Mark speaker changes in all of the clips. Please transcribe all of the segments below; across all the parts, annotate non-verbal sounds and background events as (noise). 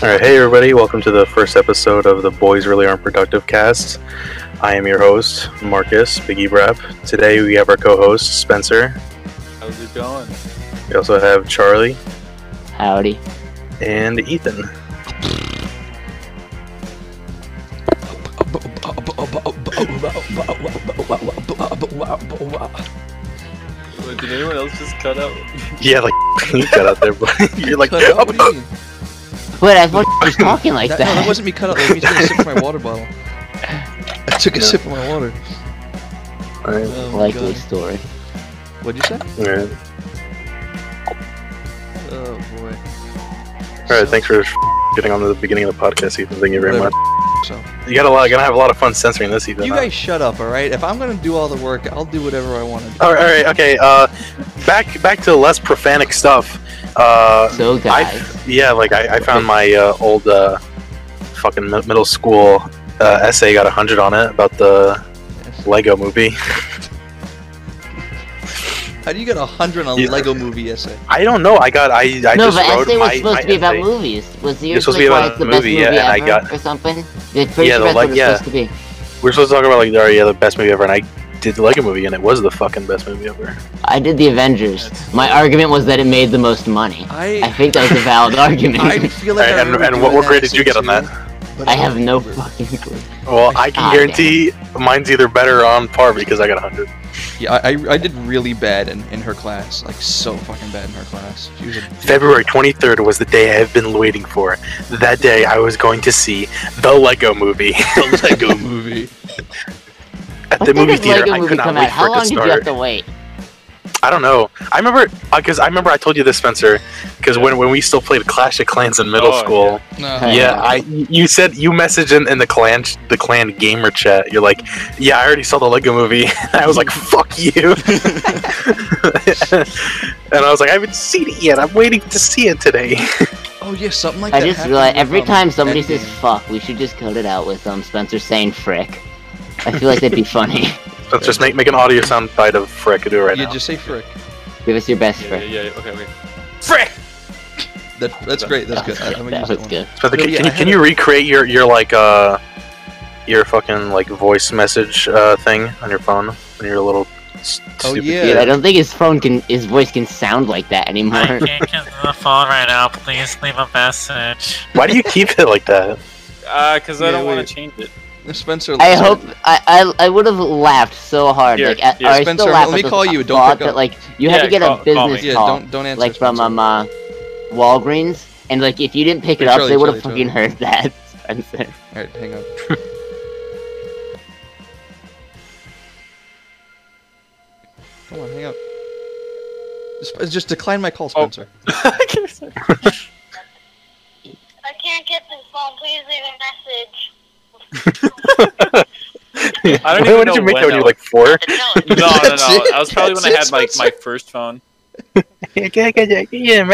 Speaker 1: All right, hey everybody, welcome to the first episode of the Boys Really Aren't Productive cast. I am your host, Marcus Biggie Brap. Today we have our co host, Spencer.
Speaker 2: How's it going?
Speaker 1: We also have Charlie
Speaker 3: Howdy.
Speaker 1: and Ethan.
Speaker 2: Wait, did anyone else just cut out?
Speaker 1: Yeah, like, (laughs) you got out there, but (laughs) you're like,
Speaker 4: cut out? What do you mean?
Speaker 3: Wait, I
Speaker 1: (laughs)
Speaker 3: thought you was talking like
Speaker 4: That,
Speaker 3: that.
Speaker 4: no,
Speaker 3: (laughs)
Speaker 4: that wasn't me cut out. That was me taking a sip from my water bottle. I took a
Speaker 1: No.
Speaker 4: sip of my water.
Speaker 1: All right,
Speaker 4: Oh my
Speaker 3: Likely
Speaker 4: god.
Speaker 3: story.
Speaker 4: What'd you say?
Speaker 1: all right.
Speaker 4: Oh boy.
Speaker 1: All right, thanks for getting on to the beginning of the podcast, Ethan. Thank you very much.
Speaker 4: Whatever. So,
Speaker 1: (laughs) You got a lot, gonna have a lot of fun censoring this, Ethan.
Speaker 4: you
Speaker 1: huh?
Speaker 4: guys shut up, alright? If I'm gonna do all the work, I'll do whatever I want to do.
Speaker 1: all right, all right, okay. Uh, back back to less profanic stuff. Uh,
Speaker 3: So, guys,
Speaker 1: Yeah, like I, I found my uh, old uh, fucking mi- middle school uh, essay got a hundred on it about the Lego Movie. (laughs)
Speaker 4: How do you get a hundred on a
Speaker 1: Yeah.
Speaker 4: Lego movie essay?
Speaker 1: I don't know. I got I I
Speaker 3: no,
Speaker 1: just
Speaker 3: but
Speaker 1: wrote
Speaker 3: essay was
Speaker 1: my,
Speaker 3: supposed
Speaker 1: my
Speaker 3: to be about
Speaker 1: essay.
Speaker 3: movies. Was yours
Speaker 1: was supposed
Speaker 3: like,
Speaker 1: to be
Speaker 3: why
Speaker 1: about
Speaker 3: it's the
Speaker 1: a
Speaker 3: best
Speaker 1: movie,
Speaker 3: movie,
Speaker 1: yeah, and I
Speaker 3: ever
Speaker 1: got-
Speaker 3: or something? The pretty
Speaker 1: Yeah,
Speaker 3: sure
Speaker 1: the
Speaker 3: that's
Speaker 1: like-
Speaker 3: what it's
Speaker 1: yeah.
Speaker 3: supposed to be.
Speaker 1: We're supposed to talk about like the, yeah, the best movie ever, and I did the Lego Movie, and it was the fucking best movie ever.
Speaker 3: I did the Avengers.
Speaker 2: That's-
Speaker 3: My argument was that it made the most money. I
Speaker 4: I
Speaker 3: think that was a valid argument.
Speaker 4: (laughs) I
Speaker 3: I,
Speaker 4: feel like I
Speaker 1: And- and
Speaker 4: remember
Speaker 1: and
Speaker 4: doing
Speaker 1: what- what
Speaker 4: that
Speaker 1: grade did you get
Speaker 4: essay
Speaker 1: on that?
Speaker 4: too, but
Speaker 3: have
Speaker 4: don't
Speaker 3: no
Speaker 4: remember.
Speaker 3: fucking clue.
Speaker 1: Well, I can
Speaker 3: Ah,
Speaker 1: guarantee mine's either better or on par because I got a hundred.
Speaker 4: Yeah, I, I, I did really bad in, in her class. Like, so fucking bad in her class. She was a (laughs)
Speaker 1: February twenty third was the day I have been waiting for. That day I was going to see the Lego Movie. the (laughs) Lego
Speaker 4: movie.
Speaker 1: at
Speaker 3: What
Speaker 1: the
Speaker 3: day
Speaker 1: movie
Speaker 3: did
Speaker 1: theater.
Speaker 3: Lego
Speaker 1: I
Speaker 3: movie
Speaker 1: could not
Speaker 3: come
Speaker 1: wait
Speaker 3: out?
Speaker 1: for
Speaker 3: How
Speaker 1: it to
Speaker 3: long did you
Speaker 1: start.
Speaker 3: have to wait?
Speaker 1: I don't know. I remember because I remember I told you this, Spencer. Because when, when we still played Clash of Clans in middle
Speaker 2: Oh,
Speaker 1: school,
Speaker 4: No.
Speaker 1: yeah,
Speaker 3: yeah.
Speaker 1: I you said you messaged in, in the clan the clan gamer chat. You're like, yeah, I already saw the Lego movie. (laughs) And I was like, fuck you. (laughs) and I was like, I haven't seen it yet. I'm waiting to see it today.
Speaker 4: Oh, yeah, something like
Speaker 3: I
Speaker 4: that.
Speaker 3: just
Speaker 4: happened
Speaker 3: realized
Speaker 4: with,
Speaker 3: every
Speaker 4: um,
Speaker 3: time somebody says
Speaker 4: Endgame.
Speaker 3: "fuck," we should just cut it out with um Spencer saying "frick." I feel like that'd be funny.
Speaker 4: (laughs)
Speaker 1: Let's just make make an audio sound bite of Frick do it right
Speaker 4: you
Speaker 1: now.
Speaker 4: just say frick.
Speaker 3: Give us your best
Speaker 2: Yeah, yeah,
Speaker 3: frick.
Speaker 2: yeah, yeah. Okay, wait.
Speaker 1: Frick.
Speaker 4: That, that's great. That's good. I, I'm gonna
Speaker 3: That
Speaker 4: use
Speaker 3: was
Speaker 4: that
Speaker 3: good.
Speaker 1: Spencer,
Speaker 4: No,
Speaker 1: can,
Speaker 4: yeah,
Speaker 1: can you
Speaker 4: I
Speaker 1: can
Speaker 4: had
Speaker 1: you recreate your your like uh your fucking like voice message uh thing on your phone on your little s-
Speaker 4: Oh,
Speaker 1: stupid
Speaker 4: yeah.
Speaker 3: Dude, I don't think his phone can, his voice can sound like that
Speaker 4: (laughs)
Speaker 5: I
Speaker 3: anymore.
Speaker 5: can't get to the phone right now. Please leave a message.
Speaker 1: (laughs) Why do you keep it like that?
Speaker 2: Uh, cause I
Speaker 4: Yeah,
Speaker 2: don't want
Speaker 4: wait.
Speaker 2: to change
Speaker 1: (laughs)
Speaker 2: it.
Speaker 4: one. Spencer.
Speaker 3: I
Speaker 4: listen.
Speaker 3: hope I I, I would have laughed so hard.
Speaker 2: Here,
Speaker 3: like, I,
Speaker 2: here,
Speaker 3: or I
Speaker 4: Spencer,
Speaker 3: still laugh
Speaker 4: let me
Speaker 3: at the
Speaker 4: call you, don't
Speaker 3: thought
Speaker 4: pick
Speaker 3: that
Speaker 4: up.
Speaker 3: like you had
Speaker 2: Yeah,
Speaker 3: to get
Speaker 2: call-
Speaker 3: a
Speaker 2: call
Speaker 3: business
Speaker 4: Yeah,
Speaker 3: call,
Speaker 4: don't don't answer.
Speaker 3: like from
Speaker 4: Spencer.
Speaker 3: um uh, Walgreens, and like if you didn't pick it
Speaker 4: Wait,
Speaker 3: up,
Speaker 4: Charlie,
Speaker 3: they would have
Speaker 4: Charlie,
Speaker 3: fucking heard that. (laughs) Spencer.
Speaker 4: All right, hang on. (laughs) Come on, hang up. Sp- Just decline my call,
Speaker 2: Oh.
Speaker 4: Spencer.
Speaker 6: I can't get this phone. Please leave a message.
Speaker 2: (laughs)
Speaker 1: (laughs)
Speaker 2: I
Speaker 1: when
Speaker 2: don't even
Speaker 1: when
Speaker 2: know
Speaker 1: did you make that when
Speaker 2: when
Speaker 1: you
Speaker 2: that
Speaker 1: were like four? (laughs)
Speaker 2: No, no, no.
Speaker 4: That's it?
Speaker 2: That was probably when I
Speaker 4: That's
Speaker 2: had
Speaker 4: it,
Speaker 2: like my
Speaker 4: Spencer?
Speaker 1: (laughs)
Speaker 2: first phone.
Speaker 1: yeah,
Speaker 2: (laughs) Yeah,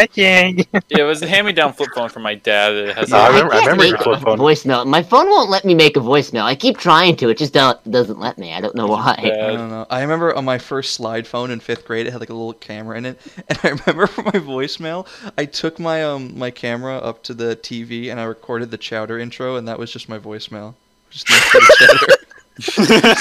Speaker 2: it was a hand-me-down flip phone from my dad. It has.
Speaker 1: No, I
Speaker 2: like-
Speaker 1: remember- I
Speaker 3: can't
Speaker 1: remember
Speaker 3: make
Speaker 1: your flip
Speaker 3: a
Speaker 1: phone.
Speaker 3: voicemail. My phone won't let me make a voicemail. I keep trying to. It just don't, doesn't let me. I don't know why.
Speaker 2: Yeah.
Speaker 4: I don't know. I remember on my first slide phone in fifth grade, it had like a little camera in it, (laughs) and I remember for my voicemail, I took my um my camera up to the TV and I recorded the Chowder intro, and that was just my voicemail. Just next to the Chowder. (laughs) so anytime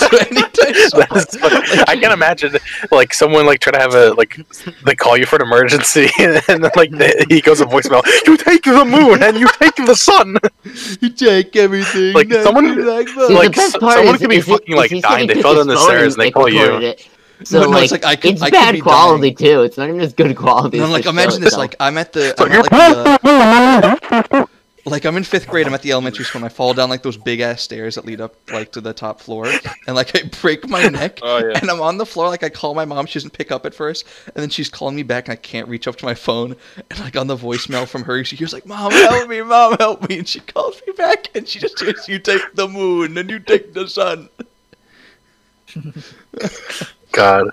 Speaker 4: someone-
Speaker 1: (laughs) That's fucking- I can imagine like someone like trying to have a like they call you for an emergency (laughs) and then like they, he goes a voicemail. You take the moon and you take the sun.
Speaker 4: (laughs)
Speaker 1: (laughs)
Speaker 4: You take everything.
Speaker 1: Like,
Speaker 4: that
Speaker 1: someone-
Speaker 4: you like
Speaker 3: See,
Speaker 1: (laughs)
Speaker 4: most.
Speaker 1: Like,
Speaker 3: the best
Speaker 1: so-
Speaker 3: part
Speaker 1: someone
Speaker 3: is,
Speaker 1: could be
Speaker 3: is he-
Speaker 1: fucking,
Speaker 3: is
Speaker 1: like,
Speaker 3: he
Speaker 1: dying.
Speaker 3: could
Speaker 1: They
Speaker 3: get
Speaker 1: fell down
Speaker 3: his
Speaker 1: the
Speaker 3: phone
Speaker 1: stairs and
Speaker 3: and,
Speaker 1: they
Speaker 3: like,
Speaker 1: call you.
Speaker 3: recorded (laughs) it. So
Speaker 4: No, no,
Speaker 3: like, it's,
Speaker 4: it's like, I could- I could
Speaker 3: bad
Speaker 4: be
Speaker 3: quality too. It's not even as good quality.
Speaker 4: No,
Speaker 3: as
Speaker 4: like
Speaker 3: the show
Speaker 4: imagine this.
Speaker 3: itself.
Speaker 4: Like I'm at the
Speaker 1: So
Speaker 4: I'm
Speaker 1: you're-
Speaker 4: at,
Speaker 1: (laughs)
Speaker 4: like, the like I'm in fifth grade. I'm at the elementary school. and I fall down like those big ass stairs that lead up like to the top floor, and like I break my neck.
Speaker 2: (laughs) Oh yeah.
Speaker 4: And I'm on the floor, like I call my mom, she doesn't pick up at first, and then she's calling me back, and I can't reach up to my phone. And like on the voicemail from her, she was like, "Mom, help me! Mom, help me!" And she calls me back, and she just hears, "You take the moon, and you take the sun." (laughs)
Speaker 1: God,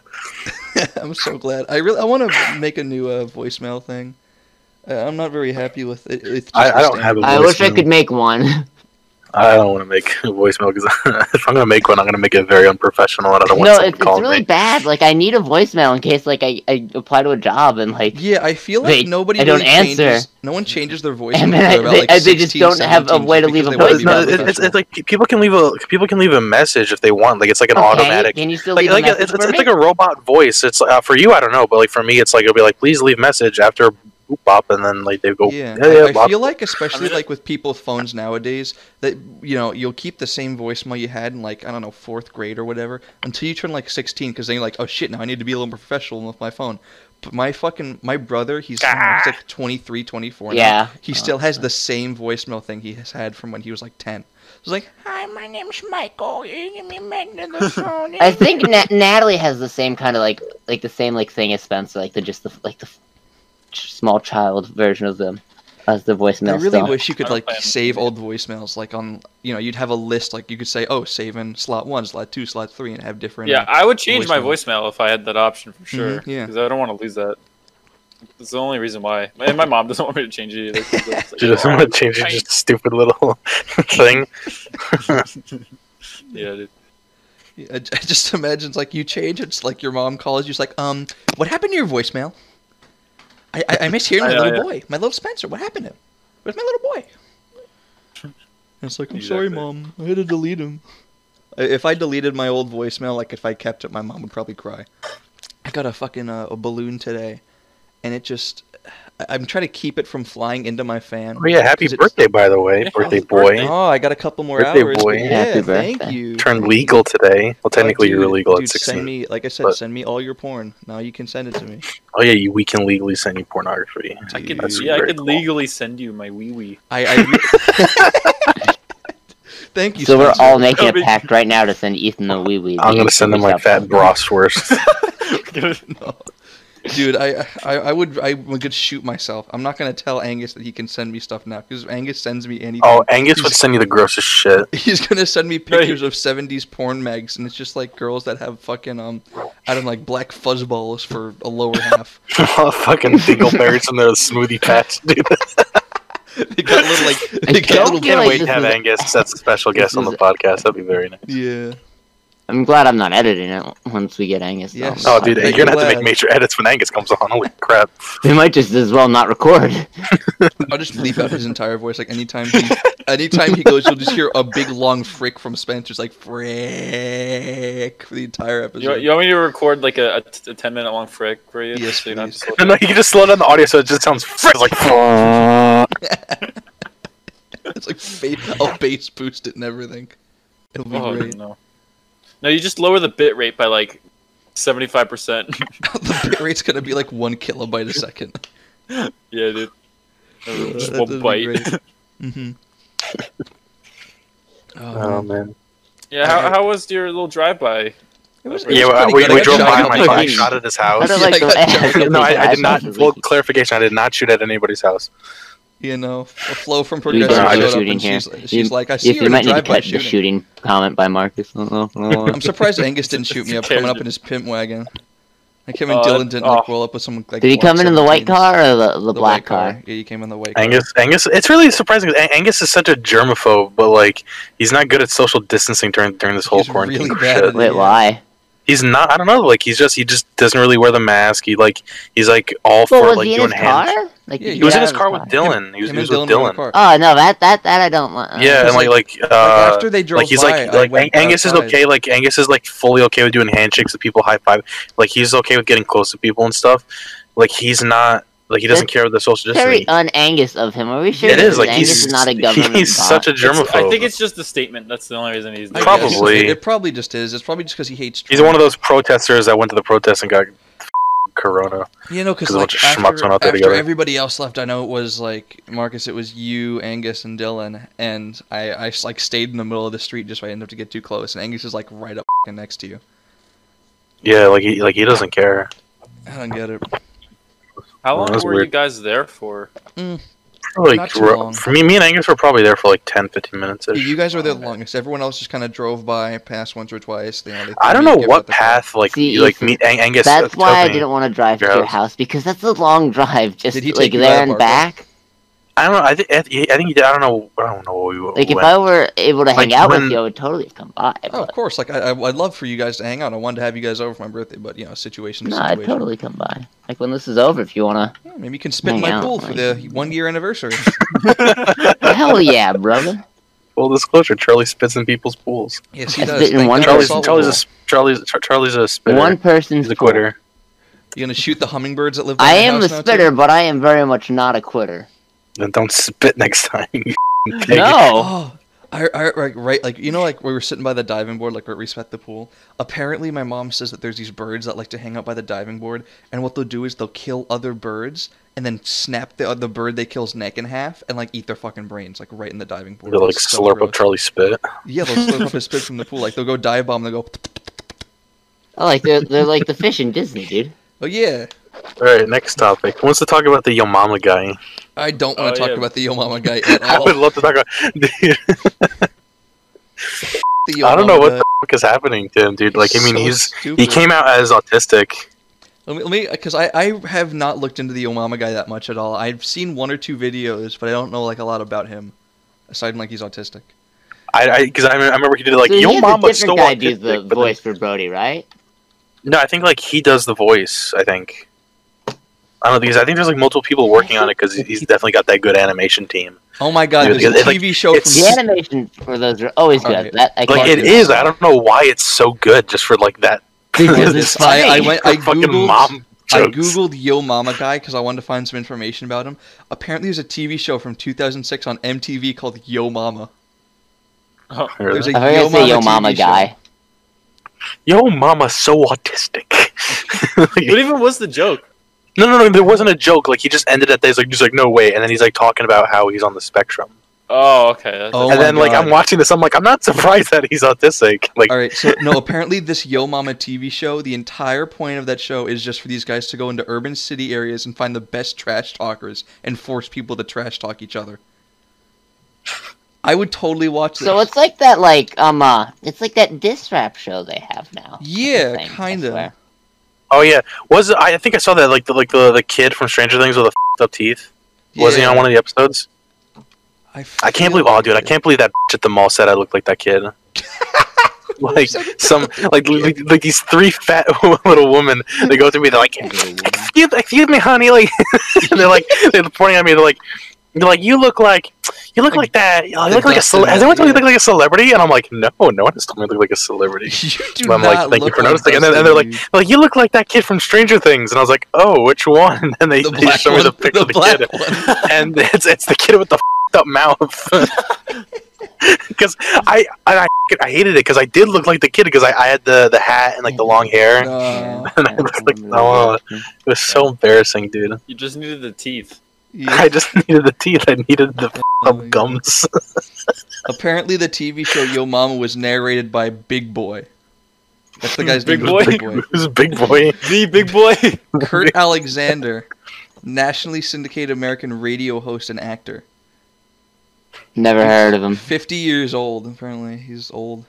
Speaker 4: I'm so glad. I really, I want to make a new uh, voicemail thing. Uh, I'm not very happy with it. It's
Speaker 1: I,
Speaker 4: just
Speaker 1: I don't
Speaker 4: the
Speaker 1: have. A
Speaker 4: standard-
Speaker 3: I wish I
Speaker 1: voicemail.
Speaker 3: could make one.
Speaker 1: I don't want to make a voicemail because (laughs) if I'm gonna make one, I'm gonna make it very unprofessional,
Speaker 3: (laughs)
Speaker 1: and I don't want
Speaker 3: No,
Speaker 1: someone
Speaker 3: it's, it's
Speaker 1: calling
Speaker 3: really
Speaker 1: me.
Speaker 3: bad. Like I need a voicemail in case like I, I apply to a job and like
Speaker 4: Yeah, I feel like
Speaker 3: They-
Speaker 4: nobody
Speaker 3: I don't
Speaker 4: really changes.
Speaker 3: answer.
Speaker 4: No one changes their voice.
Speaker 3: And
Speaker 4: until
Speaker 3: then
Speaker 4: they're
Speaker 3: I-
Speaker 4: about,
Speaker 3: they-
Speaker 4: like,
Speaker 3: I- they just
Speaker 4: 16,
Speaker 3: don't have a
Speaker 4: 17,
Speaker 3: way to
Speaker 4: because
Speaker 3: leave a
Speaker 4: they wanna
Speaker 1: Well,
Speaker 4: be
Speaker 1: it's, not,
Speaker 4: more
Speaker 1: it, it's,
Speaker 4: professional.
Speaker 1: it's like pe- people can leave a people can leave a message if they want. Like it's like an
Speaker 3: okay,
Speaker 1: automatic.
Speaker 3: Can you still
Speaker 1: Like,
Speaker 3: leave
Speaker 1: like
Speaker 3: a message
Speaker 1: it's,
Speaker 3: for
Speaker 1: it's
Speaker 3: me?
Speaker 1: like a robot voice. It's uh, for you, I don't know, but like for me, it's like it'll be like, please leave message after boop bop, and then like they go,
Speaker 4: yeah,
Speaker 1: oh, yeah,
Speaker 4: I-
Speaker 1: yeah,
Speaker 4: I,
Speaker 1: bop.
Speaker 4: feel like especially
Speaker 2: mean,
Speaker 4: like with people with phones nowadays that you know you'll keep the same voicemail you had in like I don't know fourth grade or whatever until you turn like 16 because then you're like oh shit now I need to be a little more professional with my phone. But my fucking my brother he's, he's like 23, 24. now.
Speaker 3: Ah!
Speaker 1: (laughs)
Speaker 3: Yeah.
Speaker 4: he
Speaker 3: Oh,
Speaker 4: still has the same voicemail thing he has had from when he was like 10. It's like hi my name's Michael. You give me back to
Speaker 3: (laughs)
Speaker 4: the phone.
Speaker 3: I think Na- Natalie has the same kind of like like the same like thing as Spencer, like the just the like the f- small child version of them as the
Speaker 4: I
Speaker 3: voicemail.
Speaker 4: really
Speaker 3: stuff.
Speaker 4: wish you could
Speaker 2: I don't
Speaker 4: like
Speaker 2: play 'em.
Speaker 4: save old voicemails, like on you know you'd have a list, like you could say, oh, save in slot one, slot two, slot three, and have different.
Speaker 2: Yeah, I would change my
Speaker 4: voicemail.
Speaker 2: voicemail if I had that option
Speaker 5: Mm-hmm,
Speaker 2: for sure.
Speaker 4: Mhm, yeah.
Speaker 2: because I don't want to lose that. That's the only reason why. And my mom doesn't (laughs) want me to change it either. 'cause it's like,
Speaker 1: She doesn't
Speaker 2: oh,
Speaker 1: want to change it,
Speaker 2: I-
Speaker 1: just a stupid little (laughs) thing.
Speaker 2: Yeah, dude.
Speaker 4: I, (laughs) I just imagine like you change it, it's like your mom calls you, it's like, um, what happened to your voicemail? I I, I miss hearing my
Speaker 2: I know,
Speaker 4: little
Speaker 2: yeah.
Speaker 4: boy, my little Spencer. What happened to him? Where's my little boy? And it's like, I'm sorry,
Speaker 2: Exactly.
Speaker 4: mom. I had to delete him. I- If I deleted my old voicemail, like if I kept it, my mom would probably cry. I got a fucking uh, a balloon today, and it just. I- I'm trying to keep it from flying into my fan.
Speaker 1: Oh yeah, happy
Speaker 4: 'cause it's-
Speaker 1: birthday, by the way,
Speaker 4: (laughs)
Speaker 2: Yeah,
Speaker 1: birthday
Speaker 2: happy
Speaker 1: boy.
Speaker 2: birthday.
Speaker 4: Oh, I got a couple more
Speaker 1: Birthday
Speaker 4: hours.
Speaker 1: boy.
Speaker 4: but Yeah,
Speaker 3: Happy
Speaker 4: thank
Speaker 3: birthday.
Speaker 4: you.
Speaker 1: Turned legal today. Well, technically,
Speaker 4: Oh,
Speaker 1: you're
Speaker 4: dude,
Speaker 1: illegal
Speaker 4: dude,
Speaker 1: at
Speaker 4: Send
Speaker 1: 16.
Speaker 4: me, like I said,
Speaker 1: but-
Speaker 4: send me all your porn. Now you can send it to me.
Speaker 1: Oh yeah, you, we can legally send you pornography.
Speaker 2: I could,
Speaker 1: That's
Speaker 2: yeah, I
Speaker 1: very
Speaker 2: could
Speaker 1: cool.
Speaker 2: legally send you my
Speaker 1: (laughs)
Speaker 2: wee wee.
Speaker 4: I. (laughs) I thank you.
Speaker 3: So we're
Speaker 4: Spencer.
Speaker 3: all making a
Speaker 2: Coming.
Speaker 3: pact right now to send Ethan the wee wee.
Speaker 1: I'm gonna send them my fat (laughs) bratwurst.
Speaker 4: No. Dude, I, I I would I would shoot myself. I'm not gonna tell Angus that he can send me stuff now because Angus sends me anything.
Speaker 1: oh, Angus would send you the grossest (laughs) shit.
Speaker 4: He's gonna send me
Speaker 2: No, he-
Speaker 4: pictures of '70s porn mags, and it's just like girls that have fucking um, I don't know, like black fuzzballs for a lower half. (laughs)
Speaker 1: fucking dingleberries in their smoothie (laughs) patch, dude.
Speaker 4: they got little like
Speaker 3: I
Speaker 4: they got
Speaker 3: don't
Speaker 4: little.
Speaker 3: feel
Speaker 1: Can't
Speaker 3: like
Speaker 1: wait to
Speaker 3: this
Speaker 1: have (laughs)
Speaker 3: is-
Speaker 1: Angus as a special
Speaker 3: This
Speaker 1: guest on
Speaker 3: is-
Speaker 1: the podcast. That'd be very nice.
Speaker 4: Yeah.
Speaker 3: I'm glad I'm not editing it once we get Angus. on
Speaker 4: Yes.
Speaker 3: the
Speaker 1: Oh,
Speaker 3: pod.
Speaker 1: dude,
Speaker 4: Make
Speaker 1: you're gonna have
Speaker 4: it
Speaker 1: to make
Speaker 4: loud.
Speaker 1: major edits when Angus comes on. (laughs) Holy crap!
Speaker 3: we might just as well
Speaker 1: (laughs)
Speaker 3: not record.
Speaker 1: Oh,
Speaker 4: I'll just leave
Speaker 3: (laughs)
Speaker 4: out his entire voice. Like anytime he, anytime he goes, you'll just hear a big long frick from Spencer's like frick for the entire
Speaker 2: You,
Speaker 4: episode.
Speaker 2: you want me to record like a, a t- a ten minute long frick for you?
Speaker 4: Yes,
Speaker 2: you're not
Speaker 4: please. (laughs)
Speaker 2: just like-
Speaker 1: No, no, you can just slow down the audio so it just sounds Oh, frick (laughs) like.
Speaker 4: It's like fa- I'll bass boost it and everything. It'll be
Speaker 2: oh,
Speaker 4: great.
Speaker 2: no. No, you just lower the bit rate by like seventy five
Speaker 4: (laughs)
Speaker 2: percent.
Speaker 4: (laughs) the bit rate's gonna be like one kilobyte
Speaker 2: (laughs)
Speaker 4: a second.
Speaker 2: Yeah, dude. Just
Speaker 4: That would
Speaker 2: one
Speaker 4: be
Speaker 2: bite.
Speaker 4: great.
Speaker 3: (laughs)
Speaker 4: Mm-hmm.
Speaker 3: Um,
Speaker 4: Oh,
Speaker 1: Oh
Speaker 4: man.
Speaker 1: man.
Speaker 2: (laughs) yeah, how, how was your little drive by?
Speaker 4: It was- it
Speaker 1: Yeah,
Speaker 4: was
Speaker 1: well,
Speaker 4: pretty
Speaker 1: we,
Speaker 4: good.
Speaker 1: we
Speaker 4: I
Speaker 1: drove
Speaker 4: shot
Speaker 1: by my
Speaker 4: a couple
Speaker 1: car. I
Speaker 4: shots.
Speaker 1: shot at his
Speaker 3: I
Speaker 1: house.
Speaker 3: don't
Speaker 4: Yeah,
Speaker 3: like
Speaker 4: I
Speaker 3: the
Speaker 4: got jumped.
Speaker 1: (laughs)
Speaker 3: way. (laughs)
Speaker 1: No, I, I did not. Full clarification: I did not shoot at anybody's house.
Speaker 4: You know, a flow from
Speaker 3: You
Speaker 4: progressive
Speaker 1: guys are
Speaker 4: showed up
Speaker 3: shooting
Speaker 4: and
Speaker 3: here.
Speaker 4: she's, she's
Speaker 3: You-
Speaker 4: like, I see
Speaker 3: Ethan,
Speaker 4: you
Speaker 3: you
Speaker 4: in a
Speaker 3: might need to
Speaker 4: drive-by
Speaker 3: cut
Speaker 4: shooting.
Speaker 3: the shooting comment by Marcus. I don't know.
Speaker 4: I'm surprised Angus didn't shoot me up coming up in his pimp wagon. Like him and
Speaker 1: Uh,
Speaker 2: Oh,
Speaker 4: Dylan didn't like
Speaker 2: oh.
Speaker 4: roll up with someone. Like,
Speaker 3: Did he come in in the white
Speaker 4: 117s.
Speaker 3: car or the, the,
Speaker 4: The
Speaker 3: black
Speaker 4: white
Speaker 3: car?
Speaker 4: Yeah, you came in the white car.
Speaker 1: Angus, Angus, it's really surprising. 'cause Ang- Angus is such a germaphobe, but like he's not good at social distancing during during this whole
Speaker 4: He's
Speaker 1: quarantine
Speaker 4: really bad
Speaker 1: shit.
Speaker 4: at it.
Speaker 3: Wait,
Speaker 4: Yeah.
Speaker 3: why?
Speaker 1: He's not. I don't know. Like he's just he just doesn't really wear the mask. He like he's like all
Speaker 3: Well,
Speaker 1: for
Speaker 3: was
Speaker 1: like
Speaker 3: he in
Speaker 1: doing
Speaker 3: his car?
Speaker 1: hand.
Speaker 3: Like,
Speaker 4: Yeah,
Speaker 3: did
Speaker 4: he
Speaker 1: He was
Speaker 3: get
Speaker 1: in
Speaker 3: out
Speaker 1: his
Speaker 3: of
Speaker 1: car with Dylan. He was,
Speaker 4: Him
Speaker 1: he was
Speaker 4: and
Speaker 1: with
Speaker 4: Dylan were in the
Speaker 1: Dylan.
Speaker 4: car.
Speaker 3: Oh no, that that that I don't want.
Speaker 1: yeah, and like like uh,
Speaker 4: like after they drove
Speaker 1: like he's
Speaker 4: by,
Speaker 1: like
Speaker 4: I
Speaker 1: like
Speaker 4: went
Speaker 1: Ang- Angus is
Speaker 4: outside.
Speaker 1: okay. Like Angus is like fully okay with doing handshakes with people, high five. Like he's okay with getting close to people and stuff. Like he's not like he doesn't
Speaker 3: That's
Speaker 1: care about the social
Speaker 3: very
Speaker 1: distancing.
Speaker 3: un-Angus of him. Are we sure
Speaker 1: It
Speaker 3: this
Speaker 1: is like (laughs)
Speaker 3: Angus
Speaker 1: he's
Speaker 3: is not a government
Speaker 1: he's
Speaker 3: bot?
Speaker 1: such a germaphobe.
Speaker 2: It's- I think it's just the statement. That's the only reason he's
Speaker 4: I guess.
Speaker 1: Probably.
Speaker 4: It probably just is. It's probably just because he hates.
Speaker 1: He's one of those protesters that went to the protest and got corona.
Speaker 4: You know, because
Speaker 1: 'Cause a
Speaker 4: like
Speaker 1: bunch of
Speaker 4: after,
Speaker 1: schmucks went out there
Speaker 4: after
Speaker 1: together.
Speaker 4: everybody else left, I know it was like Marcus, it was you, Angus, and Dylan, and I, I s- like stayed in the middle of the street just so I didn't have to get too close. And Angus is like right up f***ing next to you.
Speaker 1: Yeah, like he like he doesn't care.
Speaker 4: I don't get it.
Speaker 2: How
Speaker 1: Well,
Speaker 2: long
Speaker 1: that's
Speaker 2: were
Speaker 1: weird.
Speaker 2: you guys there for?
Speaker 1: (laughs) Probably
Speaker 4: Not too
Speaker 1: gro-
Speaker 4: long.
Speaker 1: for me, me and Angus were probably there for like 10, 15 minutes.
Speaker 4: Yeah, you guys were there the longest. Everyone else just kind of drove by, passed once or twice. You know, they
Speaker 1: I don't
Speaker 4: they
Speaker 1: know
Speaker 4: give
Speaker 1: what
Speaker 4: up the car.
Speaker 1: path like
Speaker 3: See,
Speaker 1: you, like
Speaker 3: Ethan,
Speaker 1: me Ang- Angus. uh,
Speaker 3: That's why I
Speaker 1: took me.
Speaker 3: didn't want to drive
Speaker 1: Your
Speaker 3: to your
Speaker 1: house.
Speaker 3: house because that's a long drive, just
Speaker 4: Did he
Speaker 3: like
Speaker 4: take you out
Speaker 3: there
Speaker 4: of
Speaker 3: and
Speaker 4: Bartlett?
Speaker 3: back.
Speaker 1: I don't know. I, th- I th- I think you did. I don't know. I don't know what we
Speaker 3: Like if
Speaker 1: when.
Speaker 3: I were able to hang
Speaker 1: Like,
Speaker 3: out
Speaker 1: when-
Speaker 3: with you, I would totally have come by.
Speaker 4: Oh, of
Speaker 3: but-
Speaker 4: course. Like I, I, I'd love for you guys to hang out. I wanted to have you guys over for my birthday, but you know, situation. to
Speaker 3: no, I'd
Speaker 4: situation.
Speaker 3: totally come by. Like when this is over, if
Speaker 1: (laughs)
Speaker 3: you wanna.
Speaker 4: Yeah, maybe you can spit
Speaker 3: Hang
Speaker 4: in my
Speaker 3: out,
Speaker 4: pool for
Speaker 3: like-
Speaker 4: the one
Speaker 3: (laughs)
Speaker 4: year anniversary. (laughs)
Speaker 3: Hell yeah, brother.
Speaker 1: (laughs) Full disclosure: Charlie spits in people's pools.
Speaker 4: yes, he
Speaker 3: I
Speaker 4: does.
Speaker 3: spit in
Speaker 4: Thank
Speaker 3: one
Speaker 4: God.
Speaker 1: Charlie's
Speaker 3: Solvable.
Speaker 1: Charlie's a s- Charlie's Char- Charlie's a spitter.
Speaker 3: One person's
Speaker 1: He's a
Speaker 3: pool.
Speaker 1: quitter.
Speaker 4: You gonna shoot the hummingbirds that live? by
Speaker 3: I
Speaker 4: your
Speaker 3: am a
Speaker 4: house now, too?
Speaker 3: spitter, but I am very much not
Speaker 1: (laughs)
Speaker 3: a quitter.
Speaker 1: Then don't spit next time. you (laughs) pig.
Speaker 3: No.
Speaker 4: Oh, I, I like right like you know like we were sitting by the diving board like right we at the pool. Apparently, my mom says that there's these birds that like to hang out by the diving board, and what they'll do is they'll kill other birds and then snap the the bird they kill's neck in half and like eat their fucking brains like right in the diving board.
Speaker 1: They'll like
Speaker 4: It's so
Speaker 1: slurp
Speaker 4: gross.
Speaker 1: up Charlie's spit.
Speaker 4: Yeah, they'll slurp up his spit from the pool. Like they'll go dive bomb. They'll go.
Speaker 3: Oh, like they're they're like the fish in Disney, dude.
Speaker 4: Oh yeah,
Speaker 1: All right, next topic. Who wants to talk about the Yo Mama guy?
Speaker 4: I don't want
Speaker 2: Oh,
Speaker 4: to talk
Speaker 2: yeah.
Speaker 4: about the Yo Mama guy
Speaker 1: (laughs)
Speaker 4: at
Speaker 1: I
Speaker 4: all.
Speaker 1: would love to talk about. (laughs) Dude,
Speaker 4: The Yo
Speaker 1: I don't know
Speaker 4: Mama
Speaker 1: what
Speaker 4: guy.
Speaker 1: the fuck is happening to him, dude. Like, I mean,
Speaker 4: so
Speaker 1: he's he
Speaker 4: stupid.
Speaker 1: came out as autistic.
Speaker 4: Let me, let me, because I, I have not looked into the Omama guy that much at all. I've seen one or two videos, but I don't know like a lot about him, aside from like he's autistic.
Speaker 1: I because I, I remember he did (laughs) like
Speaker 3: so
Speaker 1: Yo
Speaker 3: he's a
Speaker 1: Mama
Speaker 3: different
Speaker 1: still
Speaker 3: guy
Speaker 1: autistic,
Speaker 3: does the
Speaker 1: (laughs) but then-
Speaker 3: voice for Brody, right?
Speaker 1: No, I think like he does the voice. I think. I don't know because I think there's like multiple people working on it because he's definitely got that good animation team.
Speaker 4: Oh my god,
Speaker 1: Dude,
Speaker 4: there's a
Speaker 1: it's like-
Speaker 4: TV show
Speaker 1: it's-
Speaker 4: from
Speaker 1: (laughs)
Speaker 3: The animation for those are always good.
Speaker 4: Alright.
Speaker 3: That I
Speaker 1: Like
Speaker 3: can't
Speaker 1: it
Speaker 4: do
Speaker 1: is. I don't know why it's so good just for like that.
Speaker 3: Because
Speaker 1: (laughs)
Speaker 3: it's
Speaker 1: this
Speaker 3: funny.
Speaker 4: I, I went, I
Speaker 1: fucking
Speaker 4: googled,
Speaker 1: mom.
Speaker 4: I
Speaker 1: jokes.
Speaker 4: googled Yo Mama guy because I wanted to find some information about him. Apparently, there's a TV show from 2006 on MTV called Yo Mama.
Speaker 2: Oh,
Speaker 4: There's a
Speaker 3: I heard
Speaker 4: Yo
Speaker 3: I say
Speaker 4: Mama,
Speaker 3: Yo Mama
Speaker 4: TV show.
Speaker 3: guy.
Speaker 1: Yo, mama, so autistic. (laughs)
Speaker 2: what even was the joke?
Speaker 1: no, no, no. There wasn't a joke. Like he just ended at that. He's like, he's like, no way. And then he's like talking about how he's on the spectrum.
Speaker 2: Oh, okay.
Speaker 4: Oh
Speaker 1: and
Speaker 4: my
Speaker 1: then like
Speaker 4: God.
Speaker 1: I'm watching this. I'm like, I'm not (laughs) surprised that he's autistic. Like,
Speaker 4: All right, so no, apparently this Yo Mama TV show, the entire point of that show is just for these guys to go into urban city areas and find the best trash talkers and force people to trash talk each other. I would totally watch this.
Speaker 3: So it's like that, like um, uh, it's like that diss rap show they have now.
Speaker 4: Yeah,
Speaker 3: Thing, I
Speaker 4: kinda.
Speaker 3: swear.
Speaker 1: oh yeah, was it- I I think I saw that like the like the, the kid from Stranger Things with the f***ed up teeth. Was he
Speaker 4: Yeah,
Speaker 1: on one of the episodes?
Speaker 4: I,
Speaker 1: I can't
Speaker 4: feel
Speaker 1: believe. Oh, dude, I
Speaker 4: like it.
Speaker 1: can't believe that (laughs) bitch at the mall said I looked like that
Speaker 4: (laughs)
Speaker 1: kid. like some like, like like these three fat (laughs) little women. They go through me. They're like, excuse, excuse me, honey. Like (laughs) and they're
Speaker 4: (laughs)
Speaker 1: like they're pointing at me. They're like. They're like you look like you look
Speaker 4: Like
Speaker 1: like that. You
Speaker 4: the
Speaker 1: look like a
Speaker 4: Dustin
Speaker 1: cele- has anyone told you
Speaker 4: Hoffman.
Speaker 1: look like a celebrity? And I'm like, no, no one has told me I look like a
Speaker 4: (laughs)
Speaker 1: celebrity.
Speaker 4: (laughs) You do
Speaker 1: I'm like,
Speaker 4: not
Speaker 1: thank you
Speaker 4: look
Speaker 1: for
Speaker 4: like
Speaker 1: noticing. And then- and they're like,
Speaker 4: Dustin
Speaker 1: Like you look like that kid from Stranger Things, and I was like, oh, which one? (laughs) And then they,
Speaker 4: Lee. the
Speaker 1: they
Speaker 4: black
Speaker 1: show
Speaker 4: one,
Speaker 1: me the picture of the
Speaker 4: black
Speaker 1: kid, (laughs)
Speaker 4: one.
Speaker 1: and it's it's the kid with the (laughs) f***ed up mouth. (laughs) Because I and I, (laughs) f***ing- I hated it because I did look like the kid because I, I had the, the hat and like the long hair.
Speaker 4: Oh,
Speaker 1: (laughs)
Speaker 4: No. Uh,
Speaker 1: and I was (laughs) like, no, uh, it was so embarrassing, dude.
Speaker 2: You just needed the teeth.
Speaker 1: I just needed the teeth. I needed the f***ed
Speaker 4: Oh my
Speaker 1: up gums.
Speaker 4: Apparently, the TV show Yo Mama was narrated by Big Boy. That's the guy's
Speaker 2: Big
Speaker 4: name. was
Speaker 2: Boy?
Speaker 4: Big Boy.
Speaker 1: (laughs) it was a big boy.
Speaker 2: The big boy.
Speaker 3: (laughs)
Speaker 4: Kurt Alexander, nationally syndicated American radio host and actor.
Speaker 3: Never heard of him.
Speaker 4: 50 years old, apparently. He's old.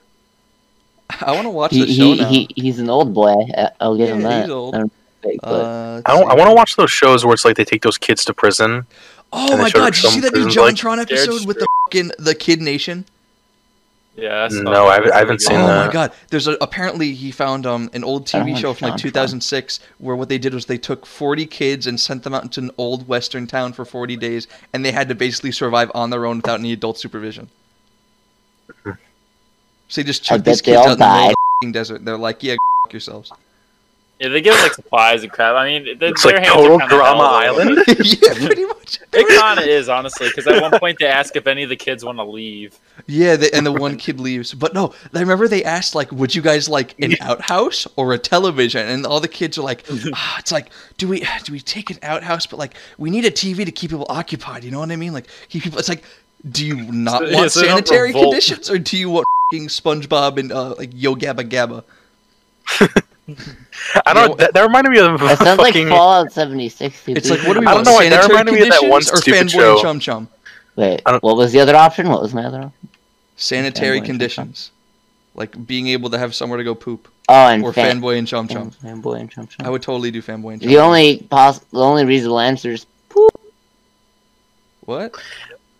Speaker 4: I want to watch
Speaker 3: He,
Speaker 4: the show
Speaker 3: he,
Speaker 4: now.
Speaker 3: he he's an old boy. I- I'll give him
Speaker 4: Yeah,
Speaker 3: that.
Speaker 4: he's old.
Speaker 3: I don't think, but-
Speaker 4: Uh,
Speaker 1: I, don't- I want to watch those shows where it's like they take those kids to prison.
Speaker 4: Oh
Speaker 1: and they
Speaker 4: my
Speaker 1: showed
Speaker 4: god, did you
Speaker 1: some
Speaker 4: see that new
Speaker 1: prisons, like,
Speaker 4: JonTron
Speaker 2: Scared
Speaker 4: episode with the fucking the Kid Nation?
Speaker 2: (laughs) Yeah. I saw
Speaker 1: No,
Speaker 2: that.
Speaker 1: I haven't- I haven't
Speaker 2: That's
Speaker 1: seen
Speaker 2: really
Speaker 4: oh
Speaker 2: good.
Speaker 1: that.
Speaker 4: my god, there's a, apparently he found um an old
Speaker 3: I don't
Speaker 4: TV
Speaker 3: like
Speaker 4: show from like
Speaker 3: JonTron.
Speaker 4: 2006 where what they did was they took 40 kids and sent them out into an old western town for 40 days and they had to basically survive on their own without any adult supervision. So they just
Speaker 3: I
Speaker 4: took these
Speaker 3: bet they
Speaker 4: kids
Speaker 3: all
Speaker 4: out in the middle of
Speaker 3: died.
Speaker 4: the fucking desert. They're like, yeah, (laughs) f- yourselves.
Speaker 3: (laughs)
Speaker 2: Yeah, they give like supplies and crap. I mean, they,
Speaker 1: It's
Speaker 2: their
Speaker 1: like
Speaker 2: hands are
Speaker 1: total
Speaker 2: kinda
Speaker 1: drama
Speaker 2: held over.
Speaker 1: island.
Speaker 4: yeah, pretty much.
Speaker 2: It kind of is, honestly, because at one point they ask if any of the kids want to leave.
Speaker 4: Yeah, they,
Speaker 1: (laughs)
Speaker 4: and the one kid leaves. But no, I remember they asked like, "Would you guys like an outhouse or a television?" And all the kids
Speaker 1: (laughs)
Speaker 4: are like, ah, "It's like, do we do we take an outhouse? But like, we need a TV to keep people occupied. You know what I mean? Like, keep people. It's like, do you not
Speaker 2: So- yeah,
Speaker 4: want
Speaker 2: so they don't
Speaker 4: sanitary
Speaker 2: revolt.
Speaker 4: conditions, or do you want fing SpongeBob and uh, like Yo Gabba Gabba?
Speaker 1: I
Speaker 4: Yeah,
Speaker 1: don't. That, that reminded me of
Speaker 3: (laughs) that sounds
Speaker 1: (laughs)
Speaker 3: like
Speaker 1: fucking.
Speaker 3: Fallout 76.
Speaker 4: Uh, It's like, what do we
Speaker 1: I
Speaker 4: want?
Speaker 1: don't know why, that
Speaker 4: sanitary
Speaker 1: reminded me of that one
Speaker 4: conditions or
Speaker 1: stupid
Speaker 4: fanboy
Speaker 1: show.
Speaker 4: and chum chum?
Speaker 3: Wait,
Speaker 1: I don't-
Speaker 3: what was the other option? What was my other option? Fanboy
Speaker 4: Sanitary
Speaker 3: and chum
Speaker 4: conditions, like being able to have somewhere to go poop,
Speaker 3: Oh, and
Speaker 4: or
Speaker 3: fan,
Speaker 4: fanboy and Mm. chum
Speaker 3: fan,
Speaker 4: chum.
Speaker 3: fanboy and chum chum.
Speaker 4: I would totally do fanboy and chum.
Speaker 3: the only poss- the only reasonable answer is
Speaker 4: What?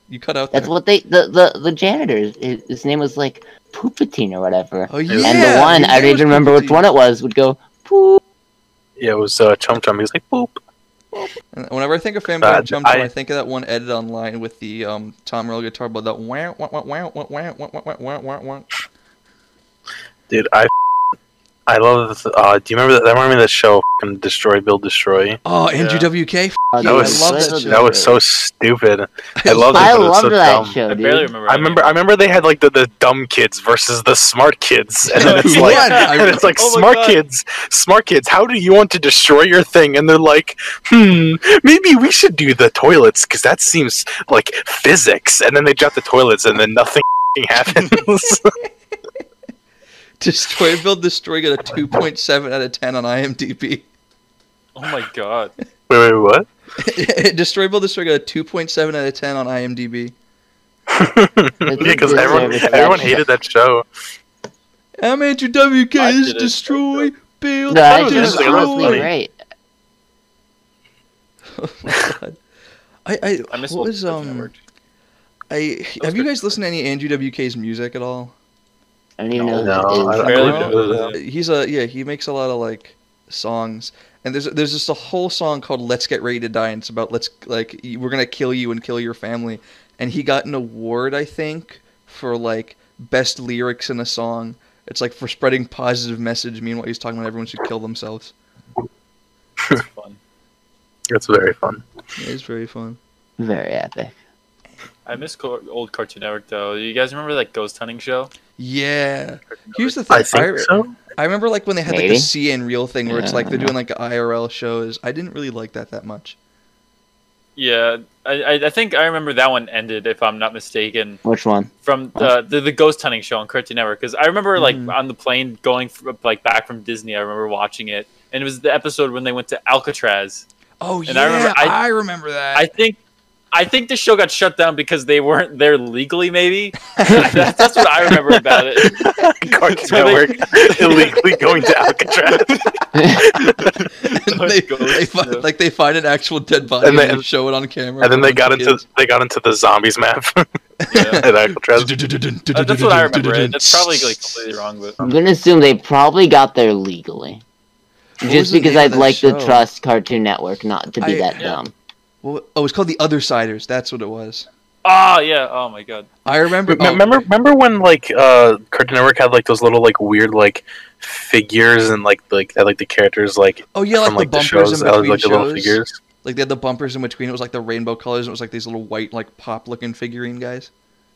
Speaker 4: You cut out.
Speaker 3: That's
Speaker 4: there.
Speaker 3: what they the the, the janitor. His, his name was like Poopatine or whatever.
Speaker 4: Oh yeah.
Speaker 1: And
Speaker 3: and the one
Speaker 4: his
Speaker 3: I don't
Speaker 4: name was
Speaker 3: even remember which
Speaker 4: Poopatine.
Speaker 3: one it was would go poop.
Speaker 1: Yeah, it was uh, Chum Chum. He was like, boop.
Speaker 4: And Whenever I think of Family
Speaker 1: Uh,
Speaker 4: Guy Chum Chum, I,
Speaker 1: I-
Speaker 4: think of that one edit online with the um, Tom Morello guitar, but that wow, wow, wow, wow, wow, wow, wow, wow, wow, wow, wow.
Speaker 1: Dude, I I love. This, uh, do you remember that? That reminded me of that show, fucking Destroy, Build, Destroy.
Speaker 4: Oh,
Speaker 2: Yeah.
Speaker 4: Andrew WK. F- (laughs)
Speaker 3: Oh,
Speaker 4: you,
Speaker 1: That was
Speaker 4: I love that
Speaker 3: so-
Speaker 4: show.
Speaker 1: That was so stupid. I loved it.
Speaker 3: I
Speaker 1: but it's
Speaker 3: loved
Speaker 1: so
Speaker 3: that
Speaker 1: dumb.
Speaker 3: show,
Speaker 2: I
Speaker 3: dude.
Speaker 2: barely remember.
Speaker 1: I remember. I remember they had like the, the dumb kids versus the smart kids, and then
Speaker 2: (laughs)
Speaker 1: it's
Speaker 4: (laughs) Yeah.
Speaker 1: like,
Speaker 4: I
Speaker 1: and (laughs) it's like
Speaker 2: Oh my
Speaker 1: smart
Speaker 2: God.
Speaker 1: kids, smart kids. How do you want to destroy your thing? And they're like, hmm, maybe we should do the toilets because that seems like physics. And then they drop the toilets, and then nothing (laughs) happens.
Speaker 4: Destroy Build Destroy got a 2.7 out of 10 on IMDb.
Speaker 2: Oh my god.
Speaker 1: wait, wait, what?
Speaker 4: (laughs) Destroy Build Destroy got a 2.7 out of 10 on IMDb.
Speaker 1: (laughs) Yeah, because
Speaker 3: It's a
Speaker 1: everyone
Speaker 3: disservice to that
Speaker 1: everyone
Speaker 3: show.
Speaker 1: hated that show.
Speaker 4: I'm Andrew WK.
Speaker 2: I
Speaker 4: This is
Speaker 2: did it.
Speaker 4: Destroy Build
Speaker 3: No, that
Speaker 1: was
Speaker 3: show was
Speaker 1: interesting. That was
Speaker 3: honestly
Speaker 1: funny.
Speaker 3: great.
Speaker 4: Oh my god. I, I,
Speaker 2: I miss
Speaker 4: what
Speaker 2: old
Speaker 4: was
Speaker 2: Cartoon
Speaker 4: um
Speaker 2: Network.
Speaker 4: I have you
Speaker 2: good.
Speaker 4: guys listened to any Andrew WK's music at all?
Speaker 3: I don't even
Speaker 1: No,
Speaker 3: know who
Speaker 1: I
Speaker 3: it is.
Speaker 1: don't-
Speaker 2: Barely
Speaker 1: I don't-
Speaker 2: remember that.
Speaker 4: Uh, he's a yeah he makes a lot of like songs and there's there's just a whole song called let's get ready to die and it's about let's like y- we're gonna kill you and kill your family and he got an award i think for like best lyrics in a song it's like for spreading positive message meanwhile he's talking about everyone should kill themselves
Speaker 2: It's fun.
Speaker 1: It's very fun.
Speaker 4: it is very fun
Speaker 3: Very epic.
Speaker 2: I miss co- old Cartoon Network though. You guys remember that ghost hunting show?
Speaker 4: yeah here's the thing
Speaker 1: I think
Speaker 4: (laughs)
Speaker 1: so.
Speaker 4: I remember like when they had like the
Speaker 3: Maybe.
Speaker 4: cn real thing where it's like they're
Speaker 3: Yeah.
Speaker 4: doing like irl shows i didn't really like that that much
Speaker 2: Yeah, I, I I think I remember that one ended if I'm not mistaken
Speaker 3: Which one? (laughs)
Speaker 2: from the the, the ghost hunting show on Cartoon Network because I remember like
Speaker 4: Mhm.
Speaker 2: on the plane going fr like back from Disney. I remember watching it and it was the episode when they went to Alcatraz.
Speaker 4: oh
Speaker 2: And
Speaker 4: yeah
Speaker 2: I
Speaker 4: i
Speaker 2: remember-
Speaker 4: remember,
Speaker 2: I-
Speaker 4: that
Speaker 2: I think. I think the show got shut down because they weren't there legally.
Speaker 3: (laughs)
Speaker 2: Maybe that's, that's what I remember about it.
Speaker 1: (laughs) Cartoon
Speaker 2: So they-
Speaker 1: Network illegally going to
Speaker 4: (laughs)
Speaker 1: Alcatraz.
Speaker 4: they, they fi-
Speaker 2: Yeah.
Speaker 4: like they find an actual dead body and
Speaker 1: And
Speaker 4: they,
Speaker 1: they-
Speaker 4: show it on camera.
Speaker 1: and then
Speaker 4: for a
Speaker 1: they got
Speaker 4: bunch
Speaker 1: into
Speaker 4: of
Speaker 1: they got into the zombies map (laughs)
Speaker 2: Yeah.
Speaker 1: at Alcatraz.
Speaker 4: kids.
Speaker 2: (laughs) Uh, that's what I remember. it.
Speaker 4: (laughs)
Speaker 2: That's probably like completely wrong, but
Speaker 3: I'm gonna assume they probably got there legally.
Speaker 4: What was
Speaker 3: Just
Speaker 4: the
Speaker 3: because
Speaker 4: name
Speaker 3: I'd
Speaker 4: of that
Speaker 3: like
Speaker 4: show?
Speaker 3: to trust Cartoon Network not to be
Speaker 4: I-
Speaker 3: that
Speaker 2: yeah.
Speaker 3: dumb.
Speaker 4: Well, oh, it's called the Other Siders. That's what it was.
Speaker 2: ah, yeah. Oh my god.
Speaker 4: I remember. oh,
Speaker 1: Rem- Remember, remember when like uh, Cartoon Network had like those little like weird like figures and like like had, like the characters like
Speaker 4: Oh, oh yeah, like
Speaker 1: from like the,
Speaker 4: the bumpers
Speaker 1: shows,
Speaker 4: in
Speaker 1: I was,
Speaker 4: between
Speaker 1: like the little
Speaker 4: shows.
Speaker 1: figures.
Speaker 4: Like they had the bumpers in between. It was like the rainbow colors. And it was like these little white, like pop-looking figurine guys.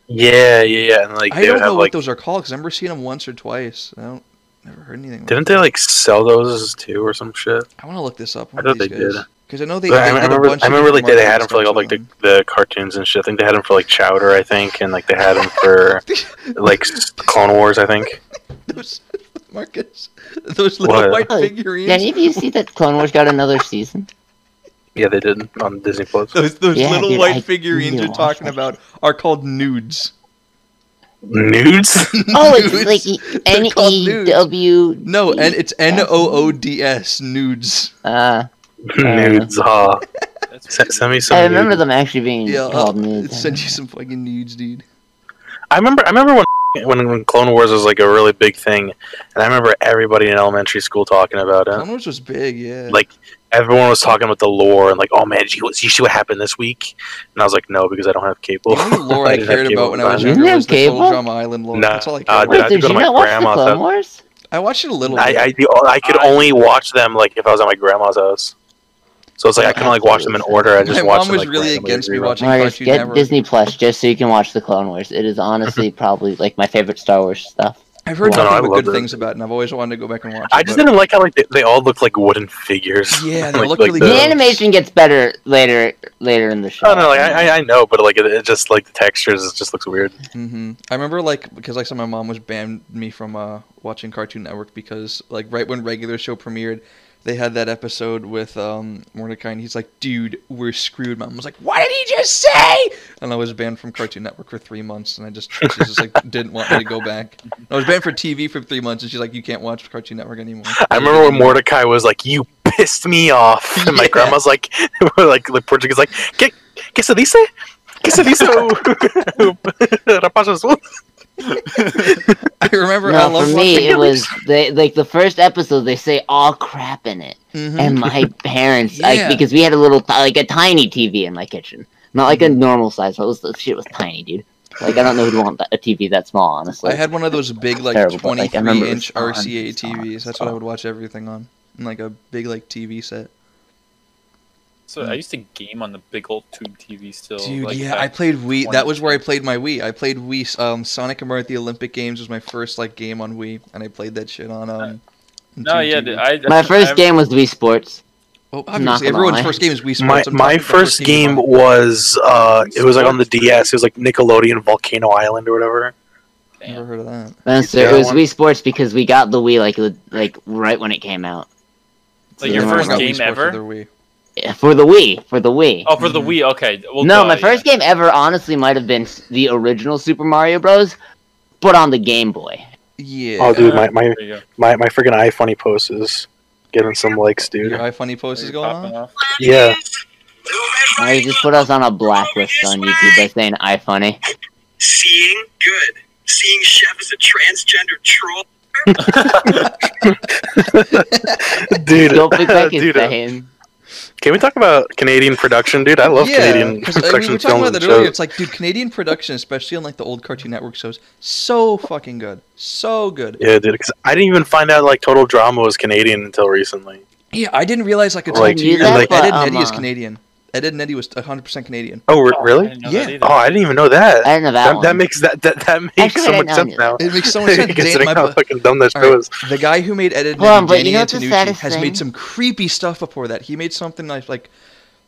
Speaker 1: Yeah, yeah, yeah. And like
Speaker 4: I
Speaker 1: they
Speaker 4: don't
Speaker 1: would
Speaker 4: know
Speaker 1: have
Speaker 4: what
Speaker 1: like
Speaker 4: those are called because I remember seeing them once or twice. I don't never heard anything. about
Speaker 1: didn't
Speaker 4: them.
Speaker 1: they like sell those too or some shit?
Speaker 4: I want to look this up.
Speaker 1: I thought they did.
Speaker 4: Because I know they.
Speaker 1: I,
Speaker 4: they
Speaker 1: I
Speaker 4: did a
Speaker 1: remember,
Speaker 4: bunch
Speaker 1: I
Speaker 4: of
Speaker 1: remember like
Speaker 4: different
Speaker 1: they, they
Speaker 4: marketing
Speaker 1: had them for like all
Speaker 4: stunts
Speaker 1: like
Speaker 4: on
Speaker 1: the,
Speaker 4: them.
Speaker 1: the cartoons and shit. I think they had them for like Chowder, I think, and like they had them
Speaker 4: (laughs)
Speaker 1: for like s- Clone Wars, I think.
Speaker 4: Those (laughs) Marcus, those little
Speaker 1: What?
Speaker 4: white
Speaker 3: Oh,
Speaker 4: figurines.
Speaker 3: Did any of you see that Clone Wars got another season?
Speaker 1: Yeah, they did on Disney Plus.
Speaker 4: Those those
Speaker 3: Yeah,
Speaker 4: little
Speaker 3: dude,
Speaker 4: white
Speaker 3: I
Speaker 4: figurines
Speaker 3: really
Speaker 4: you're talking
Speaker 3: watched
Speaker 4: about are called nudes.
Speaker 1: Nudes.
Speaker 3: (laughs) Oh, it's like
Speaker 4: Nudes.
Speaker 3: E-
Speaker 4: (laughs) They're
Speaker 3: N
Speaker 4: called
Speaker 3: E
Speaker 4: nudes.
Speaker 3: W.
Speaker 4: No, and it's N O O D S nudes.
Speaker 3: Uh,
Speaker 1: nudes. Huh.
Speaker 2: That's
Speaker 1: S- send me some.
Speaker 3: I remember
Speaker 1: nudes.
Speaker 3: them actually being
Speaker 4: Yeah, I'll
Speaker 3: called nudes.
Speaker 4: send you some fucking nudes, dude.
Speaker 1: I remember. I remember when when when Clone Wars was like a really big thing, and I remember everybody in elementary school talking about it.
Speaker 4: Clone Wars was big, yeah.
Speaker 1: Like everyone was talking about the lore and like, oh man, did you, did you see what happened this week? And I was like, no, because I don't have cable.
Speaker 4: the
Speaker 1: (laughs)
Speaker 4: only lore I,
Speaker 1: didn't have
Speaker 4: cared
Speaker 1: cable
Speaker 4: about when I was
Speaker 1: at the time.
Speaker 3: Didn't
Speaker 4: younger
Speaker 3: have
Speaker 4: was the Total
Speaker 3: cable?
Speaker 4: Drama Island lore.
Speaker 1: Nah,
Speaker 4: That's all I
Speaker 1: uh,
Speaker 4: cared
Speaker 1: dude,
Speaker 3: Wait,
Speaker 1: I
Speaker 4: about.
Speaker 1: did-
Speaker 3: did
Speaker 1: go to
Speaker 3: you
Speaker 1: my
Speaker 3: not watch the
Speaker 1: grandma's
Speaker 3: Clone
Speaker 1: house.
Speaker 3: Wars?
Speaker 4: I watched it a little
Speaker 1: I,
Speaker 4: bit.
Speaker 1: I, the- I could only watch them like if I was at my grandma's house. So it's like I couldn't like watch them in order. I just
Speaker 4: My
Speaker 1: watched
Speaker 4: (laughs) mom
Speaker 1: them,
Speaker 4: was
Speaker 1: like,
Speaker 4: really
Speaker 1: randomly
Speaker 4: against me
Speaker 1: reruns.
Speaker 4: watching
Speaker 3: Marcus,
Speaker 4: Cartoon
Speaker 3: get
Speaker 4: Network.
Speaker 3: Disney Plus just so you can watch the Clone Wars. It is honestly probably like my favorite Star Wars stuff.
Speaker 4: I've heard
Speaker 1: No, I
Speaker 4: nothing but
Speaker 1: loved
Speaker 4: good
Speaker 1: it.
Speaker 4: things about it, and I've always wanted to go back and watch it.
Speaker 1: I just
Speaker 4: but-
Speaker 1: didn't like how like they, they all looked like wooden figures. (laughs)
Speaker 4: Yeah, they looked really
Speaker 1: the-
Speaker 4: Yeah.
Speaker 3: The animation gets better later later in the show.
Speaker 1: I don't know. Oh, Like, I, I- I know, but like it, it just like the textures, it just looks weird.
Speaker 4: hmm I remember like because like so my mom was banned me from uh, watching Cartoon Network because like right when regular show premiered, they had that episode with um, Mordecai and he's like, "Dude, we're screwed." Mom was like, "What did he just say?" And I was banned from Cartoon Network for three months, and I just she just like (laughs) didn't want me to go back. I was banned for TV for three months, and she's like, "You can't watch Cartoon Network anymore."
Speaker 1: (laughs) I remember when Mordecai was like, "You
Speaker 4: (laughs)
Speaker 1: pissed me off," and my
Speaker 4: Yeah.
Speaker 1: (laughs) grandma's like, like the Portuguese like, "Que que se dice?" ¿Qué se
Speaker 4: (laughs)
Speaker 1: dice? (laughs) Rapaz azul.
Speaker 4: (laughs) I remember I
Speaker 3: No,
Speaker 4: love
Speaker 3: for
Speaker 4: (laughs)
Speaker 3: me, it was they, like the first episode. They say all crap in it,
Speaker 4: hmm
Speaker 3: and my parents,
Speaker 4: Yeah.
Speaker 3: like, because we had a little, ti- like, a tiny TV in my kitchen, not like a normal size. It was the shit was tiny, dude. Like, I don't know who'd want that, a TV that small, honestly.
Speaker 4: I had one of those big like
Speaker 3: terrible, but, like, I remember it was
Speaker 4: 23 inch
Speaker 3: on,
Speaker 4: RCA
Speaker 3: it's on,
Speaker 4: TVs.
Speaker 3: it's
Speaker 4: That's what I
Speaker 3: on.
Speaker 4: would watch everything on. And, like a big like TV set.
Speaker 2: So I used to game on the big old tube TV still.
Speaker 4: Dude,
Speaker 2: like,
Speaker 4: yeah,
Speaker 2: back-
Speaker 4: I played Wii. That was
Speaker 2: 20.
Speaker 4: where I played my Wii. I played Wii. Um, Sonic and Mario at the Olympic Games was my first like game on Wii, and I played that shit on um.
Speaker 2: Uh, No,
Speaker 4: Tube
Speaker 2: yeah,
Speaker 4: TV.
Speaker 2: dude, I,
Speaker 3: my
Speaker 2: I-
Speaker 3: first game was Wii Sports.
Speaker 4: Oh,
Speaker 3: not
Speaker 4: obviously,
Speaker 3: gonna
Speaker 4: everyone's
Speaker 3: lie.
Speaker 4: first game is Wii
Speaker 1: My
Speaker 4: Sports. I'm
Speaker 1: my
Speaker 4: talking about the
Speaker 1: first game
Speaker 4: you
Speaker 1: was uh, it was like on the DS. It was like Nickelodeon Volcano Island or whatever.
Speaker 4: bought. Never heard of that.
Speaker 3: And so
Speaker 1: Yeah,
Speaker 3: it was
Speaker 1: one-
Speaker 3: Wii Sports because we got the Wii like li- like right when it came out
Speaker 2: Like your
Speaker 3: Yeah.
Speaker 2: first
Speaker 4: Got Wii
Speaker 2: game
Speaker 4: Sports with
Speaker 2: ever?
Speaker 4: their Wii.
Speaker 3: Yeah, for the Wii. For the Wii.
Speaker 2: Oh, for the
Speaker 4: Mm-hmm.
Speaker 2: Wii. Okay. Well,
Speaker 3: no,
Speaker 2: duh,
Speaker 3: my first game ever, honestly, might have been s- the original Super Mario Bros. But on the Game Boy.
Speaker 4: Yeah.
Speaker 1: Oh, dude, my
Speaker 2: yeah.
Speaker 1: my
Speaker 2: There you go.
Speaker 1: my my freaking iFunny post is getting some likes,
Speaker 4: Your
Speaker 1: dude.
Speaker 4: iFunny post is
Speaker 2: You're
Speaker 4: going
Speaker 2: popping
Speaker 4: on.
Speaker 2: off.
Speaker 1: Yeah,
Speaker 3: I just put us on a blacklist on YouTube by saying iFunny.
Speaker 7: Seeing good. Seeing Chef as a transgender troll.
Speaker 1: (laughs)
Speaker 3: (laughs)
Speaker 1: dude. (laughs)
Speaker 3: Don't think I can
Speaker 1: dude, uh,
Speaker 3: say him.
Speaker 1: Can we talk about Canadian production, dude? I love
Speaker 4: yeah,
Speaker 1: Canadian
Speaker 4: 'cause, I mean, we
Speaker 1: production
Speaker 4: were talking
Speaker 1: films and
Speaker 4: about that earlier.
Speaker 1: shows.
Speaker 4: It's like, dude, Canadian production, especially on like the old Cartoon Network shows, so fucking good, so good.
Speaker 1: Yeah, dude. 'cause I didn't even find out like Total Drama was Canadian until recently.
Speaker 4: Yeah, I didn't realize like it's
Speaker 1: Like,
Speaker 4: like, years.
Speaker 1: yeah,
Speaker 4: like
Speaker 3: but,
Speaker 4: Ed and
Speaker 3: um,
Speaker 4: Eddie is
Speaker 3: uh,
Speaker 4: Canadian. Ed Ed and Eddie was 100 percent Canadian.
Speaker 1: Oh, re-
Speaker 2: Oh, I
Speaker 1: really?
Speaker 2: didn't know
Speaker 4: Yeah.
Speaker 2: that either.
Speaker 1: Oh, I didn't even know that.
Speaker 3: I didn't know that,
Speaker 1: That,
Speaker 3: one.
Speaker 1: that makes that that, that makes
Speaker 3: Actually,
Speaker 1: so
Speaker 3: I
Speaker 1: much
Speaker 3: know
Speaker 1: sense
Speaker 3: that.
Speaker 1: now. (laughs)
Speaker 4: It makes so much sense. Dan,
Speaker 1: Considering
Speaker 4: my
Speaker 1: how
Speaker 4: bu-
Speaker 1: fucking dumb that
Speaker 4: All
Speaker 1: show
Speaker 4: right.
Speaker 1: is.
Speaker 4: the guy who made Ed Ed and
Speaker 3: Hold on,
Speaker 4: Eddie,
Speaker 3: but you
Speaker 4: Danny
Speaker 3: know what's the
Speaker 4: Antonucci,
Speaker 3: saddest
Speaker 4: has
Speaker 3: thing?
Speaker 4: made some creepy stuff before that. He made something like like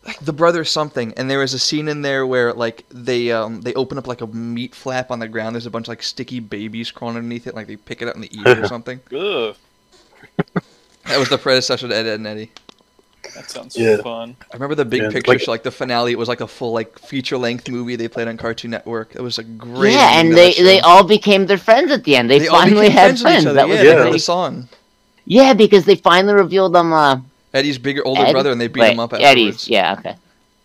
Speaker 4: like the brother something, and there was a scene in there where like they um they open up like a meat flap on the ground. There's a bunch of like sticky babies crawling underneath it, like they pick it up and they
Speaker 1: (laughs)
Speaker 4: eat it or something.
Speaker 2: Ugh,
Speaker 4: That was the predecessor to Ed, Ed and Eddie.
Speaker 2: that sounds
Speaker 1: Yeah.
Speaker 2: fun.
Speaker 4: I remember the big
Speaker 1: Yeah,
Speaker 4: picture,
Speaker 1: like-
Speaker 4: like, the finale. It was like a full like feature length movie they played on Cartoon Network. It was a great.
Speaker 3: Yeah, and they, they all became their friends at the end. They, finally had
Speaker 4: with
Speaker 3: friends. That was
Speaker 4: yeah,
Speaker 1: the
Speaker 4: they wrote
Speaker 1: thing.
Speaker 4: a song.
Speaker 3: yeah. because they finally revealed them. Uh,
Speaker 4: Eddie's bigger older
Speaker 3: Ed-
Speaker 4: brother, and they beat
Speaker 3: wait,
Speaker 4: him up afterwards.
Speaker 3: Eddie's. Yeah, okay.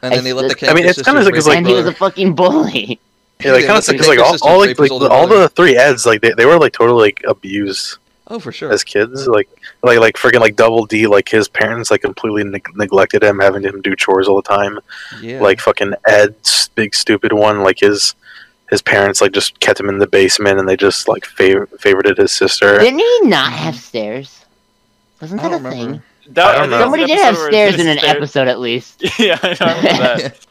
Speaker 4: And then they
Speaker 3: I-
Speaker 4: let the
Speaker 3: I
Speaker 4: Kanker
Speaker 1: mean, it's
Speaker 4: sisters
Speaker 1: kinda like-
Speaker 4: rape
Speaker 1: it's
Speaker 4: his
Speaker 1: like
Speaker 3: and he was
Speaker 4: brother.
Speaker 3: a
Speaker 1: (laughs)
Speaker 3: fucking bully.
Speaker 1: Yeah, like,
Speaker 4: Yeah,
Speaker 1: kind of
Speaker 4: that's
Speaker 1: because
Speaker 4: the
Speaker 1: like all,
Speaker 4: Exorcist
Speaker 1: all
Speaker 4: and
Speaker 1: like,
Speaker 4: Rape
Speaker 1: like
Speaker 4: is older
Speaker 1: all
Speaker 4: brother.
Speaker 1: the three Eds like they, they were like totally like abused
Speaker 4: Oh, for sure.
Speaker 1: as kids like like like freaking like Double D like his parents like completely neg- neglected him having him do chores all the time
Speaker 4: Yeah.
Speaker 1: like fucking Ed's big stupid one like his his parents like just kept him in the basement and they just like fav- favorited his sister
Speaker 3: Didn't he not have stairs? Wasn't
Speaker 4: I
Speaker 3: that a
Speaker 4: don't remember.
Speaker 3: thing?
Speaker 2: That,
Speaker 1: I don't know.
Speaker 2: that's
Speaker 3: Somebody
Speaker 2: an
Speaker 3: did have
Speaker 2: episode where (laughs)
Speaker 3: stairs
Speaker 2: it's
Speaker 3: in an
Speaker 2: stairs-
Speaker 3: episode at least.
Speaker 2: yeah, I know, I remember
Speaker 3: (laughs)
Speaker 2: that.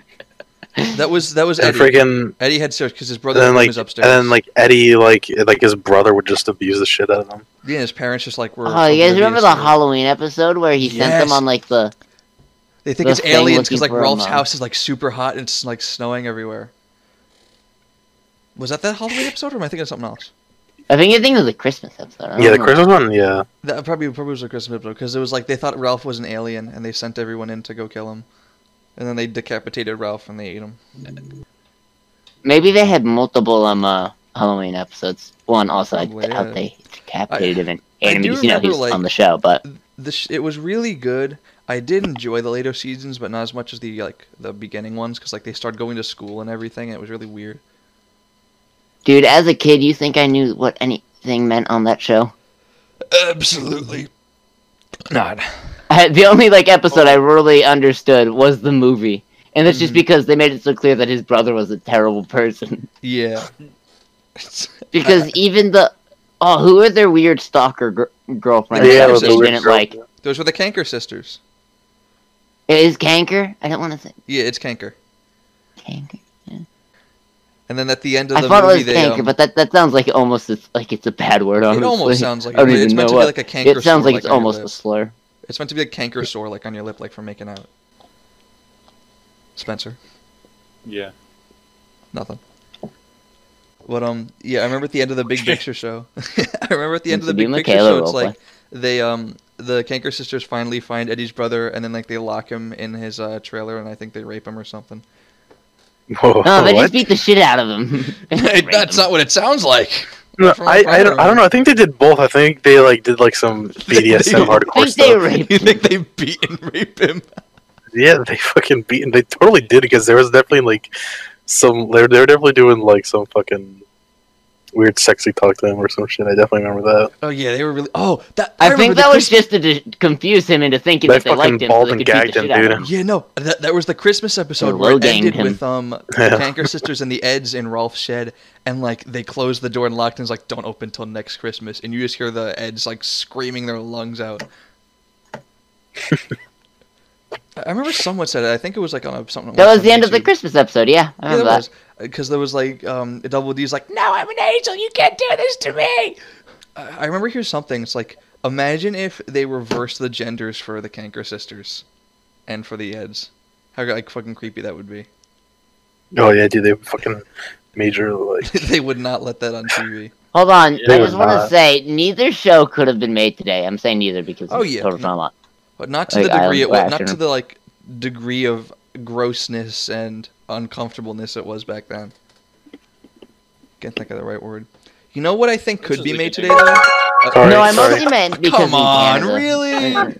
Speaker 1: (laughs)
Speaker 4: that was that was
Speaker 1: and
Speaker 4: Eddie.
Speaker 1: freaking
Speaker 4: Eddie had stairs because his
Speaker 1: and
Speaker 4: brother
Speaker 1: then like
Speaker 4: was
Speaker 1: and
Speaker 4: upstairs.
Speaker 1: then like Eddie like like his brother would just abuse the shit out of him.
Speaker 4: yeah, his parents just like were.
Speaker 3: Oh, you guys remember
Speaker 4: oblivious
Speaker 3: the
Speaker 4: to it.
Speaker 3: Halloween episode where he sent
Speaker 4: Yes.
Speaker 3: them on like the
Speaker 4: They think
Speaker 3: the
Speaker 4: it's
Speaker 3: thing
Speaker 4: aliens
Speaker 3: looking
Speaker 4: because like
Speaker 3: for a
Speaker 4: Rolf's
Speaker 3: mom?
Speaker 4: house is like super hot and it's like snowing everywhere. Was that that Halloween episode, or am I thinking of something else?
Speaker 3: I think I think it was a Christmas episode. I don't
Speaker 1: Yeah, the
Speaker 3: know.
Speaker 1: Christmas one. Yeah, (laughs)
Speaker 4: That probably probably was a Christmas episode because it was like they thought Ralph was an alien and they sent everyone in to go kill him, and then they decapitated Ralph and they ate him.
Speaker 3: Maybe they had multiple um uh, Halloween episodes. One also I
Speaker 4: Probably,
Speaker 3: doubt
Speaker 4: yeah.
Speaker 3: they decapitated him and
Speaker 4: I do
Speaker 3: enemies. You know
Speaker 4: remember,
Speaker 3: he's
Speaker 4: like-
Speaker 3: on the show, but
Speaker 4: The sh- it was really good. I did enjoy the later seasons, but not as much as the like the beginning ones because like they started going to school and everything. And it was really weird.
Speaker 3: dude, as a kid, you think I knew what anything meant on that show? (laughs)
Speaker 4: Absolutely not.
Speaker 3: I, the only like episode
Speaker 4: Oh.
Speaker 3: I really understood was the movie, and that's just
Speaker 4: Mhm.
Speaker 3: because they made it so clear that his brother was a terrible person. (laughs)
Speaker 4: (laughs) Yeah. (laughs)
Speaker 3: Because even the oh, who are their weird stalker gr- girlfriends
Speaker 4: Yeah,
Speaker 3: that
Speaker 4: with
Speaker 3: they
Speaker 4: the weird
Speaker 3: didn't like?
Speaker 4: Those were the Canker sisters.
Speaker 3: It is Kanker? I don't want to say
Speaker 4: Yeah, it's Canker.
Speaker 3: Kanker.
Speaker 4: And then at the end of
Speaker 3: I
Speaker 4: the
Speaker 3: thought it
Speaker 4: movie,
Speaker 3: was
Speaker 4: they
Speaker 3: Kanker,
Speaker 4: um,
Speaker 3: but that, that sounds like almost it's like it's a bad word. Honestly,
Speaker 4: it almost sounds like
Speaker 3: I don't
Speaker 4: it.
Speaker 3: even
Speaker 4: it's meant
Speaker 3: know
Speaker 4: to be
Speaker 3: what-
Speaker 4: like a canker.
Speaker 3: It sounds
Speaker 4: sore,
Speaker 3: like it's
Speaker 4: on your
Speaker 3: almost
Speaker 4: lip.
Speaker 3: a slur.
Speaker 4: It's meant to be a canker sore, like on your lip, like from making out. Spencer,
Speaker 2: Yeah.
Speaker 4: nothing. But um, yeah, I remember at the end of the Big Picture show. (laughs) I remember at the end of the
Speaker 3: Mr.
Speaker 4: Big
Speaker 3: Bean
Speaker 4: Picture
Speaker 3: Michaela
Speaker 4: show, it's
Speaker 3: role play.
Speaker 4: like they um the canker sisters finally find Eddie's brother, and then like they lock him in his uh, trailer, and I think they rape him or something.
Speaker 3: (laughs)
Speaker 1: Whoa,
Speaker 3: No, they
Speaker 1: what?
Speaker 3: just beat the shit out of
Speaker 4: (laughs)
Speaker 3: him.
Speaker 4: That's not what it sounds like.
Speaker 1: No,
Speaker 4: from
Speaker 1: I,
Speaker 4: what I
Speaker 1: I, don't, I don't know. I think they did both. I think they like did like
Speaker 3: (laughs)
Speaker 1: some BDSM
Speaker 3: I
Speaker 1: hardcore
Speaker 3: think they
Speaker 1: stuff.
Speaker 3: raped
Speaker 4: (laughs) You
Speaker 3: him.
Speaker 4: think they beat and rape him?
Speaker 1: Yeah, they fucking beat, and they totally did because there was definitely like some they're they're definitely doing like some fucking weird sexy talk to him or some shit. I definitely remember that.
Speaker 4: Oh yeah, they were really. Oh, that
Speaker 3: I,
Speaker 4: remember
Speaker 3: think
Speaker 4: the
Speaker 3: that was just
Speaker 4: Christ-
Speaker 3: to di- confuse him into thinking
Speaker 1: They
Speaker 3: that they
Speaker 1: fucking
Speaker 3: liked him, so
Speaker 1: balled
Speaker 3: they
Speaker 1: and
Speaker 3: could beat the
Speaker 1: gagged him,
Speaker 3: shit out of
Speaker 1: dude.
Speaker 3: him.
Speaker 4: Yeah, no, that, that was the Christmas episode
Speaker 3: They
Speaker 4: where it
Speaker 3: low-ganged
Speaker 4: ended
Speaker 3: him. (laughs)
Speaker 4: with um the
Speaker 1: Yeah.
Speaker 4: Tanker Sisters and the Eds in Rolf's shed, and like they closed the door and locked, and it's like don't open till next Christmas, and you just hear the Eds like screaming their
Speaker 3: (laughs)
Speaker 4: lungs out. I remember someone said it. I think it was like on a, something.
Speaker 3: That was the end of the Christmas episode. Yeah, I
Speaker 4: Yeah,
Speaker 3: remember
Speaker 4: that
Speaker 3: that.
Speaker 4: was because there was like um Double D's like, no, I'm an angel. You can't do this to me. I, I remember hearing something. It's like imagine if they reversed the genders for the Canker Sisters, and for the Eds. How like fucking creepy that would be.
Speaker 1: Oh yeah, dude, they fucking major like (laughs)
Speaker 4: (laughs) they would not let that on TV.
Speaker 3: Hold on,
Speaker 1: They
Speaker 3: I
Speaker 1: were
Speaker 3: just want to
Speaker 1: not.
Speaker 3: say neither show could have been made today. I'm saying neither because
Speaker 4: Oh,
Speaker 3: it's
Speaker 4: yeah.
Speaker 3: total drama.
Speaker 4: But not to
Speaker 3: Like
Speaker 4: the degree
Speaker 3: Island
Speaker 4: it was,
Speaker 3: Whacker.
Speaker 4: not to the like degree of grossness and uncomfortableness it was back then. Can't think of the right word. You know what I think
Speaker 2: This
Speaker 4: could
Speaker 2: is
Speaker 4: be
Speaker 2: the
Speaker 4: made
Speaker 2: good
Speaker 4: today though? Uh,
Speaker 1: Sorry,
Speaker 3: no, I
Speaker 1: sorry.
Speaker 3: mostly meant because uh,
Speaker 4: Come
Speaker 3: in
Speaker 4: on,
Speaker 3: Canada. (laughs)
Speaker 4: really?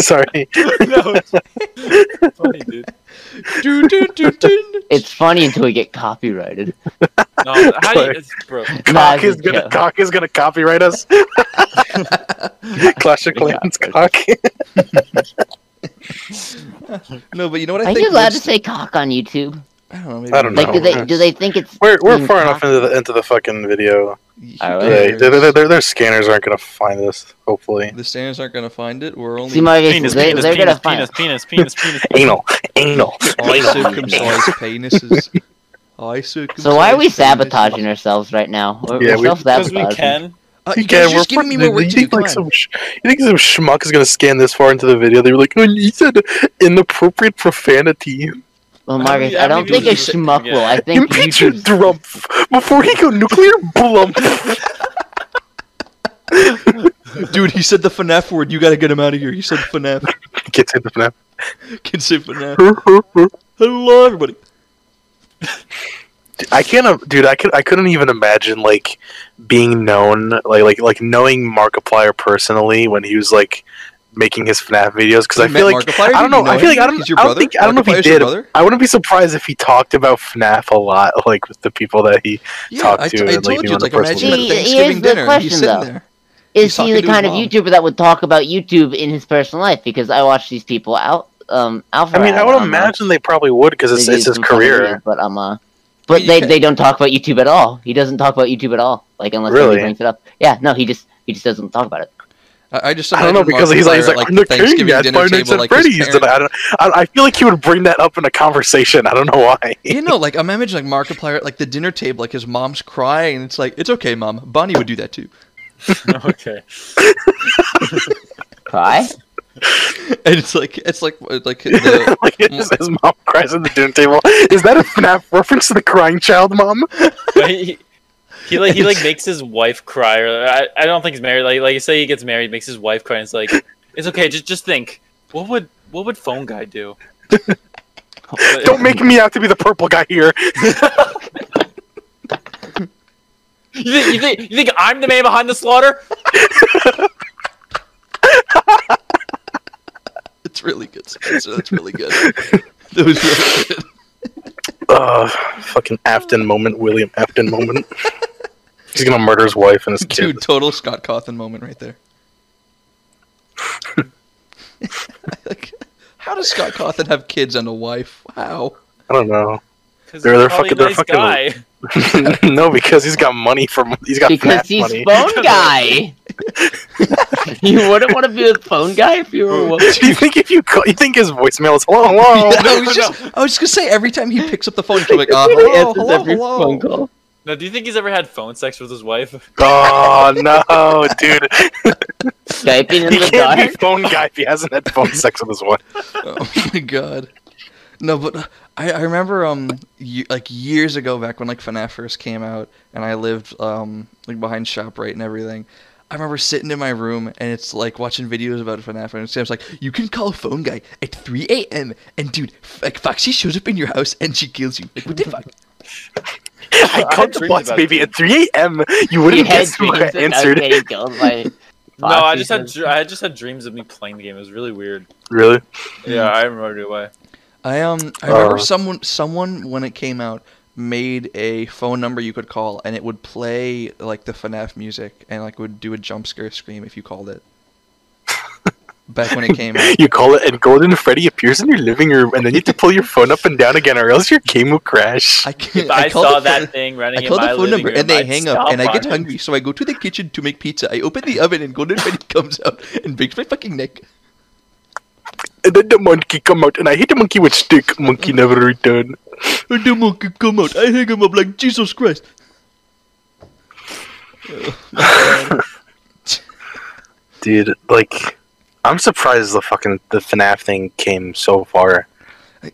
Speaker 1: sorry.
Speaker 2: (laughs) no. Funny, dude.
Speaker 4: Do, do, do, do.
Speaker 3: It's funny until we get copyrighted.
Speaker 2: No, how do you, it's, bro,
Speaker 1: Cock is
Speaker 3: Classic
Speaker 1: gonna
Speaker 3: joke.
Speaker 1: cock is gonna copyright
Speaker 3: (laughs)
Speaker 1: us. Clash of Clans cock.
Speaker 4: (laughs) No, but you know what I
Speaker 3: Are
Speaker 4: think?
Speaker 3: you allowed to
Speaker 4: that's-
Speaker 3: say cock on YouTube?
Speaker 4: I don't know. Maybe
Speaker 1: I don't
Speaker 3: Like,
Speaker 1: No.
Speaker 3: do they do they think it's?
Speaker 1: We're we're
Speaker 3: being
Speaker 1: far
Speaker 3: cock-
Speaker 1: enough into the into the fucking video.
Speaker 4: Who
Speaker 3: All right.
Speaker 1: They,
Speaker 4: cares?
Speaker 1: their, their, their, their scanners aren't gonna find this. Hopefully,
Speaker 4: The standards aren't gonna find it. We're only
Speaker 3: See, Marcus,
Speaker 2: penis,
Speaker 3: they,
Speaker 2: penis,
Speaker 3: they're
Speaker 2: penis,
Speaker 3: gonna find.
Speaker 2: penis, penis,
Speaker 3: (laughs)
Speaker 2: penis, penis,
Speaker 1: anal, anal,
Speaker 4: Oh, I
Speaker 1: anal.
Speaker 4: circumcised penises. I circumcised.
Speaker 3: So why are we
Speaker 4: penises.
Speaker 3: sabotaging ourselves right now? We're,
Speaker 1: Yeah,
Speaker 3: we're
Speaker 1: we-
Speaker 3: self
Speaker 2: Because we
Speaker 3: sabotaging.
Speaker 2: can. (laughs)
Speaker 4: Uh, you
Speaker 1: Again,
Speaker 4: guys just giving me more work
Speaker 1: you
Speaker 4: to do.
Speaker 1: think
Speaker 4: Come
Speaker 1: like
Speaker 4: on.
Speaker 1: some, sh- you think some schmuck is gonna scan this far into the video? They were like, "Oh, you said inappropriate profanity."
Speaker 3: Well,
Speaker 2: How
Speaker 3: Marcus,
Speaker 2: many-
Speaker 3: I
Speaker 2: how
Speaker 3: don't
Speaker 2: many
Speaker 3: think a
Speaker 2: views is it?
Speaker 3: schmuck will. I think
Speaker 1: Impeach your
Speaker 3: YouTube's
Speaker 1: Trump before he go nuclear (laughs) blump.
Speaker 4: Dude, he said the FNAF word. You gotta get him out of here. He said FNAF.
Speaker 1: Gets into that. (laughs)
Speaker 4: Can say FNAF.
Speaker 1: I
Speaker 4: Hello, everybody.
Speaker 1: can't, uh, dude. I could. I couldn't even imagine like being known, like like like knowing Markiplier personally when he was like making his FNAF videos. Because I
Speaker 4: You met
Speaker 1: feel like
Speaker 4: Markiplier?
Speaker 1: I don't
Speaker 4: You
Speaker 1: know. I feel
Speaker 4: him?
Speaker 1: like I
Speaker 4: He's
Speaker 1: don't.
Speaker 4: your
Speaker 1: I don't
Speaker 4: brother?
Speaker 1: think. I don't know if he
Speaker 4: Markiplier's your
Speaker 1: did.
Speaker 4: brother?
Speaker 1: I wouldn't be surprised if he talked about FNAF a lot, (laughs) like with the people that he.
Speaker 4: Yeah,
Speaker 1: talk
Speaker 4: I,
Speaker 1: to
Speaker 4: t-
Speaker 1: and,
Speaker 4: I
Speaker 1: like,
Speaker 4: told
Speaker 1: do
Speaker 4: you.
Speaker 1: on
Speaker 4: It's like
Speaker 1: a personal
Speaker 4: imagine
Speaker 3: level.
Speaker 4: at
Speaker 3: See,
Speaker 4: Thanksgiving
Speaker 3: here's the
Speaker 4: dinner. and he's
Speaker 3: question,
Speaker 4: sitting
Speaker 3: though.
Speaker 4: there. He's
Speaker 3: is he
Speaker 4: talking
Speaker 3: the
Speaker 4: to his
Speaker 3: kind of
Speaker 4: mom.
Speaker 3: YouTuber that would talk about YouTube in his personal life? Because I watch these people out. Um, Alpha.
Speaker 1: I mean, I would
Speaker 3: on, uh,
Speaker 1: imagine they probably would because it's,
Speaker 3: they do
Speaker 1: it's his
Speaker 3: some kind of
Speaker 1: career.
Speaker 3: weird, but um, uh,
Speaker 4: But
Speaker 3: but
Speaker 4: you
Speaker 3: they
Speaker 4: can't-
Speaker 3: they don't talk about YouTube at all. He doesn't talk about YouTube at all. Like unless
Speaker 1: Really?
Speaker 3: somebody brings it up. Yeah, no, he just he just doesn't talk about it.
Speaker 4: I, I just
Speaker 1: I don't know
Speaker 4: imagine
Speaker 1: because he's like, he's
Speaker 4: Markiplier at,
Speaker 1: like, I'm
Speaker 4: the
Speaker 1: the king
Speaker 4: Thanksgiving
Speaker 1: at
Speaker 4: dinner
Speaker 1: Five Nights
Speaker 4: table,
Speaker 1: at
Speaker 4: like his
Speaker 1: Freddy's. And
Speaker 4: parents-
Speaker 1: I, don't, I, I feel like he would bring that up in a conversation. I don't know why. (laughs)
Speaker 4: you know, like I'm imagining like Markiplier at like the dinner table, like his mom's crying, and it's like, it's okay, mom. Bonnie would do that too.
Speaker 2: Okay.
Speaker 1: (laughs)
Speaker 3: Cry?
Speaker 4: And it's like, it's like, uh, like (laughs) the,
Speaker 1: like his,
Speaker 4: Mm.
Speaker 1: his mom cries at the dinner table. Is that a FNAF reference to the crying child mom?
Speaker 2: But he, he like he like makes his wife cry. Or I, I don't think he's married. Like like say he gets married, makes his wife cry. and It's like it's okay. Just just think, what would what would phone guy
Speaker 3: (laughs)
Speaker 2: do?
Speaker 1: Don't make me out to be the purple guy here.
Speaker 2: you think, you think you think I'm the man behind the slaughter?
Speaker 4: it's really good, Spencer. That's really good. (laughs) That was really (laughs)
Speaker 1: (laughs)
Speaker 4: good.
Speaker 1: Uh, fucking Afton moment, William Afton moment. He's gonna murder his wife and his kid.
Speaker 4: Dude, total Scott Cawthon moment right there. (laughs) like, how does Scott Cawthon have kids and a wife? Wow.
Speaker 1: I don't know. (laughs)
Speaker 2: 'Cause
Speaker 1: They're-
Speaker 2: he's
Speaker 1: they're
Speaker 2: probably
Speaker 1: fucking- they're
Speaker 2: a nice
Speaker 1: fucking-
Speaker 2: guy.
Speaker 1: no, because he's got money from he's got
Speaker 3: Because
Speaker 1: FNAF
Speaker 3: he's
Speaker 1: money.
Speaker 2: (laughs)
Speaker 3: phone guy. (laughs) you wouldn't want to be with phone guy if you were a woman.
Speaker 1: (laughs) Do you think if you call, you think his voicemail is hello,
Speaker 3: (laughs)
Speaker 1: hello?
Speaker 4: Yeah, (laughs) I, was just, I was just gonna say every time he picks up the (laughs) phone, he's like, oh,
Speaker 3: He
Speaker 4: hello,
Speaker 3: answers
Speaker 4: hello,
Speaker 3: every
Speaker 4: hello.
Speaker 3: phone call.
Speaker 2: Now, do you think he's ever had phone sex with his wife?
Speaker 1: (laughs) Oh no, dude!
Speaker 3: Skyping in
Speaker 1: He
Speaker 3: the
Speaker 1: can't
Speaker 3: dark.
Speaker 1: be phone guy if he hasn't had phone
Speaker 3: (laughs)
Speaker 1: sex with his wife.
Speaker 4: (laughs) oh my god. No, but uh, I, I remember um ye- like years ago back when like FNAF first came out and I lived um like behind ShopRite and everything. I remember sitting in my room and it's like watching videos about FNAF and Sam's like, you can call phone guy at 3 a.m. and dude, f- like Foxy shows up in your house and she kills you. Like what the fuck?
Speaker 1: I called the
Speaker 2: dreamed
Speaker 1: boss,
Speaker 2: about
Speaker 1: baby,
Speaker 2: it.
Speaker 1: at 3 a.m. You
Speaker 3: He
Speaker 1: wouldn't
Speaker 3: had
Speaker 1: guess who
Speaker 3: dreams
Speaker 1: I
Speaker 3: about
Speaker 1: answered.
Speaker 3: getting killed (laughs) by
Speaker 2: No, I
Speaker 3: Foxy
Speaker 2: just had
Speaker 3: says-
Speaker 2: dr- I just had dreams of me playing the game. It was really weird.
Speaker 1: (laughs) Really?
Speaker 2: Hmm. Yeah, I remember it way.
Speaker 4: I um I remember
Speaker 1: Uh.
Speaker 4: someone someone when it came out made a phone number you could call, and it would play like the FNAF music, and like would do a jump scare scream if you called
Speaker 2: (laughs)
Speaker 4: it. Back when it came out.
Speaker 1: (laughs) You call it, and Golden Freddy appears in your living room, and then you have to pull your phone up and down again, or else your game will crash.
Speaker 4: I, can't,
Speaker 2: If I,
Speaker 4: called
Speaker 2: saw
Speaker 4: the
Speaker 2: (laughs)
Speaker 4: phone-
Speaker 2: that thing running
Speaker 4: I call
Speaker 2: in my
Speaker 4: the
Speaker 2: living
Speaker 4: phone number
Speaker 2: room,
Speaker 4: and they
Speaker 2: I'd
Speaker 4: hang up
Speaker 2: stomp
Speaker 4: and I get
Speaker 2: on it.
Speaker 4: hungry, so I go to the kitchen to make pizza. I open the oven and Golden Freddy (laughs) comes out and breaks my fucking neck.
Speaker 1: And then the monkey come out, and I hit the monkey with stick. Monkey never return.
Speaker 4: And the monkey come out. I hang him up like Jesus Christ. Oh, my God.
Speaker 1: (laughs) Dude, like, I'm surprised the fucking the FNAF thing came so far.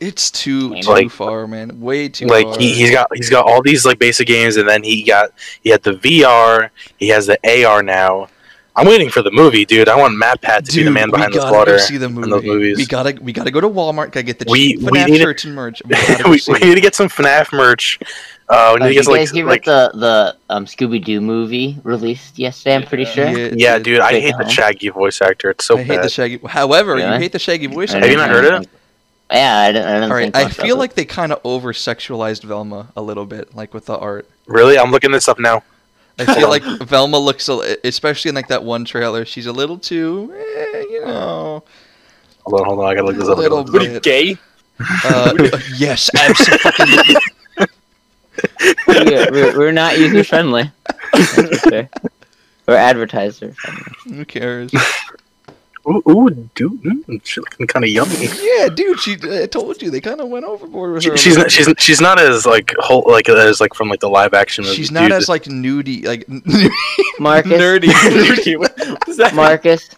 Speaker 4: it's too too
Speaker 1: Like-
Speaker 4: far, man. Way too
Speaker 1: Like
Speaker 4: far.
Speaker 1: he, he's got he's got all these like basic games, and then he got he had the VR. He has the AR now. I'm waiting for the movie, dude. I want Matt Pat to be the man behind
Speaker 4: we
Speaker 1: the
Speaker 4: gotta
Speaker 1: slaughter.
Speaker 4: Go see the
Speaker 1: and those
Speaker 4: movie.
Speaker 1: movies.
Speaker 4: We gotta we gotta go to Walmart. Gotta get the
Speaker 1: We-
Speaker 4: cheap
Speaker 1: we
Speaker 4: FNAF
Speaker 1: need to-
Speaker 4: shirts and merch. We
Speaker 1: (laughs)
Speaker 4: gotta go
Speaker 1: we,
Speaker 4: see
Speaker 1: we
Speaker 4: it.
Speaker 1: need to get some FNAF merch. Uh, we need
Speaker 3: Uh, did
Speaker 1: to
Speaker 3: you
Speaker 1: get like,
Speaker 3: guys hear
Speaker 1: like
Speaker 3: about the the um, Scooby Doo movie released yesterday? I'm pretty
Speaker 2: Yeah.
Speaker 3: sure.
Speaker 1: yeah, dude. I
Speaker 3: Take
Speaker 1: hate the
Speaker 3: home.
Speaker 1: Shaggy voice actor. It's so
Speaker 4: I hate
Speaker 1: bad.
Speaker 4: the shaggy. However, you
Speaker 3: Really?
Speaker 4: hate the shaggy voice.
Speaker 3: I
Speaker 1: Have you
Speaker 3: don't
Speaker 1: not heard
Speaker 3: know.
Speaker 1: it?
Speaker 3: Yeah, I don't. I don't
Speaker 4: All right,
Speaker 3: think
Speaker 4: I
Speaker 3: much of
Speaker 4: feel
Speaker 3: it. (laughs)
Speaker 4: like they kind of over sexualized Velma a little bit, like with the art.
Speaker 1: really, I'm looking this up now. (laughs)
Speaker 4: I feel like Velma looks, a, li- especially in like that one trailer, she's a little too, eh, you know.
Speaker 1: Hold on, hold on. I gotta look this up.
Speaker 4: Little
Speaker 2: (laughs) What are you, (laughs)
Speaker 4: Right.
Speaker 2: gay?
Speaker 1: Oh.
Speaker 4: Uh,
Speaker 1: (laughs)
Speaker 4: yes, absolutely.
Speaker 1: (laughs)
Speaker 4: (laughs)
Speaker 3: we're, we're, we're not user friendly. We're advertiser.
Speaker 1: (laughs)
Speaker 4: Who cares?
Speaker 1: Ooh, ooh, dude, mm, she's looking kind of yummy.
Speaker 4: Yeah, dude, she. I told you they kind of went overboard with her.
Speaker 1: She,
Speaker 4: a
Speaker 1: she's
Speaker 4: little
Speaker 1: not, she's she's not as like whole like as like from like the live action.
Speaker 4: bit.
Speaker 1: Movie,
Speaker 4: She's not
Speaker 1: dude.
Speaker 4: as like nudie, like (laughs)
Speaker 3: Marcus, (laughs)
Speaker 4: nerdy.
Speaker 2: Nerdy, what- what does that mean?
Speaker 3: Marcus,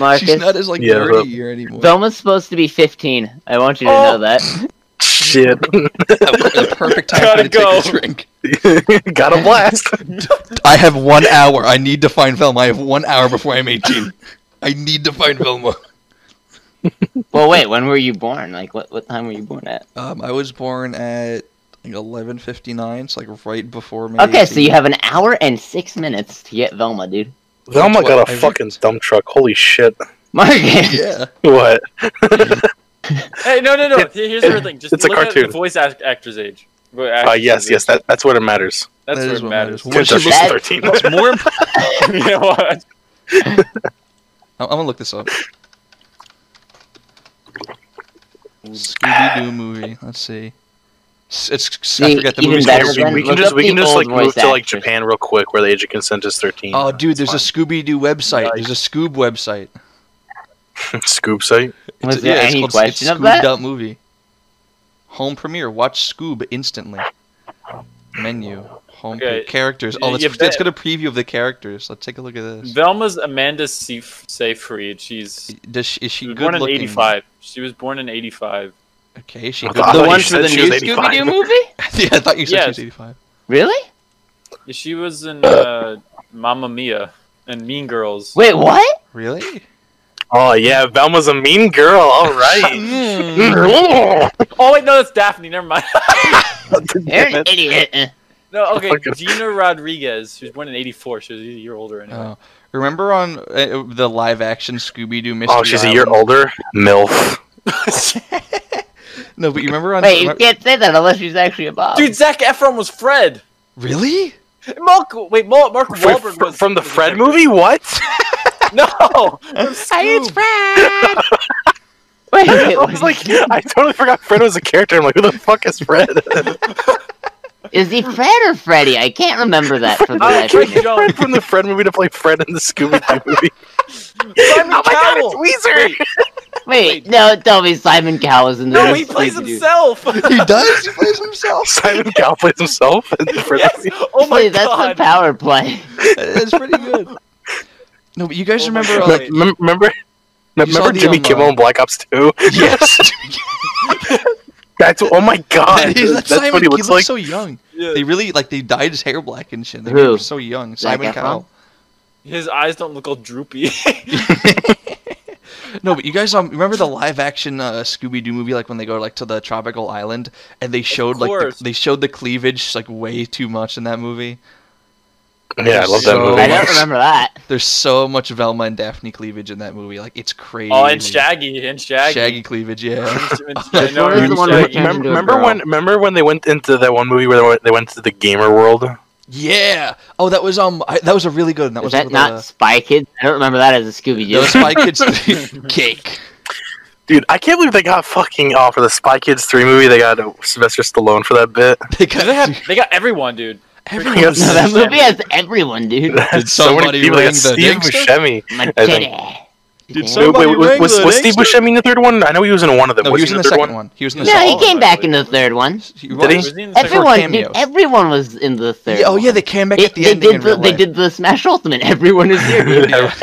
Speaker 3: Marcus.
Speaker 4: (laughs) She's not as like
Speaker 1: Yeah, but-
Speaker 4: nerdy or anymore.
Speaker 3: Velma's supposed to be 15. I want you to
Speaker 4: Oh.
Speaker 3: know
Speaker 4: (laughs)
Speaker 3: that.
Speaker 1: (laughs) shit.
Speaker 4: the perfect time
Speaker 2: Gotta
Speaker 4: for me to
Speaker 2: go.
Speaker 4: take a drink.
Speaker 1: Got
Speaker 4: (laughs)
Speaker 1: a blast.
Speaker 4: I have one hour. I need to find Velma. I have one hour before I'm 18. I need to find Velma.
Speaker 3: Well, wait. When were you born? Like, what what time were you born at?
Speaker 4: Um, I was born at like 11:59, so like right before me.
Speaker 3: Okay, so you have an hour and six minutes to get Velma, dude.
Speaker 1: Velma
Speaker 4: That's
Speaker 1: got
Speaker 4: what
Speaker 1: a
Speaker 4: I
Speaker 1: fucking dump truck. Holy shit. (laughs)
Speaker 3: Marcus.
Speaker 4: yeah.
Speaker 1: What? (laughs) Uh,
Speaker 2: Hey, no, no, no. Here's the real thing. Just
Speaker 1: It's a
Speaker 2: look at
Speaker 1: cartoon.
Speaker 2: the voice act- actor's age. Vo-
Speaker 1: Uh,
Speaker 2: actress'
Speaker 1: yes,
Speaker 2: age.
Speaker 1: yes. That that's what it matters.
Speaker 2: That's
Speaker 4: That
Speaker 2: where
Speaker 4: is
Speaker 2: it
Speaker 4: what
Speaker 2: matters.
Speaker 4: matters.
Speaker 2: (laughs)
Speaker 4: When
Speaker 1: Since
Speaker 4: she
Speaker 1: she's
Speaker 3: looks-
Speaker 1: thirteen. (laughs)
Speaker 4: What's more, imp-
Speaker 2: You know what?
Speaker 4: I'm, I'm gonna look this up. Scooby Doo movie. Let's see. S- It's, s- I
Speaker 3: See,
Speaker 4: forget the
Speaker 3: even
Speaker 4: movie's
Speaker 3: better
Speaker 4: called
Speaker 1: we,
Speaker 3: than-
Speaker 1: we
Speaker 4: Scooby-Doo.
Speaker 1: can
Speaker 3: look
Speaker 1: just
Speaker 3: up
Speaker 1: we can
Speaker 3: the
Speaker 1: just
Speaker 3: old
Speaker 1: like move
Speaker 3: voice
Speaker 1: to like
Speaker 3: actress.
Speaker 1: Japan real quick, where the age of consent is thirteen. (laughs)
Speaker 4: Oh, dude, there's a
Speaker 1: That's
Speaker 4: Scooby Doo website. There's a Scoob website.
Speaker 1: fine. scoop site.
Speaker 3: Was
Speaker 4: It's-
Speaker 3: there
Speaker 4: yeah, it's
Speaker 3: any
Speaker 4: called,
Speaker 3: question
Speaker 4: it's
Speaker 3: of that?
Speaker 4: Scoob movie. Home premiere. Watch Scoob instantly. Menu. Home
Speaker 2: Okay,
Speaker 4: pre- characters.
Speaker 2: y-
Speaker 4: Oh, let's,
Speaker 2: you bet.
Speaker 4: let's get a preview of the characters. Let's take a look at this.
Speaker 2: Velma's Amanda Seyf- Seyfried. She's
Speaker 4: Does she, is she
Speaker 2: she was
Speaker 4: good
Speaker 2: born in
Speaker 4: looking?
Speaker 2: '85. She was born in '85.
Speaker 4: Okay, is she
Speaker 1: I
Speaker 4: good
Speaker 1: thought
Speaker 3: The
Speaker 1: you
Speaker 4: (laughs)
Speaker 3: one
Speaker 1: said
Speaker 3: for the
Speaker 1: she was
Speaker 3: new
Speaker 1: 85.
Speaker 3: Scooby Doo movie?
Speaker 4: yeah, I thought you said she
Speaker 2: Yes.
Speaker 4: was 85.
Speaker 3: (laughs) Really?
Speaker 2: She was (laughs) in uh, Mamma Mia and Mean Girls.
Speaker 3: Wait, what?
Speaker 2: (laughs)
Speaker 4: Really? (laughs)
Speaker 1: Oh yeah, Velma's a mean girl. All right.
Speaker 4: (laughs)
Speaker 1: (laughs)
Speaker 2: Oh wait, no, that's Daphne. Never mind.
Speaker 3: You're an idiot. Eh.
Speaker 2: no, okay,
Speaker 1: Fucking-
Speaker 2: Gina Rodriguez. She was born in '84. She was a year older anyway.
Speaker 4: Oh. Remember on uh, the live action Scooby Doo Mystery
Speaker 1: oh, she's a year
Speaker 4: Island?
Speaker 1: older. Milf.
Speaker 4: No, but you remember on.
Speaker 3: Wait, you
Speaker 4: remem-
Speaker 3: can't say that unless she's actually a Bob.
Speaker 2: Dude, Zach Efron was Fred.
Speaker 4: Really? (laughs)
Speaker 2: Mark, wait, Mark, Mark
Speaker 1: Fr-
Speaker 2: Wahlberg
Speaker 1: fr-
Speaker 2: was
Speaker 1: from the
Speaker 2: was a
Speaker 1: Fred
Speaker 2: character.
Speaker 1: movie?
Speaker 3: (laughs)
Speaker 1: Oh What?
Speaker 2: (laughs)
Speaker 1: (laughs)
Speaker 2: No,
Speaker 3: (laughs)
Speaker 4: Scoob.
Speaker 2: (laughs)
Speaker 3: Wait, wait,
Speaker 1: I was
Speaker 3: wait.
Speaker 1: like, I totally forgot Fred was a character. I'm like, who the fuck is Fred? (laughs)
Speaker 3: Is he Fred or Freddy? I can't remember that
Speaker 2: (laughs)
Speaker 3: for the
Speaker 2: Oh,
Speaker 3: life
Speaker 2: Fred
Speaker 3: of me.
Speaker 1: Fred
Speaker 2: Jones.
Speaker 1: from the Fred movie to play Fred in the Scooby Doo movie.
Speaker 2: Simon
Speaker 1: oh my god,
Speaker 2: Cowell.
Speaker 1: it's Weezer! (laughs)
Speaker 2: Wait,
Speaker 3: Wait, no, tell me Simon Cowell is in the
Speaker 2: no,
Speaker 3: new
Speaker 2: he plays
Speaker 1: (laughs)
Speaker 3: Scooby-Doo.
Speaker 2: himself. (laughs)
Speaker 4: He does? He plays himself?
Speaker 1: Simon Cowell plays himself (laughs) in the Fred
Speaker 2: yes.
Speaker 1: movie.
Speaker 2: Oh my
Speaker 3: Wait, that's
Speaker 2: god.
Speaker 3: the power play.
Speaker 4: It's pretty good. No, but you guys
Speaker 2: Oh my
Speaker 4: remember.
Speaker 2: God.
Speaker 4: Like,
Speaker 2: Wait.
Speaker 1: (laughs) Mem- mem- remember?
Speaker 4: You saw
Speaker 1: Remember
Speaker 4: the,
Speaker 1: Jimmy
Speaker 4: um,
Speaker 1: Kimmel in Black Ops
Speaker 4: (laughs)
Speaker 1: 2?
Speaker 4: yes!
Speaker 1: (laughs) That's oh my
Speaker 4: (laughs)
Speaker 1: god!
Speaker 4: he's
Speaker 1: That's
Speaker 4: Simon,
Speaker 1: what he
Speaker 4: he
Speaker 1: looks
Speaker 4: looks
Speaker 1: like.
Speaker 4: so young.
Speaker 2: (laughs) Yeah.
Speaker 4: They really, like, they dyed his hair black and shit. They
Speaker 3: Who?
Speaker 4: were so young.
Speaker 3: Zac
Speaker 4: Simon
Speaker 3: Efron?
Speaker 4: Cowell.
Speaker 2: His eyes don't look
Speaker 1: (laughs)
Speaker 2: all droopy.
Speaker 4: No, but you guys um, remember the live action uh, Scooby Doo movie, like when they go like to the tropical island and they showed like
Speaker 2: course.
Speaker 4: the, they showed the cleavage like way too much in that movie.
Speaker 1: Yeah, I love that
Speaker 4: So-
Speaker 1: movie.
Speaker 3: I don't remember that.
Speaker 4: There's so much Velma and Daphne cleavage in that movie. Like it's crazy.
Speaker 2: Oh, and Shaggy, and Shaggy. (laughs)
Speaker 4: Shaggy cleavage, yeah.
Speaker 1: (laughs)
Speaker 2: I know,
Speaker 3: Or is
Speaker 1: You-
Speaker 3: the one
Speaker 1: remember,
Speaker 2: Shaggy.
Speaker 3: where it turns into a
Speaker 1: remember
Speaker 3: girl?
Speaker 1: when? Remember when they went into that one movie where they went, they went to the gamer world?
Speaker 4: yeah. Oh, that was um, I, that was a really good. One. That
Speaker 3: Is
Speaker 4: was
Speaker 3: that
Speaker 4: with,
Speaker 3: not
Speaker 4: uh,
Speaker 3: Spy Kids? I don't remember that as a Scooby
Speaker 4: that
Speaker 3: Doo. (laughs)
Speaker 4: was Spy Kids 3. (laughs) cake.
Speaker 1: Dude, I can't believe they got fucking off for the Spy Kids three movie. They got uh, Sylvester Stallone for that bit.
Speaker 4: They got,
Speaker 2: They have- they got everyone, dude.
Speaker 1: Everyone else
Speaker 3: no, that movie has everyone, dude.
Speaker 1: That's
Speaker 4: somebody
Speaker 1: They
Speaker 4: ring
Speaker 1: got
Speaker 4: the
Speaker 1: Steve
Speaker 4: next-
Speaker 1: Buscemi. I
Speaker 3: Machete.
Speaker 1: think.
Speaker 4: Did
Speaker 3: Yeah.
Speaker 1: Wait,
Speaker 4: Somebody
Speaker 1: wait, was,
Speaker 4: ring
Speaker 1: was,
Speaker 4: the
Speaker 1: was Steve
Speaker 4: next-
Speaker 1: Buscemi in the third one? I know he was in one of them.
Speaker 4: No, he was in the
Speaker 1: third
Speaker 4: second one. He was in the
Speaker 3: No, he
Speaker 4: second.
Speaker 3: came back in the third one.
Speaker 4: one.
Speaker 1: Did he?
Speaker 2: Was he in the second one?
Speaker 3: Everyone, dude,
Speaker 4: cameos.
Speaker 3: everyone was in the third.
Speaker 4: Yeah, oh
Speaker 3: one.
Speaker 4: yeah, they came back
Speaker 3: It-
Speaker 4: at the
Speaker 3: they
Speaker 4: ending.
Speaker 3: did
Speaker 4: in
Speaker 3: the
Speaker 4: real
Speaker 3: they
Speaker 4: life.
Speaker 3: did the Smash Ultimate. (laughs) Everyone is
Speaker 1: (laughs)
Speaker 3: here. Dude.
Speaker 1: Yeah.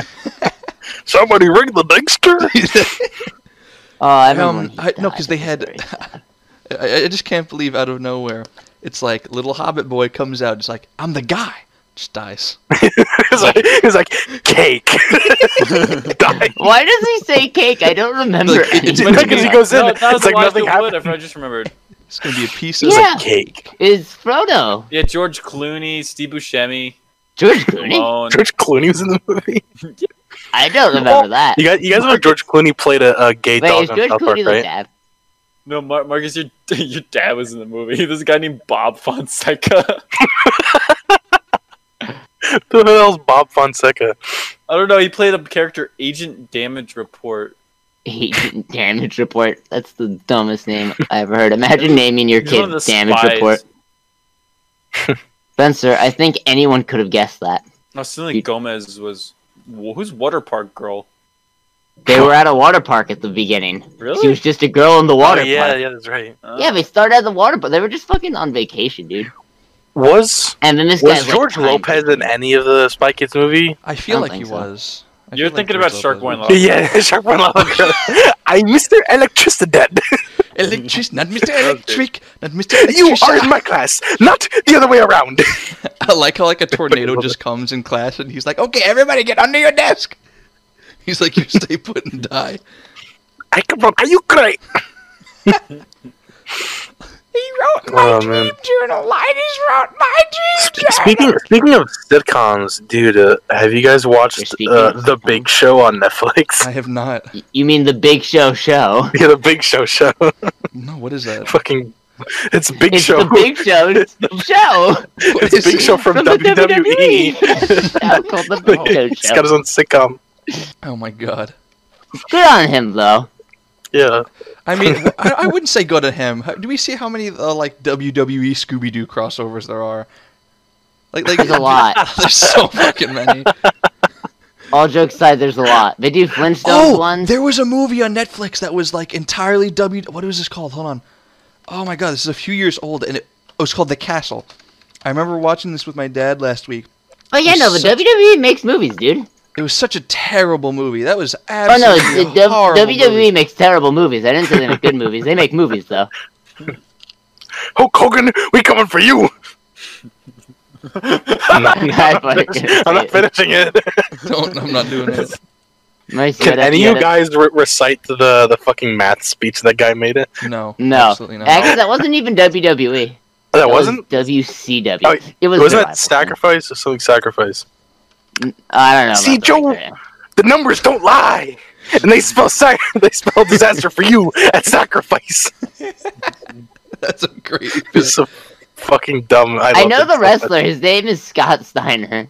Speaker 1: Somebody ring the Dexter.
Speaker 4: (laughs)
Speaker 3: Oh, everyone.
Speaker 4: Um, I- no, 'cause they had- (laughs) I, I just can't believe out of nowhere, it's like little Hobbit boy comes out. It's like I'm the guy. Just dies.
Speaker 1: (laughs) he's, like, he's like (laughs) cake. Die.
Speaker 3: Why does he say cake? I don't remember.
Speaker 4: Like, it- it's-
Speaker 3: any
Speaker 1: (laughs)
Speaker 3: of
Speaker 1: because he
Speaker 3: (laughs) that.
Speaker 1: goes in,
Speaker 2: No, that was
Speaker 1: it's like nothing happened.
Speaker 2: I just remembered.
Speaker 4: It's gonna be a piece of
Speaker 1: It's
Speaker 3: Yeah,
Speaker 1: like cake.
Speaker 3: it's Frodo.
Speaker 2: Yeah, George Clooney, Steve Buscemi,
Speaker 3: George Clooney.
Speaker 2: Stallone.
Speaker 1: George Clooney was in the movie.
Speaker 3: I don't remember that.
Speaker 1: You guys, you guys know George Clooney played a, a gay
Speaker 3: Wait,
Speaker 1: dog
Speaker 3: is
Speaker 1: on
Speaker 3: George
Speaker 1: South Park,
Speaker 3: Clooney the
Speaker 1: right?
Speaker 3: dad?
Speaker 2: No, Mar- Marcus, your (laughs) your dad was in the movie. (laughs) There's a guy named Bob Fonseca. (laughs)
Speaker 1: Who the hell's Bob Fonseca?
Speaker 2: I don't know. He played a character, Agent Damage Report.
Speaker 3: He didn't damage report. That's the dumbest name I ever heard. Imagine naming your
Speaker 2: He's one
Speaker 3: kid
Speaker 2: of the
Speaker 3: damage
Speaker 2: spies.
Speaker 3: report. Spencer, I think anyone could have guessed that.
Speaker 2: No, Selena
Speaker 3: He-
Speaker 2: Gomez was wh- who's Water Park Girl?
Speaker 3: They were at a water park at the beginning. She
Speaker 2: Really?
Speaker 3: was just a girl in the water
Speaker 1: oh, yeah,
Speaker 3: park.
Speaker 1: yeah, that's right.
Speaker 2: Uh,
Speaker 3: Yeah, they started at the water park. They were just fucking on vacation, dude.
Speaker 1: Was
Speaker 3: And then this
Speaker 1: was
Speaker 3: guy's
Speaker 1: George
Speaker 3: like, time-
Speaker 1: Lopez in any of the Spy Kids movie?
Speaker 4: I feel
Speaker 3: I don't
Speaker 4: like he
Speaker 3: think so.
Speaker 4: was. I
Speaker 2: You're
Speaker 4: feel
Speaker 2: thinking
Speaker 4: George
Speaker 2: about Shark
Speaker 4: Lopez
Speaker 2: Boy
Speaker 4: was.
Speaker 1: Yeah, (laughs) Sharkboy (laughs) Lava. I'm Mr. Electricidad.
Speaker 4: Electric,
Speaker 2: (laughs)
Speaker 4: not Mr. Electric, not
Speaker 1: (laughs)
Speaker 4: Mr.
Speaker 1: You
Speaker 4: Electric.
Speaker 1: are in my class, not the other way around.
Speaker 4: (laughs)
Speaker 1: (laughs)
Speaker 4: I like how like a tornado just comes in class and he's like, "Okay, everybody get under your desk." He's like, "You stay put and die."
Speaker 1: I come from Are you great?
Speaker 4: He wrote
Speaker 1: Oh, man.
Speaker 4: journal. Linus wrote my dream
Speaker 1: Sp- Speaking speaking of sitcoms, dude, uh, have you guys
Speaker 3: You're
Speaker 1: watched
Speaker 3: speaking
Speaker 1: uh,
Speaker 3: of
Speaker 1: The Big Show on Netflix?
Speaker 4: I have not.
Speaker 3: Y- You mean the Big Show show?
Speaker 1: (laughs) yeah, The Big Show show. (laughs)
Speaker 4: No, what is that?
Speaker 1: Fucking, it's Big
Speaker 3: It's
Speaker 1: Show.
Speaker 3: the Big Show show
Speaker 4: What
Speaker 1: (laughs) it's
Speaker 4: is
Speaker 1: Big
Speaker 4: it?
Speaker 1: Show from, E.
Speaker 3: the E.
Speaker 1: WWE. (laughs)
Speaker 3: show called the Big Show
Speaker 1: He's got
Speaker 3: show.
Speaker 1: his own sitcom.
Speaker 4: Oh my god.
Speaker 3: Good on him though.
Speaker 1: Yeah,
Speaker 4: I mean, I, I wouldn't say go to him. How- Do we see how many uh, like WWE Scooby Doo crossovers there are? Like, like
Speaker 3: There's a lot.
Speaker 4: (laughs) There's so
Speaker 3: (laughs)
Speaker 4: fucking many.
Speaker 3: All jokes aside, there's a lot. They do Flintstones
Speaker 4: oh,
Speaker 3: ones.
Speaker 4: there was a movie on Netflix that was like entirely W. What was this called? Hold on. Oh my god, this is a few years old, and it, it was called The Castle. I remember watching this with my dad last week.
Speaker 3: Oh yeah, no, the
Speaker 4: there's
Speaker 3: WWE makes movies, dude.
Speaker 4: It was such a terrible movie. That was
Speaker 3: Oh no,
Speaker 4: absolutely
Speaker 3: the, the
Speaker 4: horrible
Speaker 3: WWE
Speaker 4: movie.
Speaker 3: E makes terrible movies. I didn't say they make good movies. They make movies though.
Speaker 1: Hulk Hogan, we coming for you. (laughs) I'm not,
Speaker 3: I
Speaker 1: I'm not
Speaker 3: fucking
Speaker 1: finishing- I'm not finishing it.
Speaker 4: Don't. I'm not doing
Speaker 3: (laughs)
Speaker 4: it.
Speaker 3: Mercy,
Speaker 1: Can
Speaker 3: what up,
Speaker 1: any of you
Speaker 3: Yoda?
Speaker 1: guys re- recite the the fucking math speech that guy made? It
Speaker 4: No.
Speaker 3: No,
Speaker 4: Absolutely not.
Speaker 3: actually, that wasn't even WWE.
Speaker 1: that,
Speaker 3: That
Speaker 1: wasn't.
Speaker 3: was WCW.
Speaker 1: Oh,
Speaker 3: it was
Speaker 1: wasn't
Speaker 3: Revival.
Speaker 1: that sacrifice or something? Sacrifice.
Speaker 3: I don't know.
Speaker 1: See,
Speaker 3: about the
Speaker 1: Joe-
Speaker 3: right there.
Speaker 1: The numbers don't lie, and they spell sac- (laughs) they spell disaster for you at sacrifice.
Speaker 4: (laughs)
Speaker 1: (laughs)
Speaker 4: That's a great.
Speaker 1: It's so fucking dumb. I,
Speaker 3: I
Speaker 1: love
Speaker 3: know
Speaker 1: it
Speaker 3: the
Speaker 1: so much.
Speaker 3: wrestler. His name is Scott Steiner.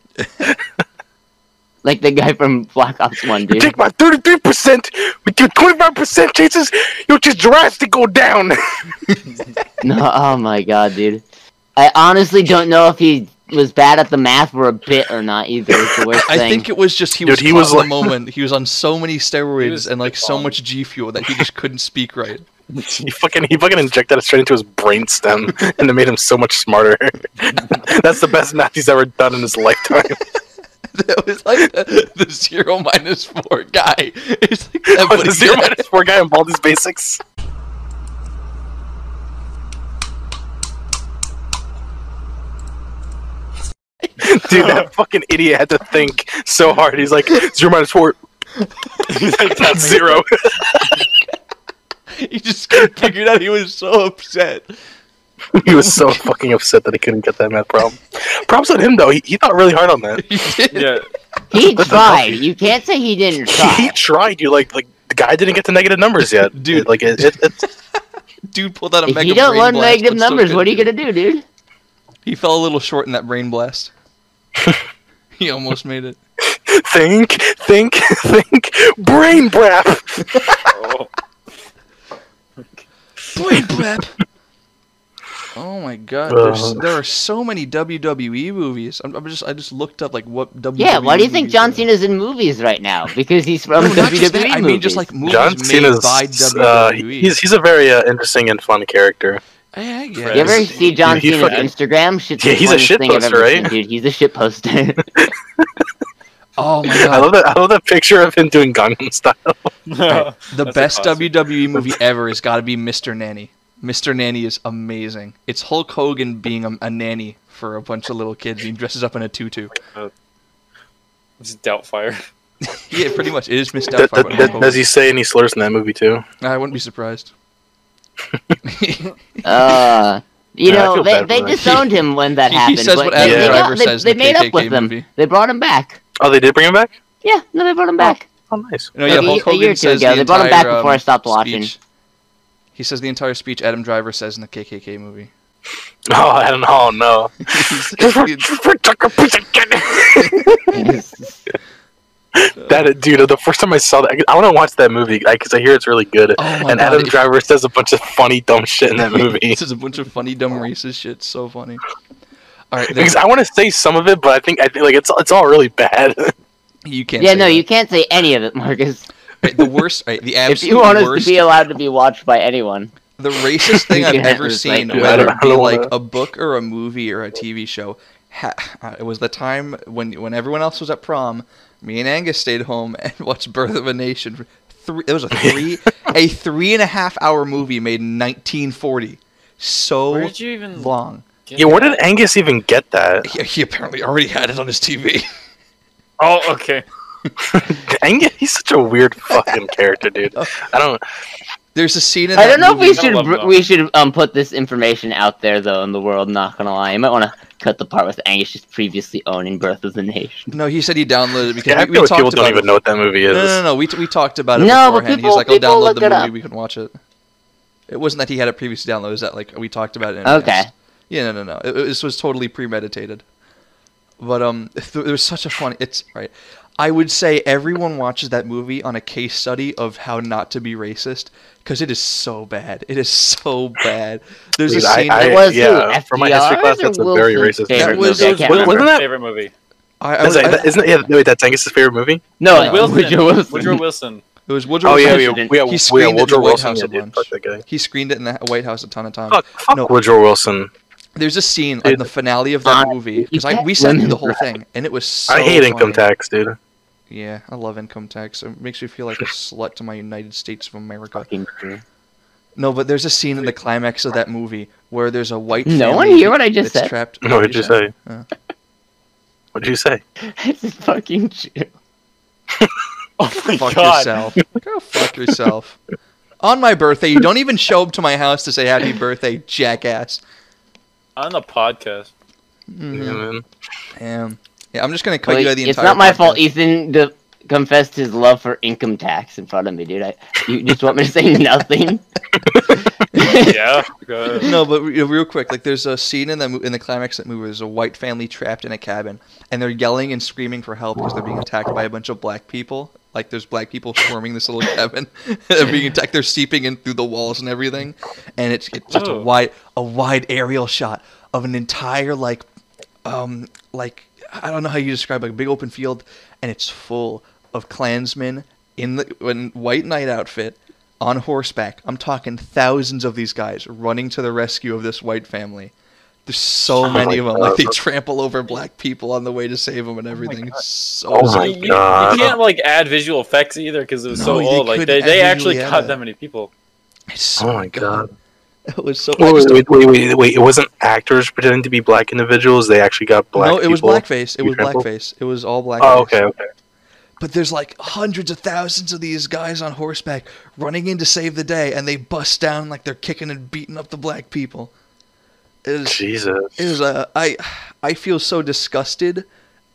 Speaker 3: like the guy from Black Ops One,
Speaker 1: You
Speaker 3: dude.
Speaker 1: take my thirty three percent with your twenty five percent chances. Your just drastically go down. (laughs)
Speaker 3: No, oh my god, dude. I honestly don't know if he was bad at the math or a bit or not either. It's the worst
Speaker 4: (laughs) I
Speaker 3: thing.
Speaker 4: think it was just he
Speaker 1: Dude,
Speaker 4: was,
Speaker 1: he
Speaker 4: caught
Speaker 1: was
Speaker 4: in
Speaker 1: like-
Speaker 4: the moment. (laughs) He was on so many steroids
Speaker 2: was
Speaker 4: and like so
Speaker 2: on.
Speaker 4: much G fuel that he (laughs) just couldn't speak right.
Speaker 1: he fucking he fucking injected it straight into his brainstem, (laughs) and it made him so much smarter. (laughs) That's the best math he's ever done in his lifetime.
Speaker 4: That was like the, the zero minus four guy. (laughs) It's like
Speaker 3: (laughs)
Speaker 4: that,
Speaker 1: Was
Speaker 4: but
Speaker 1: the
Speaker 4: it's-
Speaker 1: zero minus four guy on Baldi's basics? Dude, that fucking idiot had to think so hard. He's like zero minus four. That's (laughs) zero.
Speaker 4: He just couldn't figure it out. He was so upset. (laughs)
Speaker 1: he was so fucking upset that he couldn't get that math problem. Props on him though. He, he thought really hard on that.
Speaker 3: (laughs)
Speaker 2: Yeah.
Speaker 3: He tried. You can't say he didn't
Speaker 1: He
Speaker 3: try.
Speaker 1: tried. You like like the guy didn't get the negative numbers yet,
Speaker 4: Dude.
Speaker 1: It- like it, it, it's
Speaker 4: Dude pulled out a
Speaker 3: If
Speaker 4: mega
Speaker 3: you don't
Speaker 4: brain
Speaker 3: learn
Speaker 4: blast,
Speaker 3: negative
Speaker 4: but still
Speaker 3: numbers,
Speaker 4: good.
Speaker 3: what are you gonna do, dude?
Speaker 4: He fell a little short in that
Speaker 3: (laughs)
Speaker 4: brain blast. (laughs) he almost made it.
Speaker 1: think, think, (laughs) think. Brain brap.
Speaker 2: Oh.
Speaker 4: Brain blap. (laughs) Oh my god, there's, there are so many WWE movies. I'm, I'm just I just looked up like what WWE.
Speaker 3: Yeah, why do you think
Speaker 4: movies
Speaker 3: John
Speaker 4: are.
Speaker 3: Cena's in movies right now? Because he's from
Speaker 4: No, not
Speaker 3: WWE
Speaker 4: just that, I mean, just
Speaker 3: E movies.
Speaker 4: like movies
Speaker 1: John
Speaker 4: made
Speaker 1: Cena's
Speaker 4: by E.
Speaker 1: uh,
Speaker 4: WWE.
Speaker 1: he's he's a very uh, interesting and fun character.
Speaker 4: Yeah, I guess.
Speaker 2: You
Speaker 3: You ever
Speaker 2: Yes.
Speaker 3: see John
Speaker 1: He- he
Speaker 3: Cena's
Speaker 1: fucking-
Speaker 3: Instagram? Shit's
Speaker 1: Yeah,
Speaker 3: the
Speaker 1: he's a
Speaker 3: funniest thing I've
Speaker 1: shitposter,
Speaker 3: ever
Speaker 1: right?
Speaker 3: seen, dude, he's a shit poster.
Speaker 4: Oh (laughs) my
Speaker 1: I
Speaker 4: god,
Speaker 1: love that. I love that picture of him doing Gangnam (laughs) Style.
Speaker 2: Oh. (laughs)
Speaker 4: the
Speaker 2: That's
Speaker 4: best
Speaker 2: awesome.
Speaker 4: WWE movie ever has got to be Mr. Nanny. Mr. Nanny is amazing. It's Hulk Hogan being a, a nanny for a bunch of little kids. He dresses up in a tutu.
Speaker 2: It's Doubtfire.
Speaker 4: Yeah, pretty much. It is Miss
Speaker 1: That,
Speaker 4: Doubtfire.
Speaker 1: that,
Speaker 4: but Hulk
Speaker 1: that-
Speaker 4: Hogan.
Speaker 1: does he say any slurs in that movie too?
Speaker 4: I wouldn't
Speaker 1: (laughs)
Speaker 4: be surprised.
Speaker 3: uh, you
Speaker 1: Yeah, I
Speaker 3: know,
Speaker 1: feel
Speaker 3: they,
Speaker 1: bad (laughs)
Speaker 3: they
Speaker 1: for him.
Speaker 3: disowned him when that
Speaker 4: He- he
Speaker 3: happened.
Speaker 4: says
Speaker 3: but
Speaker 4: what
Speaker 3: they,
Speaker 1: Adam
Speaker 3: they,
Speaker 4: Driver
Speaker 3: got- they-
Speaker 4: says in
Speaker 3: they
Speaker 4: the
Speaker 3: made
Speaker 4: KKK
Speaker 3: up with him.
Speaker 4: movie.
Speaker 3: They brought him back.
Speaker 1: Oh, they did bring him back.
Speaker 3: Yeah, no, they brought him
Speaker 4: (laughs)
Speaker 3: back.
Speaker 1: Oh, nice.
Speaker 4: No,
Speaker 3: Like
Speaker 4: yeah,
Speaker 3: a-
Speaker 4: Hulk
Speaker 3: a year
Speaker 4: Hogan
Speaker 3: or two
Speaker 4: says
Speaker 3: ago,
Speaker 4: the
Speaker 3: they brought him back
Speaker 4: entire,
Speaker 3: before I
Speaker 4: um,
Speaker 3: stopped watching.
Speaker 4: speech- He says the entire speech Adam Driver says in the KKK movie.
Speaker 1: Oh, I don't know. No.
Speaker 4: (laughs)
Speaker 1: (laughs) that dude, the first time I saw that, I want to watch that movie because I hear it's really good.
Speaker 4: Oh my
Speaker 1: and
Speaker 4: god,
Speaker 1: Adam
Speaker 4: it-
Speaker 1: Driver says a bunch of funny, dumb shit
Speaker 4: (laughs)
Speaker 1: in that movie.
Speaker 4: this is a bunch of funny, dumb racist shit. So funny. All right,
Speaker 1: because
Speaker 4: there's-
Speaker 1: I want to say some of it, but I think I think like it's it's all really bad.
Speaker 4: you can't.
Speaker 3: yeah,
Speaker 4: say
Speaker 3: no,
Speaker 4: that.
Speaker 3: you can't say any of it, Marcus.
Speaker 4: Right, the worst. Right, the
Speaker 3: (laughs) If
Speaker 4: absolute
Speaker 3: you want us
Speaker 4: worst.
Speaker 3: to be allowed to be watched by anyone,
Speaker 4: the
Speaker 1: (laughs)
Speaker 4: racist thing I've
Speaker 3: Yeah,
Speaker 4: ever
Speaker 3: it's
Speaker 4: seen,
Speaker 3: like- Dude,
Speaker 1: I
Speaker 4: whether
Speaker 1: don't-
Speaker 4: it
Speaker 1: I
Speaker 4: be
Speaker 1: don't (laughs)
Speaker 4: like
Speaker 1: wanna-
Speaker 4: a book or a movie or a TV show. Ha- uh, it was the time when when everyone else was at prom. Me and Angus stayed home (laughs) and watched Birth of a Nation. Three, it was
Speaker 1: (laughs)
Speaker 4: a three a three and a half hour movie made in 1940.
Speaker 2: Where
Speaker 4: So
Speaker 2: did you even?
Speaker 4: long.
Speaker 2: get
Speaker 1: yeah, where
Speaker 2: that?
Speaker 1: did Angus even get that?
Speaker 4: He, he apparently already had it on his TV.
Speaker 2: Oh, okay.
Speaker 1: Angus, he's such a weird fucking character, dude. I don't.
Speaker 4: (laughs) There's a scene in
Speaker 3: I
Speaker 4: that
Speaker 3: don't know if
Speaker 4: movie.
Speaker 3: we
Speaker 2: don't love
Speaker 3: should br-
Speaker 2: them.
Speaker 3: we should um put this information out there though in the world. Not gonna lie, you might want to cut the part with Angus just previously owning Birth of the Nation.
Speaker 4: No, he said he downloaded it because
Speaker 1: Yeah, I
Speaker 4: we, we
Speaker 1: feel like people
Speaker 4: talked
Speaker 1: don't
Speaker 4: about
Speaker 1: even
Speaker 4: it.
Speaker 1: know what that movie
Speaker 4: No,
Speaker 1: is.
Speaker 4: no, no. We, we talked about it
Speaker 3: No, but
Speaker 4: beforehand.
Speaker 3: people-
Speaker 4: He's like, I'll
Speaker 3: people
Speaker 4: download
Speaker 3: look
Speaker 4: the
Speaker 3: it
Speaker 4: movie.
Speaker 3: up.
Speaker 4: We can watch it. It wasn't that he had it previously downloaded. It was that like we talked about it. in
Speaker 3: Okay.
Speaker 4: advance. Yeah, no, no, no. It, it- this was totally premeditated. But um, (laughs) th- it was such a funny. It's right. I would say everyone watches that movie on a case study of how not to be racist because it is so bad. It is so bad. There's
Speaker 1: Dude,
Speaker 4: a
Speaker 1: I-
Speaker 4: scene.
Speaker 1: I-
Speaker 3: It was
Speaker 1: yeah,
Speaker 3: who,
Speaker 1: from my history
Speaker 3: FDRs
Speaker 1: class,
Speaker 3: or
Speaker 1: that's a very racist
Speaker 3: Wilson's favorite
Speaker 4: movie. That was-
Speaker 3: movie? I can't
Speaker 1: was- wasn't
Speaker 3: remember.
Speaker 1: that-
Speaker 2: favorite movie?
Speaker 4: I- I
Speaker 1: That's
Speaker 4: was-
Speaker 1: like-
Speaker 4: I-
Speaker 1: that- isn't yeah, wait, that's Angus's favorite movie?
Speaker 3: No, it was
Speaker 2: Wilson.
Speaker 3: Woodrow Wilson.
Speaker 2: Woodrow Wilson.
Speaker 4: it was Woodrow.
Speaker 1: Oh yeah,
Speaker 4: Wilson.
Speaker 1: yeah,
Speaker 3: President.
Speaker 1: yeah.
Speaker 4: He
Speaker 1: yeah,
Speaker 4: screamed it in the
Speaker 1: Woodrow
Speaker 4: White
Speaker 1: Wilson.
Speaker 4: House
Speaker 1: yeah,
Speaker 4: a
Speaker 1: dude,
Speaker 4: bunch.
Speaker 1: Fuck that guy.
Speaker 4: He screened it in the White House a ton of times.
Speaker 1: Fuck, fuck
Speaker 4: No.
Speaker 1: Woodrow Wilson.
Speaker 4: There's a scene in
Speaker 1: Dude.
Speaker 4: the finale of that
Speaker 3: Uh,
Speaker 4: movie
Speaker 3: you
Speaker 4: because like
Speaker 3: can't
Speaker 4: we sat through
Speaker 3: lemon
Speaker 4: the whole
Speaker 3: drop.
Speaker 4: thing, and it was so.
Speaker 1: I hate income
Speaker 4: funny.
Speaker 1: tax, dude.
Speaker 4: Yeah, I love income tax. It makes me feel like
Speaker 1: (laughs)
Speaker 4: a slut to my United States of America.
Speaker 3: Fucking crew.
Speaker 4: No, but there's a scene in the climax of that movie where there's a white.
Speaker 3: No one
Speaker 4: family
Speaker 3: hear what I just
Speaker 4: that's
Speaker 3: said?
Speaker 4: Trapped.
Speaker 1: What did you say?
Speaker 4: Uh.
Speaker 1: What did you say?
Speaker 3: (laughs) It's a fucking Jew.
Speaker 2: Oh my
Speaker 4: Fuck
Speaker 2: god.
Speaker 4: yourself. Go fuck yourself. On my birthday, you don't even show up to my house to say happy birthday, jackass.
Speaker 2: On the podcast.
Speaker 1: Yeah,
Speaker 4: Mhm.
Speaker 1: man.
Speaker 4: Damn. Yeah, I'm just gonna cut
Speaker 3: Wait,
Speaker 4: you out of the
Speaker 3: it's
Speaker 4: entire.
Speaker 3: not my fault
Speaker 4: podcast.
Speaker 3: Ethan de- confessed his love for income tax in front of me, dude. I, you just want me to say nothing? (laughs)
Speaker 2: Yeah. good.
Speaker 4: (laughs) no, but re- real quick, like there's a scene in the mo- in the climax of that movie. There's a white family trapped in a cabin, and they're yelling and screaming for help because they're being attacked by a bunch of black people. Like there's black people swarming this little cabin, (laughs) they're being attacked. They're seeping in through the walls and everything, and it's it's just a
Speaker 2: Whoa.
Speaker 4: wide a wide aerial shot of an entire like um like I don't know how you describe like a big open field, and it's full of Klansmen in the in white night outfit on horseback. I'm talking thousands of these guys running to the rescue of this white family. There's so
Speaker 1: Oh
Speaker 4: many of them. Like (laughs) they trample over black people on the way to save them and everything. It's so
Speaker 1: Oh my
Speaker 2: You,
Speaker 4: sad.
Speaker 2: you- you
Speaker 1: God.
Speaker 2: can't like add visual effects either because it was so
Speaker 4: No, you
Speaker 2: old. Like
Speaker 4: couldn't
Speaker 2: they,
Speaker 4: add
Speaker 2: they
Speaker 4: visually
Speaker 2: actually
Speaker 4: add
Speaker 2: cut
Speaker 4: it.
Speaker 2: that many people.
Speaker 4: It's so
Speaker 1: Oh my god.
Speaker 4: It was so. I
Speaker 1: Wait,
Speaker 4: just-
Speaker 1: wait, wait, wait, wait, It wasn't actors pretending to be black individuals. They actually got black.
Speaker 4: no, it was
Speaker 1: people.
Speaker 4: blackface.
Speaker 1: You
Speaker 4: It was
Speaker 1: trampled?
Speaker 4: blackface. It was all blackface.
Speaker 1: Oh, okay, okay.
Speaker 4: But there's like hundreds of thousands of these guys on horseback running in to save the day, and they bust down like they're kicking and beating up the black people. It is
Speaker 1: Jesus.
Speaker 4: it is uh, I I feel so disgusted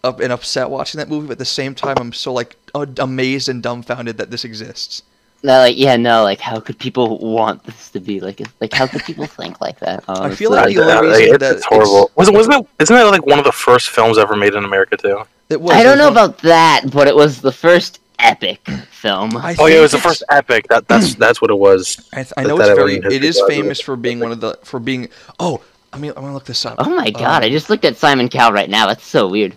Speaker 4: up and upset watching that movie, but at the same time I'm so like uh, amazed and dumbfounded that this exists.
Speaker 3: No, like yeah, no, like how could people want this to be like? it's- Like how could people think like that? Honestly?
Speaker 4: feel like
Speaker 1: I-
Speaker 4: the only
Speaker 1: I-
Speaker 4: reason
Speaker 1: it's,
Speaker 4: that
Speaker 1: it's horrible. Wasn't, wasn't that, isn't that like one of the first films ever made in America too?
Speaker 4: It was,
Speaker 3: I
Speaker 4: it was
Speaker 3: don't know
Speaker 4: one-
Speaker 3: about that, but it was the first epic film.
Speaker 4: I
Speaker 1: Oh yeah, it was
Speaker 4: think
Speaker 1: the
Speaker 4: it's-
Speaker 1: first epic. That
Speaker 3: (clears throat)
Speaker 1: that's that's what it was.
Speaker 4: I, th- I
Speaker 1: that-
Speaker 4: know
Speaker 1: that
Speaker 4: it's
Speaker 1: I
Speaker 4: very.
Speaker 1: wouldn't have
Speaker 4: It is
Speaker 1: thought of it.
Speaker 4: famous for being one of the for being. Oh, I mean, I'm gonna look this up.
Speaker 3: oh my god!
Speaker 4: Um,
Speaker 3: I just looked at Simon Cowell right now. That's so weird.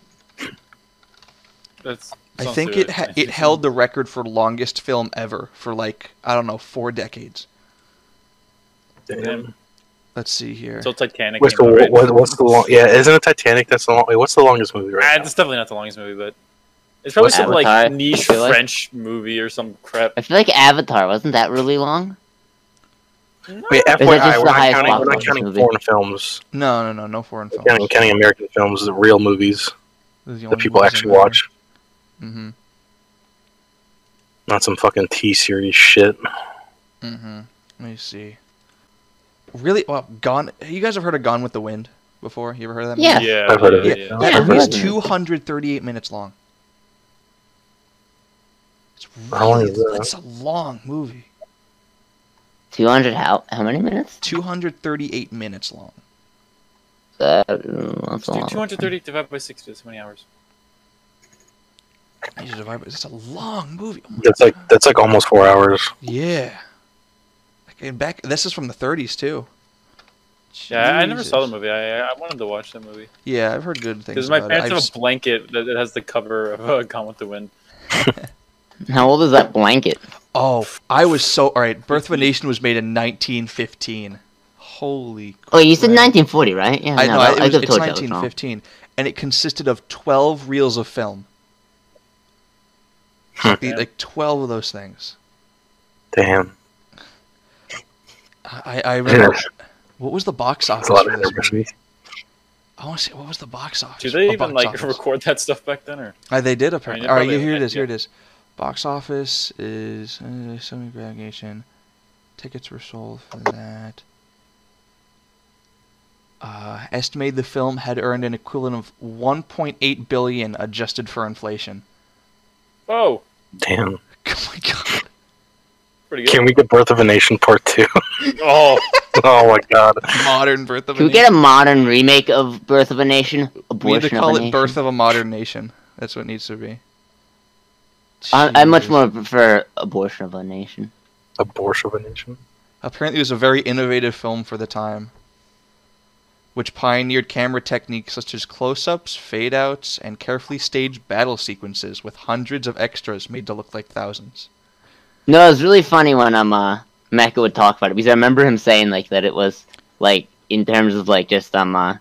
Speaker 2: That's
Speaker 4: I
Speaker 2: sounds
Speaker 4: think
Speaker 2: too
Speaker 4: it ha-
Speaker 2: right.
Speaker 4: it held the record for longest film ever for like I don't know four decades.
Speaker 2: Damn.
Speaker 4: Let's see here.
Speaker 2: So Titanic.
Speaker 1: What's the,
Speaker 2: came out, right?
Speaker 1: what, what's the long? Yeah, isn't it Titanic? That's the long. Wait, what's the longest movie
Speaker 2: Ah,
Speaker 1: right now?
Speaker 2: it's definitely not the longest movie, but it's probably
Speaker 3: What's
Speaker 2: some like
Speaker 3: Avatar?
Speaker 2: niche
Speaker 3: Really?
Speaker 2: French movie or some crap.
Speaker 3: I feel like Avatar wasn't that really long.
Speaker 1: Wait,
Speaker 3: just
Speaker 1: FYI, we're
Speaker 3: the
Speaker 1: not
Speaker 3: highest
Speaker 1: counting, we're not
Speaker 3: longest
Speaker 1: counting
Speaker 3: movie?
Speaker 1: foreign films.
Speaker 4: no, no, no, no foreign
Speaker 1: We're
Speaker 4: films.
Speaker 1: Counting, counting American films, the real movies that people actually watch,
Speaker 4: Mm-hmm.
Speaker 1: not some fucking T series shit.
Speaker 4: Mm-hmm. Let me see. Really? Well, Gone. You guys have heard of Gone with the Wind before? You ever heard of that?
Speaker 3: Yeah.
Speaker 2: Yeah,
Speaker 1: I've heard of
Speaker 2: yeah,
Speaker 1: it.
Speaker 2: yeah.
Speaker 4: Movie?
Speaker 3: Yeah,
Speaker 4: That movie is
Speaker 3: I've heard of it.
Speaker 4: 238 minutes long. It's
Speaker 1: How long
Speaker 4: really,
Speaker 1: is that?
Speaker 4: it's a long movie.
Speaker 3: Two hundred how how many minutes?
Speaker 4: 238 minutes long.
Speaker 3: Uh, mm,
Speaker 2: Let's
Speaker 3: that's a
Speaker 2: do
Speaker 3: lot.
Speaker 2: 230 divided by 60. That's how many hours?
Speaker 4: I just divide by- It's a long movie. Oh my
Speaker 1: That's like
Speaker 4: God.
Speaker 1: that's like almost four hours.
Speaker 4: Yeah. Like, and back. This is from the 30s too.
Speaker 2: Yeah, I- I never saw the
Speaker 4: Jesus.
Speaker 2: movie. I I wanted to watch that movie
Speaker 4: Yeah, I've heard good things
Speaker 2: because my
Speaker 4: about
Speaker 2: parents
Speaker 4: it.
Speaker 2: have
Speaker 4: I've
Speaker 2: a blanket that that has the cover of uh, Gone with the Wind.
Speaker 3: How old is that blanket?
Speaker 4: Oh, I was so all right. Birth of a Nation was made in 1915. Holy.
Speaker 3: Oh, you said
Speaker 4: crap.
Speaker 3: 1940, right? Yeah,
Speaker 4: I know.
Speaker 3: no,
Speaker 4: I,
Speaker 3: I,
Speaker 4: it
Speaker 3: I
Speaker 4: was,
Speaker 3: could've
Speaker 4: it's
Speaker 3: told you that was wrong.
Speaker 4: 1915, and it consisted of 12 reels of film. Like, the-
Speaker 2: Yeah.
Speaker 4: like 12 of those things.
Speaker 1: Damn,
Speaker 4: I, I I remember. what was the box
Speaker 1: that's
Speaker 4: office
Speaker 1: a lot
Speaker 4: for
Speaker 1: of
Speaker 4: this movie?
Speaker 1: anniversary.
Speaker 4: I want to say what was the box office?
Speaker 2: Do
Speaker 4: Oh,
Speaker 2: they even
Speaker 4: box
Speaker 2: like
Speaker 4: office.
Speaker 2: record that stuff back then, or
Speaker 4: Uh, they did apparently.
Speaker 2: it
Speaker 4: All right,
Speaker 2: probably-
Speaker 4: here it is. Here
Speaker 2: yeah.
Speaker 4: it is. Box office is uh, semi aggregation. Tickets were sold for that. Uh, estimated the film had earned an equivalent of 1.8 billion adjusted for inflation.
Speaker 2: oh,
Speaker 1: Damn.
Speaker 4: (laughs) Oh my god!
Speaker 2: pretty good.
Speaker 1: Can we get Birth of a Nation Part Two? (laughs)
Speaker 2: Oh,
Speaker 1: oh my god.
Speaker 4: Modern Birth of a
Speaker 3: Can we
Speaker 4: Nation.
Speaker 3: get a modern remake of Birth of a Nation?
Speaker 4: We need to
Speaker 3: Abortion of a
Speaker 4: call it
Speaker 3: Nation?
Speaker 4: Birth of a Modern Nation. That's what it needs to be.
Speaker 3: I, I much
Speaker 4: Jeez.
Speaker 3: more prefer Abortion of a Nation.
Speaker 1: Abortion of a Nation.
Speaker 4: Apparently, it was a very innovative film for the time, which pioneered camera techniques such as close ups, fade outs, and carefully staged battle sequences with hundreds of extras made to look like thousands.
Speaker 3: No, it was really funny when um uh, Mecca would talk about it because I remember him saying like that it was like in terms of like just um uh,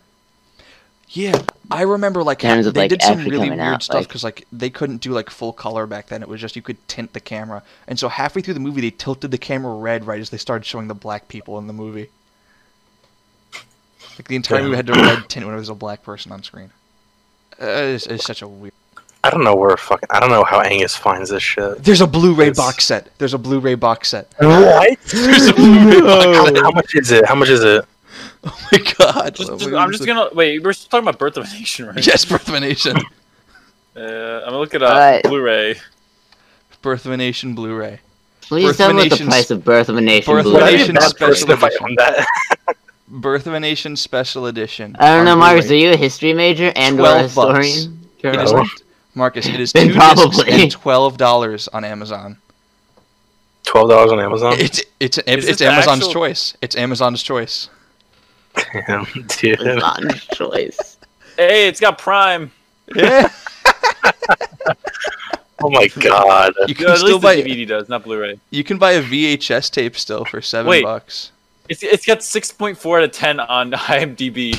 Speaker 4: Yeah, I remember like
Speaker 3: In terms of,
Speaker 4: they
Speaker 3: like,
Speaker 4: did some
Speaker 3: actually
Speaker 4: really
Speaker 3: coming
Speaker 4: weird
Speaker 3: out,
Speaker 4: stuff
Speaker 3: like-
Speaker 4: because like they couldn't do like full color back then. It was just you could tint the camera, and so halfway through the movie they tilted the camera red right as they started showing the black people in the movie. Like the entire movie had to red tint whenever there's a black person on screen. Uh, it's, it's such a weird.
Speaker 1: I don't know where fucking. I don't know how Angus finds this shit.
Speaker 4: There's a Blu-ray
Speaker 1: It's-
Speaker 4: box set. There's a Blu-ray box
Speaker 2: (laughs)
Speaker 4: set.
Speaker 1: What?
Speaker 4: (laughs)
Speaker 1: how, how much is it? How much is it?
Speaker 4: Oh my god.
Speaker 2: just,
Speaker 4: What
Speaker 2: just-
Speaker 4: was
Speaker 2: I'm just
Speaker 4: it?
Speaker 2: gonna wait. We're still talking about Birth of a Nation, right?
Speaker 4: Yes, Birth of a Nation.
Speaker 2: Uh, I'm gonna look it up.
Speaker 3: Alright.
Speaker 2: Blu-ray.
Speaker 4: Birth of a Nation Blu-ray. Birth
Speaker 3: please
Speaker 4: of
Speaker 3: tell
Speaker 4: a
Speaker 3: me what the
Speaker 4: Nation's-
Speaker 3: price of Birth of a Nation.
Speaker 4: Birth of
Speaker 3: Blu-ray
Speaker 1: Would
Speaker 4: a
Speaker 1: I be
Speaker 3: is.
Speaker 1: a
Speaker 4: Nation
Speaker 1: bad person
Speaker 4: Special
Speaker 1: if I
Speaker 4: Edition.
Speaker 1: owned that? (laughs)
Speaker 4: Birth of a Nation Special Edition.
Speaker 3: I don't know,
Speaker 4: on
Speaker 3: Marcus. Are
Speaker 4: Blu-ray.
Speaker 3: you a history major and or a
Speaker 4: 12 bucks.
Speaker 3: historian? Oh,
Speaker 4: It
Speaker 1: No.
Speaker 4: is Marcus, it is
Speaker 3: Then
Speaker 4: two discs
Speaker 3: probably.
Speaker 4: and twelve dollars on Amazon.
Speaker 1: Twelve dollars on Amazon.
Speaker 4: It's it's
Speaker 2: Um, Is
Speaker 4: it's,
Speaker 2: this the
Speaker 4: Amazon's
Speaker 2: actual-
Speaker 4: choice. It's
Speaker 2: (laughs)
Speaker 4: Amazon's choice.
Speaker 1: Damn, dude.
Speaker 3: It's (laughs) not a choice.
Speaker 2: Hey, it's got Prime.
Speaker 4: Yeah.
Speaker 1: Oh my (laughs) god.
Speaker 4: you
Speaker 2: Yeah,
Speaker 4: can
Speaker 2: at
Speaker 4: still
Speaker 2: least
Speaker 4: buy
Speaker 2: the DVD does, not Blu-ray.
Speaker 4: you can buy a VHS tape still for seven
Speaker 2: Wait. (laughs)
Speaker 4: bucks.
Speaker 2: It's it's got 6.4 out of 10 on (laughs) IMDb.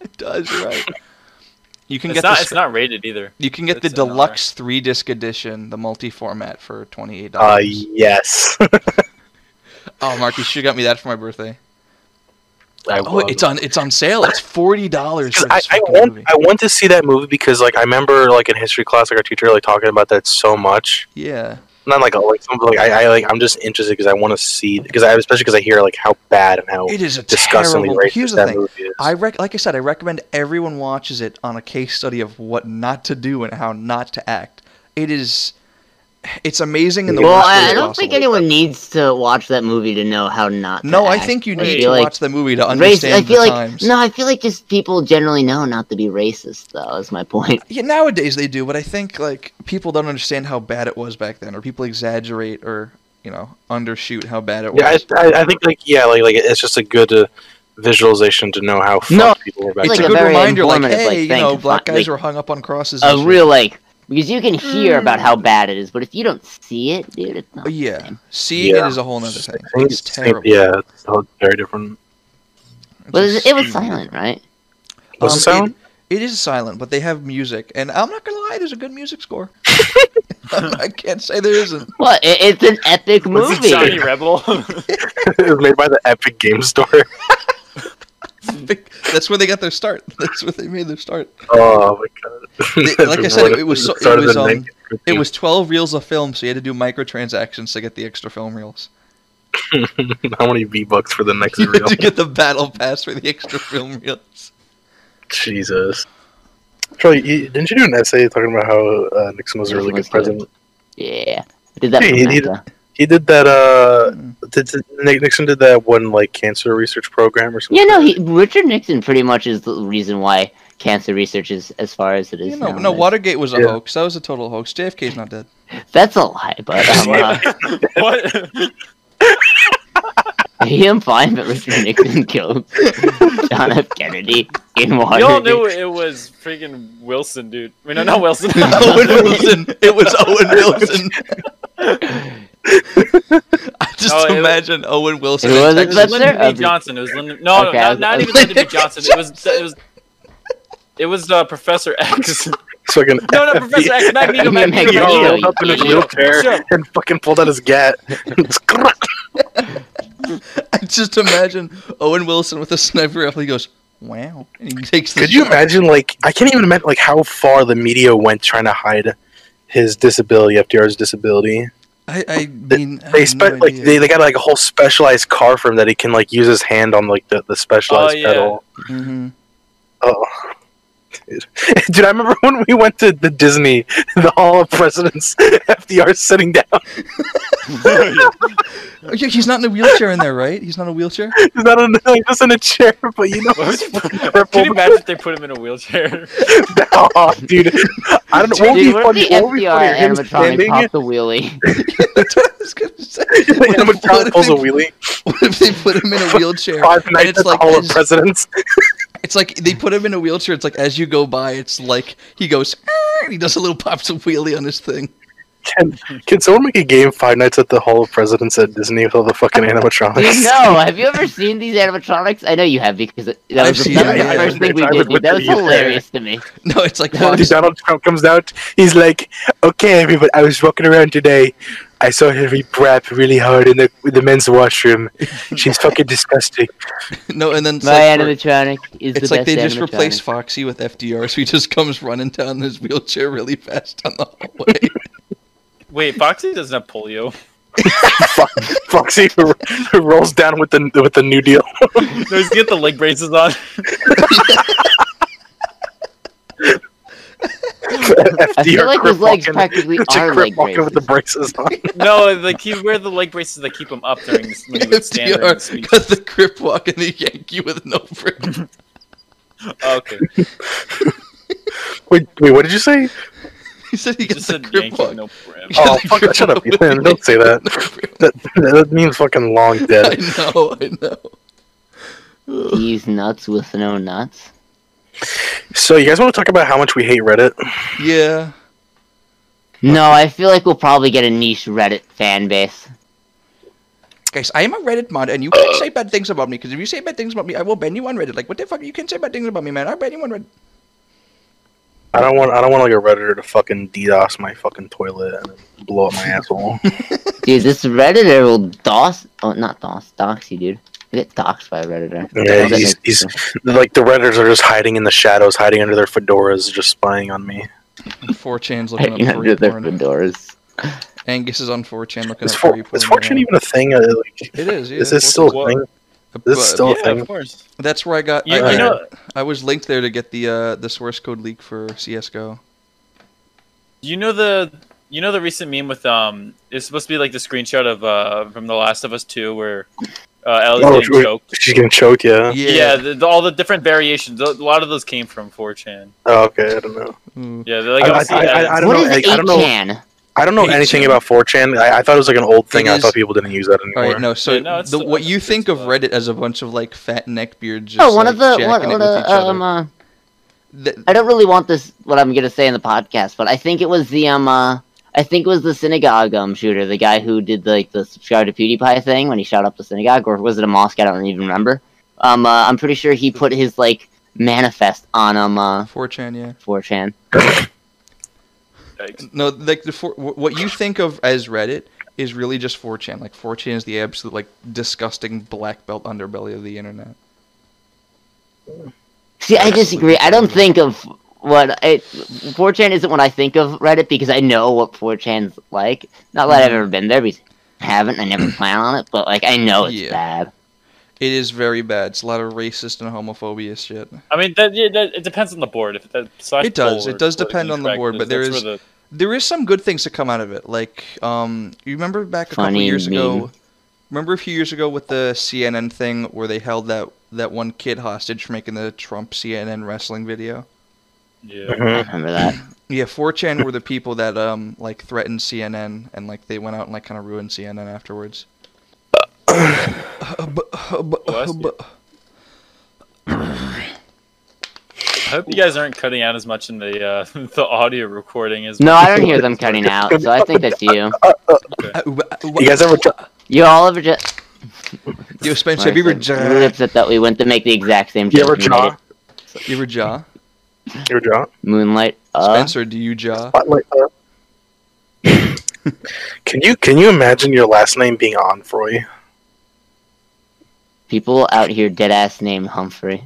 Speaker 4: It does you're right. You can
Speaker 2: It's
Speaker 4: get
Speaker 2: not
Speaker 4: the
Speaker 2: it's not rated either.
Speaker 4: You can get the
Speaker 2: That's another.
Speaker 4: deluxe three disc edition, the multi format for twenty eight
Speaker 1: Uh,
Speaker 4: dollars.
Speaker 1: yes.
Speaker 4: oh, Mark, you should got me that for my birthday.
Speaker 1: (laughs) I
Speaker 4: Oh, it's on it's on sale. It's forty dollars for
Speaker 1: I,
Speaker 4: this
Speaker 1: I
Speaker 4: fucking
Speaker 1: want
Speaker 4: movie.
Speaker 1: I want to see that movie because like I remember like in history class like our teacher like talking about that so much
Speaker 4: Yeah,
Speaker 1: not like a, like some like I, I like I'm just interested because I want to see because I especially because I hear like how bad and how
Speaker 4: It is a
Speaker 1: disgustingly
Speaker 4: terrible.
Speaker 1: racist
Speaker 4: Here's the
Speaker 1: that
Speaker 4: thing.
Speaker 1: movie is.
Speaker 4: I rec- like I said, I recommend everyone watches it on a case study of what not to do and how not to act. It is, it's amazing in the
Speaker 3: well,
Speaker 4: worst
Speaker 3: I,
Speaker 4: way
Speaker 3: I don't think
Speaker 4: possible.
Speaker 3: anyone needs to watch that movie to know how not. to
Speaker 4: No, I
Speaker 3: act.
Speaker 4: think you
Speaker 3: I
Speaker 4: need to
Speaker 3: feel like
Speaker 4: watch the movie to
Speaker 3: race-
Speaker 4: understand
Speaker 3: I feel
Speaker 4: the
Speaker 3: like
Speaker 4: times.
Speaker 3: no, I feel like just people generally know not to be racist. Though is my
Speaker 4: (laughs)
Speaker 3: point.
Speaker 4: Yeah, nowadays they do, but I think like people don't understand how bad it was back then, or people exaggerate or you know undershoot how bad it
Speaker 1: yeah,
Speaker 4: was.
Speaker 1: I, I, I think like yeah, like like it's just a good uh, visualization to know how fucked
Speaker 3: No,
Speaker 1: people were back
Speaker 3: like
Speaker 4: it's
Speaker 1: then.
Speaker 4: a
Speaker 3: a
Speaker 4: good
Speaker 3: very
Speaker 4: reminder, like,
Speaker 3: informative,
Speaker 4: hey,
Speaker 3: like,
Speaker 4: you
Speaker 3: thing
Speaker 4: know,
Speaker 3: to find-
Speaker 4: black guys
Speaker 3: like,
Speaker 4: were hung up on crosses.
Speaker 3: A
Speaker 4: and shit.
Speaker 3: real like because you can hear about how bad it is, but if you don't see it, dude, it's not.
Speaker 4: yeah, seeing
Speaker 1: Yeah.
Speaker 4: it is a whole nother thing.
Speaker 1: I think
Speaker 4: It's
Speaker 1: it's-
Speaker 4: terrible.
Speaker 1: Yeah, it's all very different.
Speaker 4: It's
Speaker 3: Well, it was,
Speaker 4: just
Speaker 3: it was
Speaker 4: stupid.
Speaker 3: silent, right?
Speaker 1: Was
Speaker 4: Um,
Speaker 1: it sound?
Speaker 4: It is silent, but they have music, and I'm not gonna lie, there's a good
Speaker 3: (laughs)
Speaker 4: music score. (laughs) I can't say there isn't.
Speaker 3: Well, it, it's an epic
Speaker 2: Was it
Speaker 3: movie.
Speaker 2: Johnny
Speaker 3: (laughs)
Speaker 2: Rebel?
Speaker 1: (laughs)
Speaker 2: (laughs)
Speaker 1: it was made by the Epic Game Store. (laughs)
Speaker 4: That's where they got their start. (laughs) That's where they made their start.
Speaker 1: oh my god! (laughs)
Speaker 4: They- like I said, it was so- it
Speaker 1: Started
Speaker 4: was,
Speaker 1: in
Speaker 4: um,
Speaker 1: 1915.
Speaker 4: It was 12 reels of film, so you had to do microtransactions to get the extra film
Speaker 2: (laughs)
Speaker 4: reels.
Speaker 1: (laughs) How many V bucks for the
Speaker 4: (laughs)
Speaker 1: next
Speaker 4: You had
Speaker 1: reel?
Speaker 4: to get the battle pass for the extra film reels.
Speaker 1: Jesus. Charlie, you, didn't you do an essay talking about how uh, Nixon was a really good
Speaker 3: Nixon was good.
Speaker 1: president?
Speaker 3: yeah, I did that.
Speaker 1: Hey,
Speaker 3: for
Speaker 1: he did-
Speaker 3: Santa.
Speaker 1: He did that. Uh,
Speaker 4: Mm.
Speaker 1: did, did- Nick- Nixon did that one like cancer research program or something.
Speaker 3: Yeah, no, he, Richard Nixon pretty much is the reason why cancer research is as far as it is.
Speaker 4: You know,
Speaker 3: now.
Speaker 4: no,
Speaker 3: Like,
Speaker 4: Watergate was a
Speaker 1: Yeah.
Speaker 4: hoax. That was a total hoax. JFK's
Speaker 3: (laughs)
Speaker 4: not dead. (laughs)
Speaker 3: That's a lie, but um, uh,
Speaker 2: what?
Speaker 3: I'm fine. But Richard Nixon killed John F. Kennedy in Watergate.
Speaker 2: Y'all knew it was freaking Wilson, dude. I mean, no, not
Speaker 3: (laughs)
Speaker 2: Wilson. (laughs)
Speaker 4: Owen Wilson. It was Owen Wilson. (laughs) I just
Speaker 2: No, it-
Speaker 4: imagine Owen Wilson.
Speaker 3: It
Speaker 4: in
Speaker 3: was a
Speaker 4: Texas.
Speaker 3: That's
Speaker 2: Lyndon
Speaker 3: there-
Speaker 2: B. Johnson. It was Lyndon. No, no,
Speaker 3: Okay, I
Speaker 2: not,
Speaker 3: was-
Speaker 2: not
Speaker 3: I
Speaker 2: even
Speaker 3: was-
Speaker 2: Lyndon B. Johnson. It was. It was. It was uh, Professor X. (laughs) no,
Speaker 1: fucking (laughs)
Speaker 2: not Professor X. Magneto.
Speaker 3: Magneto,
Speaker 2: Magneto.
Speaker 1: He
Speaker 3: Magneto.
Speaker 1: rolled up in his
Speaker 2: Magneto.
Speaker 1: wheelchair
Speaker 2: Sure.
Speaker 1: and fucking pulled out his gat. (laughs)
Speaker 4: (laughs) I just imagine Owen Wilson with a sniper rifle. He goes, "Wow!" And he takes the
Speaker 1: Could you
Speaker 4: shot.
Speaker 1: imagine? Like, I can't even imagine like how far the media went trying to hide his disability, FDR's disability.
Speaker 4: I, I mean, I
Speaker 1: They
Speaker 4: have no
Speaker 1: spent like
Speaker 4: idea.
Speaker 1: they, they got like a whole specialized car for him that he can like use his hand on like the, the specialized
Speaker 2: Oh, yeah.
Speaker 1: pedal.
Speaker 4: Mhm.
Speaker 1: Oh. (laughs) Dude. Dude, I remember when we went to the Disney, the Hall of Presidents, (laughs) FDR sitting down.
Speaker 4: Oh, yeah, he's not in a wheelchair in there, right? He's not in a
Speaker 1: (laughs)
Speaker 4: wheelchair.
Speaker 1: He's not in, like, just in a chair, but you know, he's fucking
Speaker 2: Can you
Speaker 1: crippled.
Speaker 2: imagine if they put him in a wheelchair?
Speaker 1: Oh, dude, I don't know. What would be
Speaker 3: Dude, what
Speaker 1: funny?
Speaker 3: if the
Speaker 1: What would be
Speaker 3: FDR
Speaker 1: funny? Him
Speaker 3: animatronic
Speaker 1: standing? (laughs)
Speaker 3: popped the wheelie?
Speaker 4: That's what I was gonna say.
Speaker 1: Him
Speaker 4: What
Speaker 1: with
Speaker 4: if- what
Speaker 1: John
Speaker 4: if
Speaker 1: pulls a
Speaker 4: they-
Speaker 1: wheelie.
Speaker 4: What if they put him
Speaker 1: (laughs)
Speaker 4: in a wheelchair?
Speaker 1: Five nights
Speaker 4: it's
Speaker 1: at
Speaker 4: like
Speaker 1: the Hall of
Speaker 4: as- (laughs)
Speaker 1: Presidents.
Speaker 4: It's like they put him in a wheelchair. It's like as you go by, it's like he goes, "Ah," and he does a little pops a wheelie on his thing. (laughs)
Speaker 1: Can, can someone make a game Five Nights at the Hall of Presidents at Disney with all the
Speaker 3: (laughs)
Speaker 1: fucking animatronics?
Speaker 3: Dude, no, have you ever seen these animatronics? I know you have because it- that
Speaker 4: I've
Speaker 3: was, the-
Speaker 4: seen
Speaker 3: that was
Speaker 4: them,
Speaker 3: the
Speaker 4: yeah.
Speaker 3: first thing we
Speaker 1: I was
Speaker 3: did.
Speaker 1: with
Speaker 3: dude. That was
Speaker 1: you there.
Speaker 3: hilarious to me.
Speaker 4: No, it's like
Speaker 1: (laughs) Dude,
Speaker 4: Fox.
Speaker 1: Donald Trump comes out. He's like, "Okay, everybody. I was walking around today. I saw Hillary Brap really hard in the in the men's washroom. She's fucking disgusting." (laughs)
Speaker 4: No, and then it's
Speaker 3: My
Speaker 4: like, we're-
Speaker 3: animatronic is the
Speaker 4: it's
Speaker 3: best
Speaker 4: like they just
Speaker 3: animatronic.
Speaker 4: replaced Foxy with FDR, so he just comes running down his wheelchair really fast on the hallway.
Speaker 2: (laughs) Wait, Foxy doesn't have polio.
Speaker 1: Fuck, (laughs) Foxy (laughs) rolls down with the with the New Deal.
Speaker 2: No, he's got the leg braces on.
Speaker 1: FDR
Speaker 3: I feel like
Speaker 1: crip
Speaker 3: his legs
Speaker 1: walking-
Speaker 3: practically
Speaker 1: just
Speaker 3: are
Speaker 1: crip
Speaker 3: leg
Speaker 1: walking with the
Speaker 3: braces.
Speaker 1: braces on.
Speaker 2: (laughs)
Speaker 3: (laughs)
Speaker 2: No, like he wear the leg braces that keep him up during this when he would stand there and
Speaker 4: FDR
Speaker 2: speak.
Speaker 4: got the crip walk and the Yankee with no
Speaker 2: (laughs)
Speaker 4: frick.
Speaker 2: Oh, okay,
Speaker 1: Wait, wait, what did you say?
Speaker 4: He said he
Speaker 2: he
Speaker 4: got
Speaker 2: just
Speaker 4: the
Speaker 2: said
Speaker 4: crip
Speaker 2: Yankee,
Speaker 4: walk. (laughs)
Speaker 2: no brim.
Speaker 4: Yeah,
Speaker 1: Oh,
Speaker 4: the
Speaker 1: fuck,
Speaker 4: crip
Speaker 1: shut up,
Speaker 4: walk with
Speaker 1: Ethan,
Speaker 4: the
Speaker 1: don't say that.
Speaker 4: Yankee.
Speaker 1: That, that means fucking long
Speaker 3: (laughs)
Speaker 4: I
Speaker 1: dead.
Speaker 4: know, I know. Ugh.
Speaker 3: These nuts with no nuts.
Speaker 1: So you guys want to talk about how much we hate Reddit?
Speaker 4: (sighs) Yeah.
Speaker 3: No, I feel like we'll probably get a niche Reddit fan base.
Speaker 4: Guys, I am a Reddit mod, and you can't say bad things about me. Because if you say bad things about me, I will ban you on Reddit. Like, what the fuck? You can't say bad things about me, man. I'll ban you
Speaker 2: (laughs)
Speaker 4: on Reddit.
Speaker 1: I don't want I don't want like a redditor to fucking DDoS my fucking toilet and blow
Speaker 3: (laughs)
Speaker 1: up my asshole.
Speaker 3: Dude, this Redditor will DOS. Oh, not DOS. Dox you, dude. I get doxed by a Redditor.
Speaker 1: Yeah,
Speaker 3: That
Speaker 1: he's,
Speaker 3: makes-
Speaker 1: he's like the redditors are just hiding in the shadows, hiding under their fedoras, just spying on me.
Speaker 4: 4chan's
Speaker 3: I-
Speaker 4: looking
Speaker 3: you
Speaker 4: up
Speaker 3: know,
Speaker 4: free
Speaker 3: they're
Speaker 4: porn.
Speaker 3: fedoras.
Speaker 4: Angus is on 4chan looking
Speaker 1: Is,
Speaker 4: up
Speaker 1: for,
Speaker 4: you
Speaker 1: is
Speaker 4: pulling
Speaker 1: fortune
Speaker 4: me
Speaker 1: even a thing? Uh, like,
Speaker 4: out. It is. Yeah,
Speaker 1: is this
Speaker 4: 4chan.
Speaker 1: still a
Speaker 2: Well,
Speaker 1: thing?
Speaker 4: But
Speaker 1: this is still a
Speaker 2: yeah,
Speaker 1: thing?
Speaker 2: of course.
Speaker 4: that's where I got.
Speaker 2: You,
Speaker 4: I,
Speaker 2: you
Speaker 1: Alright.
Speaker 2: know,
Speaker 4: I was linked there to get the uh, the source code leak for CS:GO.
Speaker 2: you know the, you know the recent meme with um, it's supposed to be like the screenshot of uh from The Last of Us Two where, uh, Ellie's
Speaker 1: Oh,
Speaker 2: getting
Speaker 1: wait.
Speaker 2: choked.
Speaker 1: She's getting choked, yeah.
Speaker 2: Yeah, the, the- all the different variations. A lot of those came from 4chan.
Speaker 1: Oh, okay, I don't know.
Speaker 4: Mm.
Speaker 2: Yeah, they're like
Speaker 1: I-
Speaker 2: "Oh,
Speaker 1: I-
Speaker 2: obviously,
Speaker 1: I- I-
Speaker 2: edits.
Speaker 1: I don't
Speaker 3: What
Speaker 1: know,
Speaker 3: is
Speaker 1: like, I don't know.
Speaker 3: 8chan?
Speaker 1: I don't know
Speaker 4: Hey,
Speaker 1: anything
Speaker 4: Jim.
Speaker 1: about 4chan. I, I thought it was like an old thing. I
Speaker 4: is-
Speaker 1: thought people didn't use that anymore.
Speaker 4: All right, no. So
Speaker 2: Yeah, no, it's
Speaker 4: the,
Speaker 2: still
Speaker 4: what
Speaker 2: on
Speaker 4: you
Speaker 2: the
Speaker 4: think of
Speaker 2: Facebook.
Speaker 4: Reddit as a bunch of like fat neckbeards just
Speaker 3: Oh, one
Speaker 4: like,
Speaker 3: of the
Speaker 4: jacking
Speaker 3: one,
Speaker 4: it
Speaker 3: one
Speaker 4: with
Speaker 3: of
Speaker 4: each
Speaker 3: the um.
Speaker 4: other.
Speaker 3: Uh,
Speaker 4: Th-
Speaker 3: I don't really want this what I'm gonna say in the podcast, but I think it was the um uh, I think it was the synagogue um shooter, the guy who did the, like the subscribe to PewDiePie thing when he shot up the synagogue, or was it a mosque? I don't even remember. Um, uh, I'm pretty sure he put his like manifest on um uh
Speaker 4: 4chan, yeah.
Speaker 3: 4chan.
Speaker 2: Yikes.
Speaker 4: No, like the four, wh- what you think of as Reddit is really just 4chan. Like 4chan is the absolute like disgusting black belt underbelly of the internet.
Speaker 3: See, I
Speaker 4: Absolutely
Speaker 3: disagree. I don't
Speaker 4: terrible.
Speaker 3: think of what it 4chan isn't what I think of Reddit because I know what 4chan's like. Not that I've ever been there because I haven't. I never plan on it, but like I know it's
Speaker 4: Yeah.
Speaker 3: bad.
Speaker 4: It is very bad. It's a lot of racist and homophobia shit.
Speaker 2: I mean, that, yeah, that it depends on the board. If that slash
Speaker 4: It does.
Speaker 2: poll
Speaker 4: It does
Speaker 2: is what
Speaker 4: depend on the
Speaker 2: correct
Speaker 4: board,
Speaker 2: is,
Speaker 4: but there
Speaker 2: that's
Speaker 1: (laughs)
Speaker 4: is-
Speaker 2: where the-
Speaker 4: There is some good things to come out of it. Like, um, you remember back a couple
Speaker 3: Funny
Speaker 4: years ago?
Speaker 3: meme.
Speaker 4: Remember a few years ago with the CNN thing where they held that that one kid hostage for making the Trump CNN wrestling video?
Speaker 2: yeah.
Speaker 1: Mhm.
Speaker 3: I remember that.
Speaker 4: Yeah, 4chan
Speaker 3: (laughs)
Speaker 4: were the people that um like threatened CNN and like they went out and like kind of ruined CNN afterwards.
Speaker 2: Bless you. I hope you guys aren't cutting out as much in the uh, (laughs) the audio recording as
Speaker 3: No, I don't hear them cutting out, so I think that's you.
Speaker 1: You guys ever? T-
Speaker 3: You all ever just
Speaker 4: Yo, Spence, have you ever
Speaker 3: I'm really
Speaker 4: ja?
Speaker 3: upset that we went to make the exact same
Speaker 1: you
Speaker 3: joke.
Speaker 1: ever
Speaker 3: and made
Speaker 1: jaw?
Speaker 3: it
Speaker 4: You ever ja?
Speaker 1: You ever jaw?
Speaker 3: Moonlight. Uh,
Speaker 4: Spencer, do you ja?
Speaker 1: Spotlight. (laughs) uh. can you can you imagine your last name being Onfroy?
Speaker 3: people out here dead ass named Humphrey.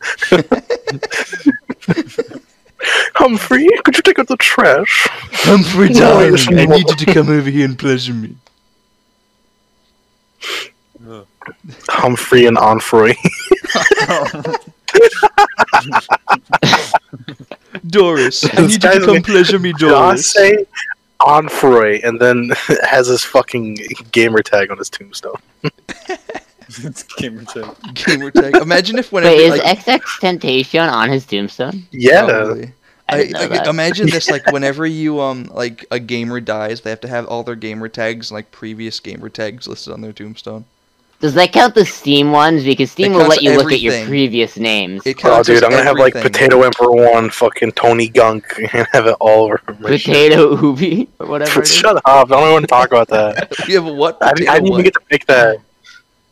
Speaker 1: Humphrey, could you take out the trash?
Speaker 4: Humphrey,
Speaker 1: darling, I need
Speaker 4: you to come over here and pleasure me.
Speaker 1: Humphrey and Onfroy. (laughs)
Speaker 4: (laughs) Doris, I
Speaker 1: This
Speaker 4: need you to
Speaker 1: guy's
Speaker 4: come
Speaker 1: like-
Speaker 4: pleasure me,
Speaker 1: I
Speaker 4: Doris.
Speaker 1: say Onfroy, and then (laughs) has his fucking gamer tag on his tombstone.
Speaker 2: (laughs) it's gamer
Speaker 3: (laughs)
Speaker 2: time.
Speaker 4: Gamer tag. Imagine if whenever
Speaker 3: Wait, is
Speaker 4: like,
Speaker 3: XX Temptation on his tombstone?
Speaker 1: Yeah.
Speaker 4: Probably.
Speaker 3: I
Speaker 4: I,
Speaker 3: didn't know
Speaker 4: like,
Speaker 3: that.
Speaker 4: imagine this
Speaker 3: (laughs)
Speaker 4: like whenever you um like a gamer dies, they have to have all their gamer tags and like previous gamer tags listed on their tombstone.
Speaker 3: Does that count the Steam ones? Because Steam
Speaker 4: It
Speaker 3: will
Speaker 4: counts
Speaker 3: let you look at your
Speaker 4: everything.
Speaker 3: previous names.
Speaker 4: It
Speaker 1: Oh,
Speaker 4: counts
Speaker 1: dude,
Speaker 4: as
Speaker 1: I'm gonna have like
Speaker 4: everything.
Speaker 1: Potato Emperor One, fucking Tony Gunk, (laughs) and have it all over my (laughs) shit.
Speaker 3: Potato Ubi or whatever. it is.
Speaker 1: Shut up! I don't want to talk about
Speaker 4: (laughs)
Speaker 1: that.
Speaker 4: You have a what?
Speaker 1: I didn't, I
Speaker 4: Potato
Speaker 1: didn't
Speaker 4: what?
Speaker 1: even get to pick that.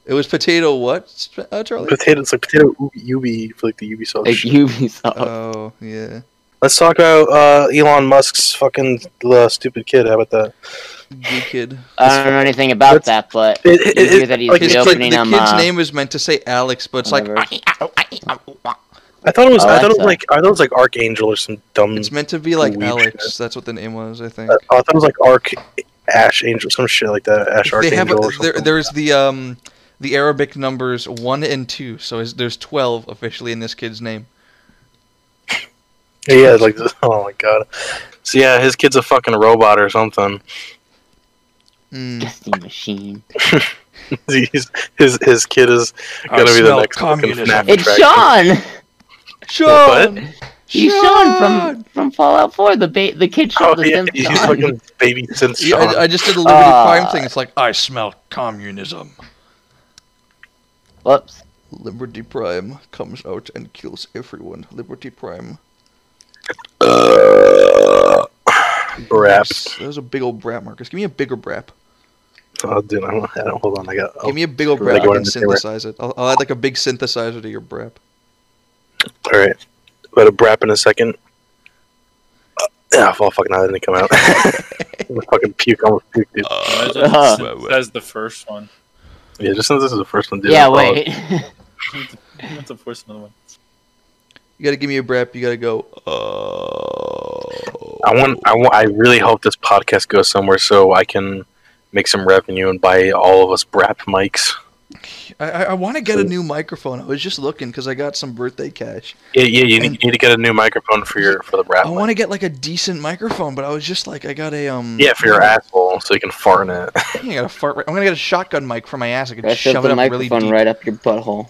Speaker 4: It was potato what, Sp- uh, Charlie?
Speaker 1: Potato, it's like potato ubi, ubi for like the Ubisoft.
Speaker 3: Like
Speaker 1: shit.
Speaker 3: Ubisoft.
Speaker 4: Oh yeah.
Speaker 1: Let's talk about uh, Elon Musk's fucking uh, stupid kid. How about that?
Speaker 4: G kid.
Speaker 3: I don't know anything about
Speaker 1: That's-
Speaker 3: that, but
Speaker 1: It- it-
Speaker 3: you
Speaker 1: it-
Speaker 3: hear that he's
Speaker 1: like,
Speaker 4: His
Speaker 1: it's
Speaker 4: kid,
Speaker 3: reopening
Speaker 4: the
Speaker 3: um,
Speaker 4: kid's
Speaker 3: uh,
Speaker 4: name was meant to say Alex, but it's like
Speaker 3: whatever.
Speaker 1: I thought it was. I thought it was
Speaker 3: Alexa.
Speaker 1: like. I thought it was like Archangel or some dumb.
Speaker 4: it's meant to be like
Speaker 1: Weird
Speaker 4: Alex. That's what the name was, I think.
Speaker 1: I thought it was like Arc Ash Angel, some shit like that. Ash
Speaker 4: they have
Speaker 1: Archangel.
Speaker 4: a,
Speaker 1: or something.
Speaker 4: there, there's the um the Arabic numbers one and two, so is, there's twelve officially in this kid's name.
Speaker 1: yeah, it's like (laughs) oh my god. So yeah, his kid's a fucking robot or something. (laughs)
Speaker 4: Mm.
Speaker 3: Dusty Machine.
Speaker 1: He's, his his kid is
Speaker 4: I
Speaker 1: gonna be the
Speaker 4: Oh, smell
Speaker 1: next fucking
Speaker 4: communism.
Speaker 1: FNAF
Speaker 3: It's
Speaker 1: attraction.
Speaker 3: Sean!
Speaker 4: Sean!
Speaker 3: He's Sean from from Fallout 4, the ba- the kid
Speaker 1: (laughs) Oh
Speaker 3: shot the
Speaker 1: yeah,
Speaker 3: Simpsons.
Speaker 1: he's fucking baby since
Speaker 4: Yeah,
Speaker 1: Sean.
Speaker 4: I, I just did a limited
Speaker 3: Ah.
Speaker 4: crime thing. It's like I smell communism.
Speaker 3: (laughs) Whoops.
Speaker 4: Liberty Prime comes out and kills everyone. Liberty Prime.
Speaker 1: Brap.
Speaker 4: Yes, That was a big old brap, Marcus. Give me a bigger brap.
Speaker 1: Oh, dude, I don't, I don't. Hold on, I got. Oh,
Speaker 4: Give me a big old
Speaker 1: Like
Speaker 4: brap. I
Speaker 1: one
Speaker 4: can
Speaker 1: of the newer-
Speaker 4: synthesize it. I'll, I'll add like a big synthesizer to your brap.
Speaker 1: all right, about a brap in a second. Yeah, oh, fuck! Now that didn't come
Speaker 3: (laughs)
Speaker 1: out. I'm gonna fucking puke. I'm gonna puke, dude.
Speaker 4: Uh,
Speaker 2: Might as
Speaker 3: Uh-huh.
Speaker 2: well just synthesize the first one.
Speaker 1: Yeah, just since this is the first one, dude.
Speaker 3: Yeah,
Speaker 1: I'll-
Speaker 3: wait.
Speaker 2: That's the first another one.
Speaker 4: You gotta give me a brap. You gotta go. Oh.
Speaker 1: I want, I want, I really hope this podcast goes somewhere so I can make some revenue and buy all of us Brap mics.
Speaker 4: I, I, I want to get a new microphone. I was just looking because I got some birthday cash.
Speaker 1: Yeah, yeah, you need, you need to get a new microphone for your for the Brap.
Speaker 4: I want to get like a decent microphone, but I was just like, I got a um.
Speaker 1: mic. Yeah, for your asshole, so you can fart in it. (laughs)
Speaker 4: I got a fart. I'm gonna get a shotgun mic for my ass. I can
Speaker 3: Right,
Speaker 4: shove
Speaker 3: shove
Speaker 4: it
Speaker 3: the
Speaker 4: up really
Speaker 3: microphone
Speaker 4: deep.
Speaker 3: right up your butthole.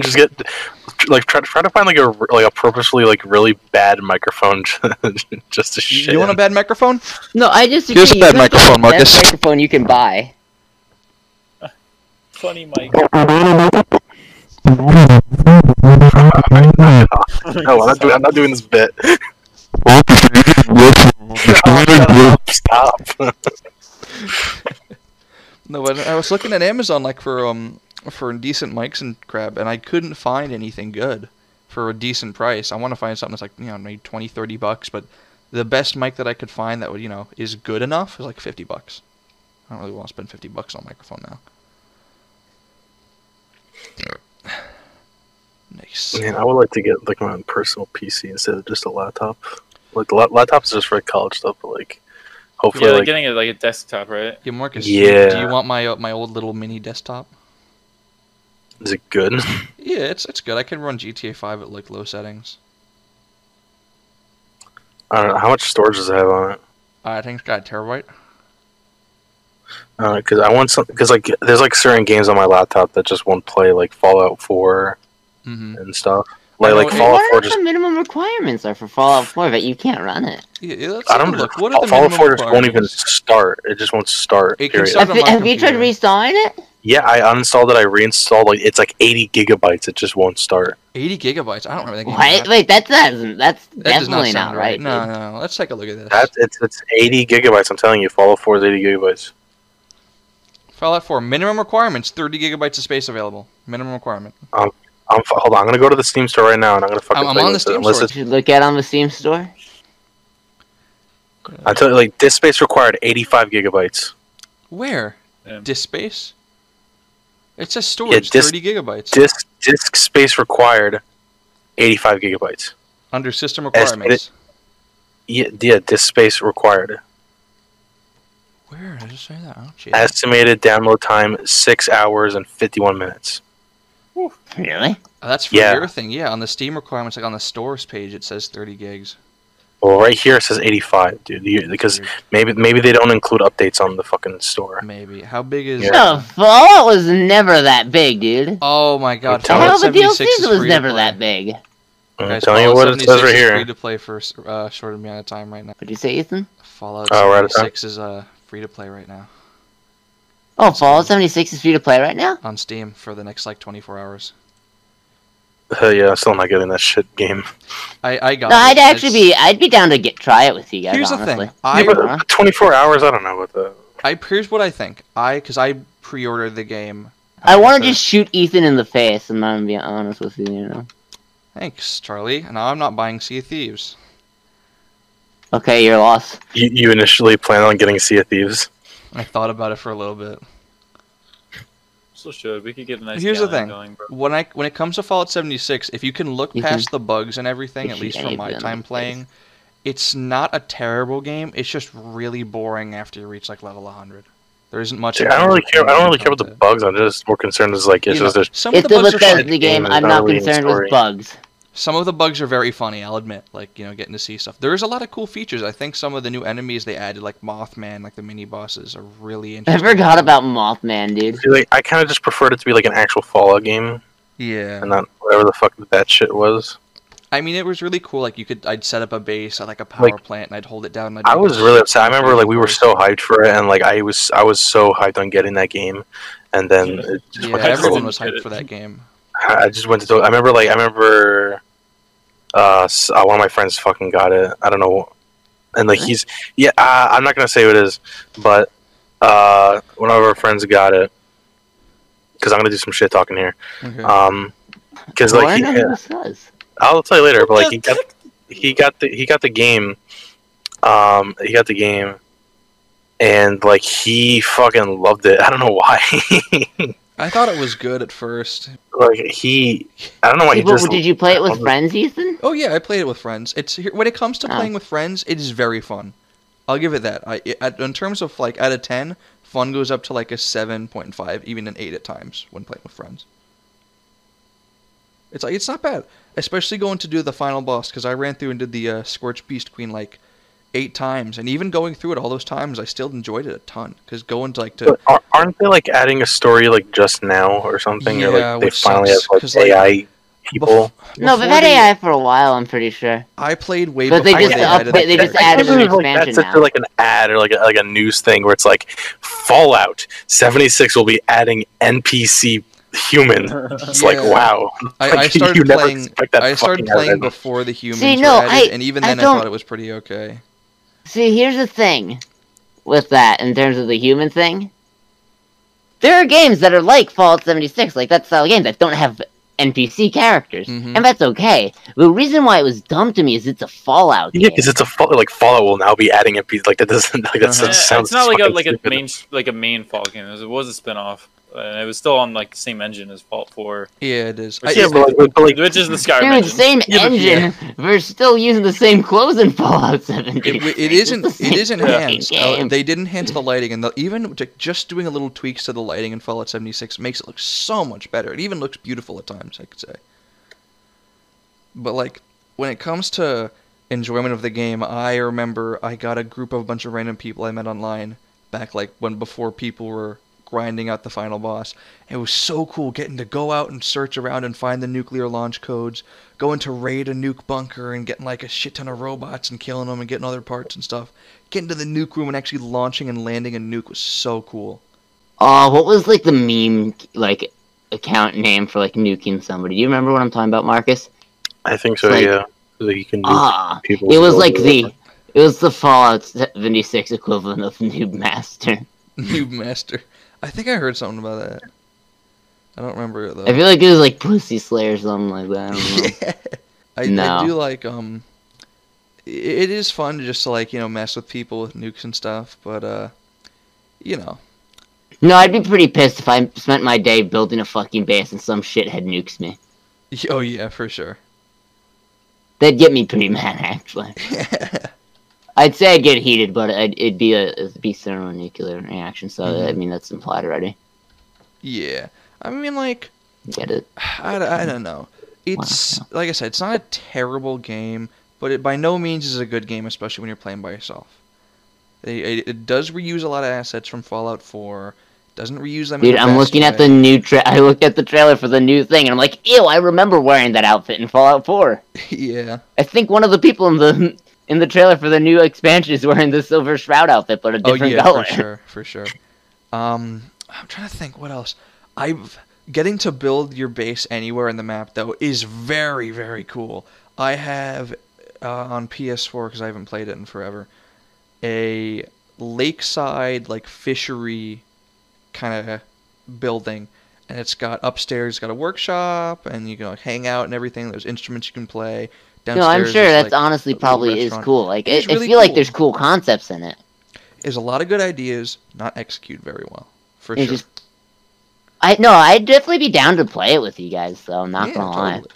Speaker 1: Just get like try, try to find like a r- like a purposely like really bad microphone (laughs) just to shit.
Speaker 4: You want a
Speaker 1: in.
Speaker 4: bad microphone?
Speaker 3: No, I just
Speaker 4: Here's a bad microphone, Marcus.
Speaker 3: Best microphone you can buy.
Speaker 2: Funny Mike.
Speaker 1: Oh,
Speaker 2: (laughs)
Speaker 1: No, I'm not, doing, I'm not doing this bit. (laughs) Stop.
Speaker 4: No, but I was looking at Amazon like for um for decent mics and crap, and I couldn't find anything good for a decent price. I want to find something that's like you know maybe 20, 30 bucks, but the best mic that I could find that would you know is good enough is like fifty bucks. I don't really want to spend fifty bucks on a microphone now. (sighs) Nice.
Speaker 1: Man, I would like to get like my own personal PC instead of just a laptop. Like la- laptops are just for college stuff, but like hopefully
Speaker 2: Yeah, like
Speaker 1: like,
Speaker 2: getting it like a desktop, right?
Speaker 4: Yeah, Marcus. Do
Speaker 1: Yeah.
Speaker 4: you want my uh, my old little mini desktop?
Speaker 1: is it good?
Speaker 4: Yeah, it's it's good. I can run GTA Five at like low settings.
Speaker 1: I don't know how much storage does it have on it.
Speaker 4: Uh, I think it's got a terabyte.
Speaker 1: Because I want some. Because like there's like certain games on my laptop that just won't play, like Fallout 4
Speaker 4: Mm-hmm.
Speaker 1: and stuff.
Speaker 4: I
Speaker 1: Like
Speaker 4: know
Speaker 1: like
Speaker 4: it-
Speaker 1: Fallout
Speaker 3: what
Speaker 1: 4
Speaker 3: are
Speaker 1: just.
Speaker 3: the minimum requirements are for Fallout 4 that you can't run it?
Speaker 4: Yeah, yeah, let's
Speaker 1: I
Speaker 4: take a
Speaker 1: don't.
Speaker 4: look. What are the
Speaker 1: Fallout
Speaker 4: minimum
Speaker 1: 4 just won't even
Speaker 4: requirements?
Speaker 1: start. It just won't start.
Speaker 4: It can
Speaker 1: period.
Speaker 4: start
Speaker 3: Have,
Speaker 4: on
Speaker 3: you-
Speaker 4: my
Speaker 3: have you tried
Speaker 4: computer.
Speaker 3: reinstalling it?
Speaker 1: Yeah, I uninstalled it. I reinstalled. Like it's like 80 gigabytes. It just won't start.
Speaker 4: 80 gigabytes. I don't remember that. game
Speaker 3: Wait,
Speaker 4: that-
Speaker 3: wait, that's not, that's
Speaker 4: that does
Speaker 3: definitely
Speaker 4: sound
Speaker 3: not right.
Speaker 4: No,
Speaker 3: dude.
Speaker 4: no, no. Let's take a look at this.
Speaker 1: That's it's it's 80 gigabytes. I'm telling you, Fallout 4 is 80 gigabytes.
Speaker 4: Fallout 4 minimum requirements: 30 gigabytes of space available. Minimum requirement.
Speaker 1: I'm f- hold on. I'm gonna go to the Steam store right now, and I'm gonna fucking.
Speaker 4: I'm- I'm
Speaker 1: play
Speaker 4: on
Speaker 1: with
Speaker 4: the
Speaker 1: it,
Speaker 4: Steam
Speaker 1: unless
Speaker 4: store.
Speaker 1: it's-
Speaker 3: You should look at on the Steam store.
Speaker 1: I'm telling you, like disk space required 85 gigabytes.
Speaker 4: Where?
Speaker 2: Yeah.
Speaker 4: Disk space. It says storage.
Speaker 1: disk-
Speaker 4: 30 gigabytes
Speaker 1: Disk disk space required 85 gigabytes.
Speaker 4: under system
Speaker 1: Estimated-
Speaker 4: requirements.
Speaker 1: Yeah, yeah disk space required.
Speaker 4: Where does it say that? Oh, jeez.
Speaker 1: Estimated download time six hours and 51 minutes.
Speaker 3: Really?
Speaker 4: Oh, that's for
Speaker 1: yeah.
Speaker 4: your thing. Yeah, on the Steam requirements, like on the stores page, it says 30 gigs.
Speaker 1: Well, right here it says 85, dude. You, because
Speaker 4: Weird.
Speaker 1: maybe maybe they don't include updates on the fucking store.
Speaker 4: maybe. How big is?
Speaker 3: No, Fallout was never that big, dude.
Speaker 4: Oh my God!
Speaker 1: Tell
Speaker 3: Hell,
Speaker 4: Fallout
Speaker 3: the
Speaker 4: 76
Speaker 3: DLCs
Speaker 4: is
Speaker 3: was
Speaker 4: free to
Speaker 3: never
Speaker 4: play.
Speaker 3: that big.
Speaker 1: I'm
Speaker 4: Guys,
Speaker 1: telling you
Speaker 4: Fallout
Speaker 1: what it says
Speaker 4: 76
Speaker 1: right
Speaker 4: is
Speaker 1: here.
Speaker 4: Free to play for a uh, short amount of time right now.
Speaker 3: What'd you say, Ethan?
Speaker 4: Fallout
Speaker 1: Oh, we're out of time.
Speaker 4: 76 is uh, free to play right now
Speaker 3: Oh, Fallout 76 is free to play right now?
Speaker 4: on Steam for the next like 24 hours.
Speaker 1: Uh, yeah, I'm still not getting that shit game.
Speaker 4: I I got.
Speaker 3: No, I'd
Speaker 4: it.
Speaker 3: actually
Speaker 4: It's-
Speaker 3: be, I'd be down to get try it with you guys,
Speaker 4: Here's the
Speaker 3: honestly.
Speaker 4: thing. I,
Speaker 1: yeah,
Speaker 3: Uh-huh.
Speaker 1: but 24 hours, I don't know what the.
Speaker 4: I here's what I think. I because I pre-ordered the game.
Speaker 3: I want
Speaker 4: for-
Speaker 3: to just shoot Ethan in the face, and I'm gonna be honest with you, you know.
Speaker 4: Thanks, Charlie. Now I'm not buying Sea of Thieves.
Speaker 3: Okay, you're lost.
Speaker 1: You, you initially planned on getting Sea of Thieves.
Speaker 4: I thought about it for a little bit.
Speaker 2: So should we could get a nice.
Speaker 4: Here's the
Speaker 2: gallon
Speaker 4: thing.
Speaker 1: (laughs)
Speaker 2: Going, bro.
Speaker 4: When I when it comes to Fallout 76, if you can look
Speaker 3: You
Speaker 4: past the bugs and everything,
Speaker 3: Mm-hmm. you
Speaker 4: at
Speaker 3: should
Speaker 4: least from
Speaker 3: aim
Speaker 4: my
Speaker 3: them in
Speaker 4: time
Speaker 3: the face.
Speaker 4: playing, it's not a terrible game. It's just really boring after you reach like level 100. There isn't much.
Speaker 1: See,
Speaker 4: in
Speaker 1: I don't
Speaker 4: terms
Speaker 1: really
Speaker 4: of
Speaker 1: care. I don't really care
Speaker 4: content.
Speaker 1: about the bugs. I'm just more concerned as like it's
Speaker 4: You know,
Speaker 1: just there's
Speaker 4: some
Speaker 3: It's
Speaker 4: of the
Speaker 3: a
Speaker 4: bugs are funny.
Speaker 3: Bethesda game.
Speaker 1: It's
Speaker 3: I'm
Speaker 1: not
Speaker 3: not
Speaker 1: really in the
Speaker 3: concerned
Speaker 1: story.
Speaker 3: with bugs.
Speaker 4: Some of the bugs are very funny. I'll admit, like you know, getting to see stuff. There is a lot of cool features. I think some of the new enemies they added, like Mothman, like the mini bosses, are really
Speaker 3: I
Speaker 4: interesting.
Speaker 3: forgot about Mothman, dude.
Speaker 1: See, like I kind of just preferred it to be like an actual Fallout game
Speaker 4: Yeah,
Speaker 1: and not whatever the fuck that shit was.
Speaker 4: I mean, it was really cool. Like you could, I'd set up a base, like a power
Speaker 1: Like,
Speaker 4: plant, and I'd hold it down. And I'd
Speaker 1: I
Speaker 4: make
Speaker 1: was
Speaker 4: a
Speaker 1: really
Speaker 4: shit
Speaker 1: upset. I
Speaker 4: ton of
Speaker 1: remember like we were
Speaker 4: videos.
Speaker 1: so hyped for it, and like I was I was so hyped on getting that game, and then it
Speaker 2: (laughs)
Speaker 1: just
Speaker 4: Yeah,
Speaker 1: went to
Speaker 4: everyone
Speaker 1: total-
Speaker 4: was
Speaker 2: get
Speaker 4: hyped
Speaker 2: it.
Speaker 4: for that game.
Speaker 1: I just went to. total- I remember like I remember, uh, s- uh, one of my friends fucking got it. I don't know, and like he's yeah. Uh, I'm not gonna say who it is, but uh, one of our friends got it because I'm gonna do some shit talking here.
Speaker 4: Okay.
Speaker 1: Um, because
Speaker 3: Do I
Speaker 1: like he,
Speaker 3: know who this was?
Speaker 1: I'll tell you later, but like he got he got the he got the game, um, he got the (laughs) game, and like he fucking loved it. I don't know why.
Speaker 4: I thought it was good at first.
Speaker 1: Like he, I don't know why he
Speaker 3: People-
Speaker 1: just.
Speaker 3: did you play it with
Speaker 1: Oh.
Speaker 3: friends, Ethan?
Speaker 4: Oh yeah, I played it with friends. It's here- when it comes to
Speaker 3: Oh.
Speaker 4: playing with friends, it is very fun. I'll give it that. I it, at- in terms of like out of ten, fun goes up to like a seven point five, even an eight at times when playing with friends. It's like it's not bad, especially going to do the final boss because I ran through and did the uh, Scorch Beast Queen like eight times, and even going through it all those times, I still enjoyed it a ton because going to like to
Speaker 1: But ar- aren't they like adding a story like just now or something? or
Speaker 4: Yeah,
Speaker 1: like they
Speaker 4: which
Speaker 1: finally
Speaker 4: sucks,
Speaker 1: have
Speaker 4: 'cause,
Speaker 1: like
Speaker 4: like,
Speaker 1: AI people.
Speaker 3: No, they've
Speaker 4: before
Speaker 3: had
Speaker 4: they-
Speaker 3: AI for a while. I'm pretty sure.
Speaker 4: I played way
Speaker 3: But they
Speaker 4: before
Speaker 1: just
Speaker 4: they added
Speaker 3: upgrade- they
Speaker 4: that
Speaker 3: just
Speaker 4: character.
Speaker 3: added an
Speaker 1: I like
Speaker 3: expansion
Speaker 1: that's such a,
Speaker 3: now.
Speaker 1: like an ad or like a, like a news thing where it's like Fallout 76 will be adding NPC human.
Speaker 2: (laughs)
Speaker 1: It's like
Speaker 4: Yeah.
Speaker 1: wow. (laughs)
Speaker 4: I,
Speaker 1: Like,
Speaker 3: (laughs)
Speaker 4: I started
Speaker 1: you never
Speaker 4: playing.
Speaker 1: expect that
Speaker 4: I started
Speaker 1: fucking out of
Speaker 4: playing
Speaker 1: anyone.
Speaker 4: before the humans
Speaker 3: no,
Speaker 4: were
Speaker 3: I-
Speaker 4: added, and even
Speaker 3: I
Speaker 4: then I,
Speaker 3: don't-
Speaker 4: thought it was pretty okay.
Speaker 3: See, here's the thing with that in terms of the human thing. There are games that are like Fallout 76, like that style of game that don't have NPC characters,
Speaker 4: Mhm.
Speaker 3: and that's okay. The reason why it was dumb to me is it's a Fallout
Speaker 1: Yeah,
Speaker 3: game.
Speaker 1: because it's a fall, like Fallout will now be adding NPC. Like that doesn't (laughs) like that
Speaker 4: Uh-huh.
Speaker 2: Uh,
Speaker 1: sounds.
Speaker 2: it's not like a
Speaker 1: fucking
Speaker 2: like a
Speaker 1: stupid.
Speaker 2: main like a main Fallout game. It was, it was a spinoff, and it was still on like the same engine as Fallout Four,
Speaker 4: Yeah, it is.
Speaker 2: Or
Speaker 1: Yeah, but like, but, like
Speaker 2: which is
Speaker 1: (laughs)
Speaker 2: the Skyrim
Speaker 3: Dude,
Speaker 2: engine.
Speaker 3: same
Speaker 1: Yeah, but-
Speaker 3: engine. We're still using the same clothes in Fallout 76.
Speaker 4: it, w- it
Speaker 3: It's
Speaker 4: isn't.
Speaker 3: the
Speaker 4: It
Speaker 3: same
Speaker 4: is
Speaker 3: fucking
Speaker 4: enhanced. Uh,
Speaker 3: game.
Speaker 4: they did enhance the lighting, and the, even ju- just doing a little tweaks to the lighting in Fallout 76 makes it look so much better. It even looks beautiful at times, I could say. But like when it comes to enjoyment of the game, I remember I got a group of a bunch of random people I met online back like when before people were grinding out the final boss. It was so cool getting to go out and search around and find the nuclear launch codes, going to raid a nuke bunker and getting like a shit ton of robots and killing them and getting other parts and stuff. Getting to the nuke room and actually launching and landing a nuke was so cool. (laughs)
Speaker 3: Oh, what was like the meme like account name for like nuking somebody? Do you remember what I'm talking about, Marcus?
Speaker 1: I think so.
Speaker 3: like-
Speaker 1: yeah, like you can do
Speaker 3: Ah,
Speaker 1: people.
Speaker 3: it was like the it was the Fallout 76 equivalent of (laughs) Noob Master.
Speaker 4: Noob master. I think I heard something about that. I don't remember it though.
Speaker 3: I
Speaker 4: (laughs)
Speaker 3: feel like it was like Pussy Slayer or something like that. I don't know.
Speaker 4: yeah. I, I
Speaker 3: No.
Speaker 4: do like um i- it is fun to just to like, you know, mess with people with nukes and stuff, but uh you know. (laughs)
Speaker 3: no, I'd be pretty pissed if I spent my day building a fucking base and some shithead nukes me.
Speaker 4: Y- Oh yeah,
Speaker 3: (laughs)
Speaker 4: for sure. (laughs)
Speaker 3: That'd get me pretty (laughs) mad, actually. I'd say I'd get heated, but I'd, it'd be a it'd be thermonuclear reaction. So I mean, that's implied already.
Speaker 4: yeah. I mean like
Speaker 3: Get it?
Speaker 4: I, d- I don't know. It's
Speaker 3: Wow.
Speaker 4: like I said, it's not a terrible game, but it by no means is a good game, especially when you're playing by yourself. It, it, it does reuse a lot of assets from Fallout 4. Doesn't reuse them. in
Speaker 3: Dude,
Speaker 4: the
Speaker 3: I'm
Speaker 4: best
Speaker 3: looking at
Speaker 4: way.
Speaker 3: the new tra- (laughs) I looked at the trailer for the new thing, and I'm like, ew! I remember wearing that outfit in Fallout 4.
Speaker 4: (laughs) yeah.
Speaker 3: I think one of the people in the (laughs) in the trailer for the new expansion is wearing the silver shroud outfit, but a different
Speaker 4: oh, yeah,
Speaker 3: color.
Speaker 4: For sure, for sure. Um, I'm trying to think what else. I've getting to build your base anywhere in the map though is very very cool. I have uh, on PS4 because I haven't played it in forever. A lakeside like fishery kind of building, and it's got upstairs it's got a workshop, and you can like, hang out and everything. There's instruments you can play. Downstairs,
Speaker 3: (laughs) No, I'm sure
Speaker 4: is,
Speaker 3: that's
Speaker 4: like,
Speaker 3: honestly
Speaker 4: a little
Speaker 3: probably is
Speaker 4: restaurant.
Speaker 3: cool. Like,
Speaker 4: It
Speaker 3: I,
Speaker 4: is really
Speaker 3: I feel like
Speaker 4: cool.
Speaker 3: there's cool concepts in it.
Speaker 4: There's a lot of good ideas, not execute very well, for
Speaker 3: It's
Speaker 4: sure.
Speaker 3: just- I no, I'd definitely be down to play it with you guys. though, I'm not
Speaker 4: Yeah,
Speaker 3: gonna lie.
Speaker 4: totally.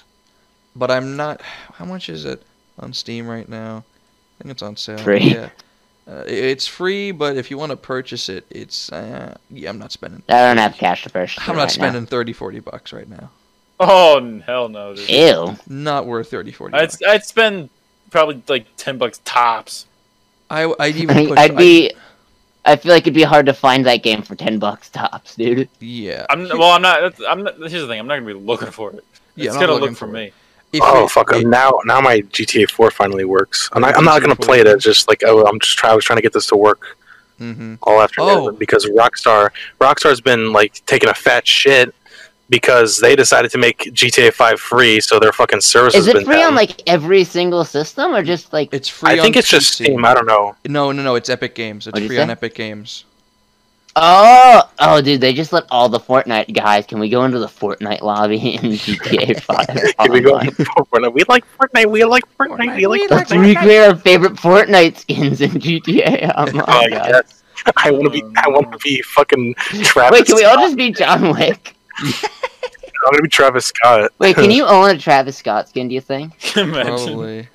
Speaker 4: But I'm not. How much is it on Steam right now? I think it's on sale.
Speaker 3: Free.
Speaker 4: Yeah. Uh, i- it's free, but if you want to purchase it, it's. Uh, yeah, I'm not spending.
Speaker 3: I don't have cash to purchase. it
Speaker 4: I'm not
Speaker 3: right now.
Speaker 4: spending thirty, forty 30, 40 bucks right now.
Speaker 2: Oh n- hell no! Dude.
Speaker 3: Ew.
Speaker 4: Not worth 30, 40
Speaker 2: I'd
Speaker 4: bucks.
Speaker 2: I'd spend probably like ten bucks tops.
Speaker 3: (laughs)
Speaker 4: I, would even push.
Speaker 3: I'd be. I feel like it'd be hard to find that game for ten bucks tops, dude.
Speaker 4: I- yeah.
Speaker 2: I'm well, I'm not. that's- I'm not. Here's the thing. I'm not gonna be looking for it.
Speaker 4: Yeah,
Speaker 2: it's
Speaker 4: I'm not
Speaker 2: gonna
Speaker 4: looking
Speaker 2: look for
Speaker 4: for it.
Speaker 2: me.
Speaker 4: If
Speaker 1: Oh
Speaker 4: it-
Speaker 1: fuck!
Speaker 4: it-
Speaker 1: now, now my GTA 4 finally works. I'm not, I'm not gonna
Speaker 4: GTA 4.
Speaker 1: play it. It's just like oh, I'm just trying. I was trying to get this to work
Speaker 4: mhm.
Speaker 1: all afternoon
Speaker 4: Oh.
Speaker 1: because Rockstar, Rockstar's been like taking a fat shit because they decided to make GTA 5 free, so their fucking service
Speaker 3: Is
Speaker 1: has
Speaker 3: it
Speaker 1: been
Speaker 3: free
Speaker 1: down.
Speaker 3: on like every single system, or just like?
Speaker 4: It's free.
Speaker 1: I think
Speaker 4: on
Speaker 1: it's just
Speaker 4: PC.
Speaker 1: Steam. I don't know.
Speaker 4: No, no, no. It's Epic Games. It's
Speaker 3: What'd you
Speaker 4: free on
Speaker 3: say?
Speaker 4: Epic Games.
Speaker 3: Oh, oh, dude, they just let all the Fortnite guys. Can we go into the Fortnite lobby (laughs) in
Speaker 4: (laughs)
Speaker 3: GTA Five? Oh
Speaker 1: Can we go on (laughs) Fortnite? We like Fortnite. We like Fortnite. we like
Speaker 3: Let's
Speaker 1: Fortnite.
Speaker 3: recreate our favorite Fortnite skins in (laughs) GTA Online.
Speaker 4: Oh,
Speaker 1: Oh, yes. I want to be. I want to be fucking Travis.
Speaker 3: Wait, can we all just be John Wick?
Speaker 1: I'm gonna be Travis Scott.
Speaker 3: Wait,
Speaker 4: (laughs)
Speaker 1: (laughs)
Speaker 3: can you own a Travis Scott skin? Do you think?
Speaker 2: (laughs) Imagine.
Speaker 4: Probably.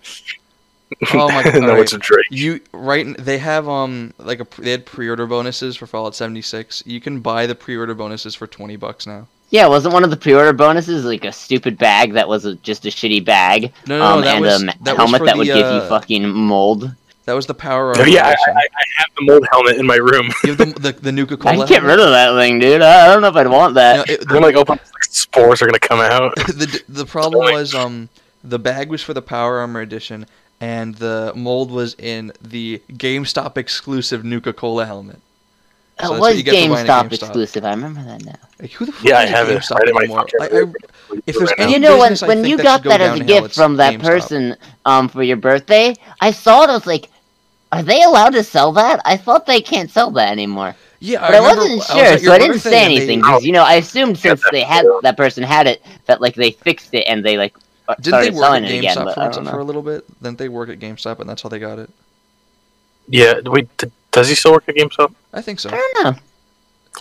Speaker 4: Oh my god.
Speaker 1: no, it's a Drake.
Speaker 4: You right? n- They have um like a pre- they had pre-order bonuses for Fallout 76. You can buy the pre-order bonuses for 20 bucks now.
Speaker 3: Yeah, wasn't one of the pre-order bonuses like a stupid bag that was a, just a shitty bag,
Speaker 4: No, no,
Speaker 3: um,
Speaker 4: no that
Speaker 3: and
Speaker 4: was
Speaker 3: a ma-
Speaker 4: that was
Speaker 3: helmet
Speaker 4: for
Speaker 3: that
Speaker 4: the,
Speaker 3: would give you
Speaker 4: uh,
Speaker 3: fucking mold?
Speaker 4: that was the power
Speaker 1: No,
Speaker 4: armor.
Speaker 1: yeah, I, I,
Speaker 4: edition.
Speaker 1: I I have the mold helmet in my room.
Speaker 4: you have the the, the
Speaker 3: (laughs)
Speaker 4: Nuka
Speaker 3: I
Speaker 4: Cola.
Speaker 3: would get rid of that thing, dude. I, I don't know if I'd want that.
Speaker 4: No, it-
Speaker 1: I'm like, open like, spores are gonna come
Speaker 4: (laughs)
Speaker 1: out.
Speaker 4: the d- the problem
Speaker 1: Like-
Speaker 4: was um the bag was for the power armor edition and the mold was in the GameStop exclusive Nuka Cola helmet.
Speaker 3: That
Speaker 4: So that's what
Speaker 3: was
Speaker 4: you get for buying a
Speaker 3: GameStop,
Speaker 4: GameStop.
Speaker 3: exclusive. I remember that now.
Speaker 4: Like, who the fuck
Speaker 1: Yeah, I
Speaker 4: is
Speaker 1: have it
Speaker 4: GameStop
Speaker 1: right in my
Speaker 4: anymore?
Speaker 1: fucking
Speaker 4: I, I,
Speaker 1: room.
Speaker 4: if Um, there's
Speaker 1: now.
Speaker 4: any-
Speaker 3: you know when
Speaker 4: business, I
Speaker 3: when
Speaker 4: think
Speaker 3: you
Speaker 4: that
Speaker 3: got
Speaker 4: should go
Speaker 3: that as a
Speaker 4: downhill,
Speaker 3: gift
Speaker 4: it's
Speaker 3: from that
Speaker 4: GameStop.
Speaker 3: person um for your birthday, I saw it. I was like, are they allowed to sell that? I thought they can't sell that anymore.
Speaker 4: yeah,
Speaker 3: But I,
Speaker 4: remember
Speaker 3: wasn't
Speaker 4: was
Speaker 3: sure,
Speaker 4: at
Speaker 3: so
Speaker 4: your
Speaker 3: I didn't
Speaker 4: birthday
Speaker 3: say
Speaker 4: and they-
Speaker 3: anything because you know I assumed since
Speaker 1: that
Speaker 3: they had that person had it that like they fixed it and they like uh,
Speaker 4: Didn't they
Speaker 3: started
Speaker 4: work at
Speaker 3: selling it
Speaker 4: GameStop
Speaker 3: again. But I
Speaker 4: for,
Speaker 3: don't
Speaker 4: for a
Speaker 3: know.
Speaker 4: little bit? Didn't they work at GameStop and that's how they got it?
Speaker 1: Yeah, wait, d does he still work at GameStop?
Speaker 4: I think so.
Speaker 3: I don't know.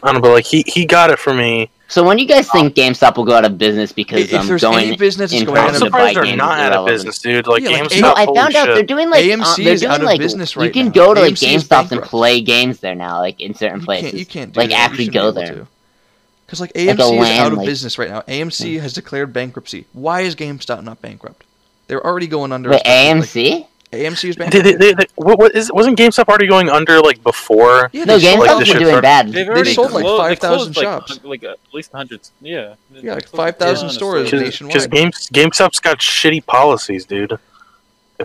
Speaker 1: I don't know, but like he he got it for me.
Speaker 3: So when you guys think GameStop will go out of business because
Speaker 4: if
Speaker 3: um,
Speaker 4: there's any
Speaker 3: going
Speaker 4: business that's
Speaker 3: in
Speaker 4: going
Speaker 3: Well,
Speaker 1: I'm
Speaker 4: out
Speaker 3: front to
Speaker 4: of
Speaker 3: buy
Speaker 1: surprised they're
Speaker 3: games
Speaker 1: not
Speaker 3: is
Speaker 1: out of
Speaker 3: irrelevant.
Speaker 1: business, dude. Like
Speaker 4: Yeah, like,
Speaker 1: GameStop.
Speaker 4: It's
Speaker 3: No,
Speaker 4: not-
Speaker 3: I
Speaker 1: holy
Speaker 3: found out
Speaker 1: shit.
Speaker 3: they're doing like
Speaker 4: AMC
Speaker 3: uh, they're
Speaker 4: is
Speaker 3: doing
Speaker 4: out of
Speaker 3: like
Speaker 4: business
Speaker 3: you
Speaker 4: right
Speaker 3: can
Speaker 4: now.
Speaker 3: go to like
Speaker 4: AMC is
Speaker 3: GameStop and
Speaker 4: bankrupt.
Speaker 3: play games there now, like in certain
Speaker 4: You
Speaker 3: places.
Speaker 4: can't, you can't do
Speaker 3: like
Speaker 4: that. You
Speaker 3: actually
Speaker 4: shouldn't be
Speaker 3: go there.
Speaker 4: able to. Cause like
Speaker 3: a Hmm.
Speaker 4: AMC is
Speaker 3: LAN,
Speaker 4: out of
Speaker 3: like-
Speaker 4: business right now. AMC has declared bankruptcy. Why is GameStop not bankrupt? They're already going under.
Speaker 3: Wait,
Speaker 4: as well, like,
Speaker 3: AMC?
Speaker 4: AMC is
Speaker 1: Did
Speaker 4: bankrupt.
Speaker 1: they, they, they, what, what is wasn't GameStop already going under like before?
Speaker 4: Yeah,
Speaker 3: no,
Speaker 4: they sold,
Speaker 1: like, this
Speaker 3: GameStop's been
Speaker 1: shit
Speaker 3: doing
Speaker 1: started-
Speaker 3: bad.
Speaker 2: They've already
Speaker 4: sold, like,
Speaker 2: clo- they
Speaker 4: 5,000
Speaker 2: closed, like,
Speaker 4: shops.
Speaker 2: hun- Like, at least hundreds. Yeah. They
Speaker 4: Yeah, like
Speaker 2: closed a
Speaker 4: 5,000
Speaker 2: ton of
Speaker 4: stores.
Speaker 2: stores.
Speaker 4: nationwide.
Speaker 1: Because Games GameStop's got shitty policies, dude. They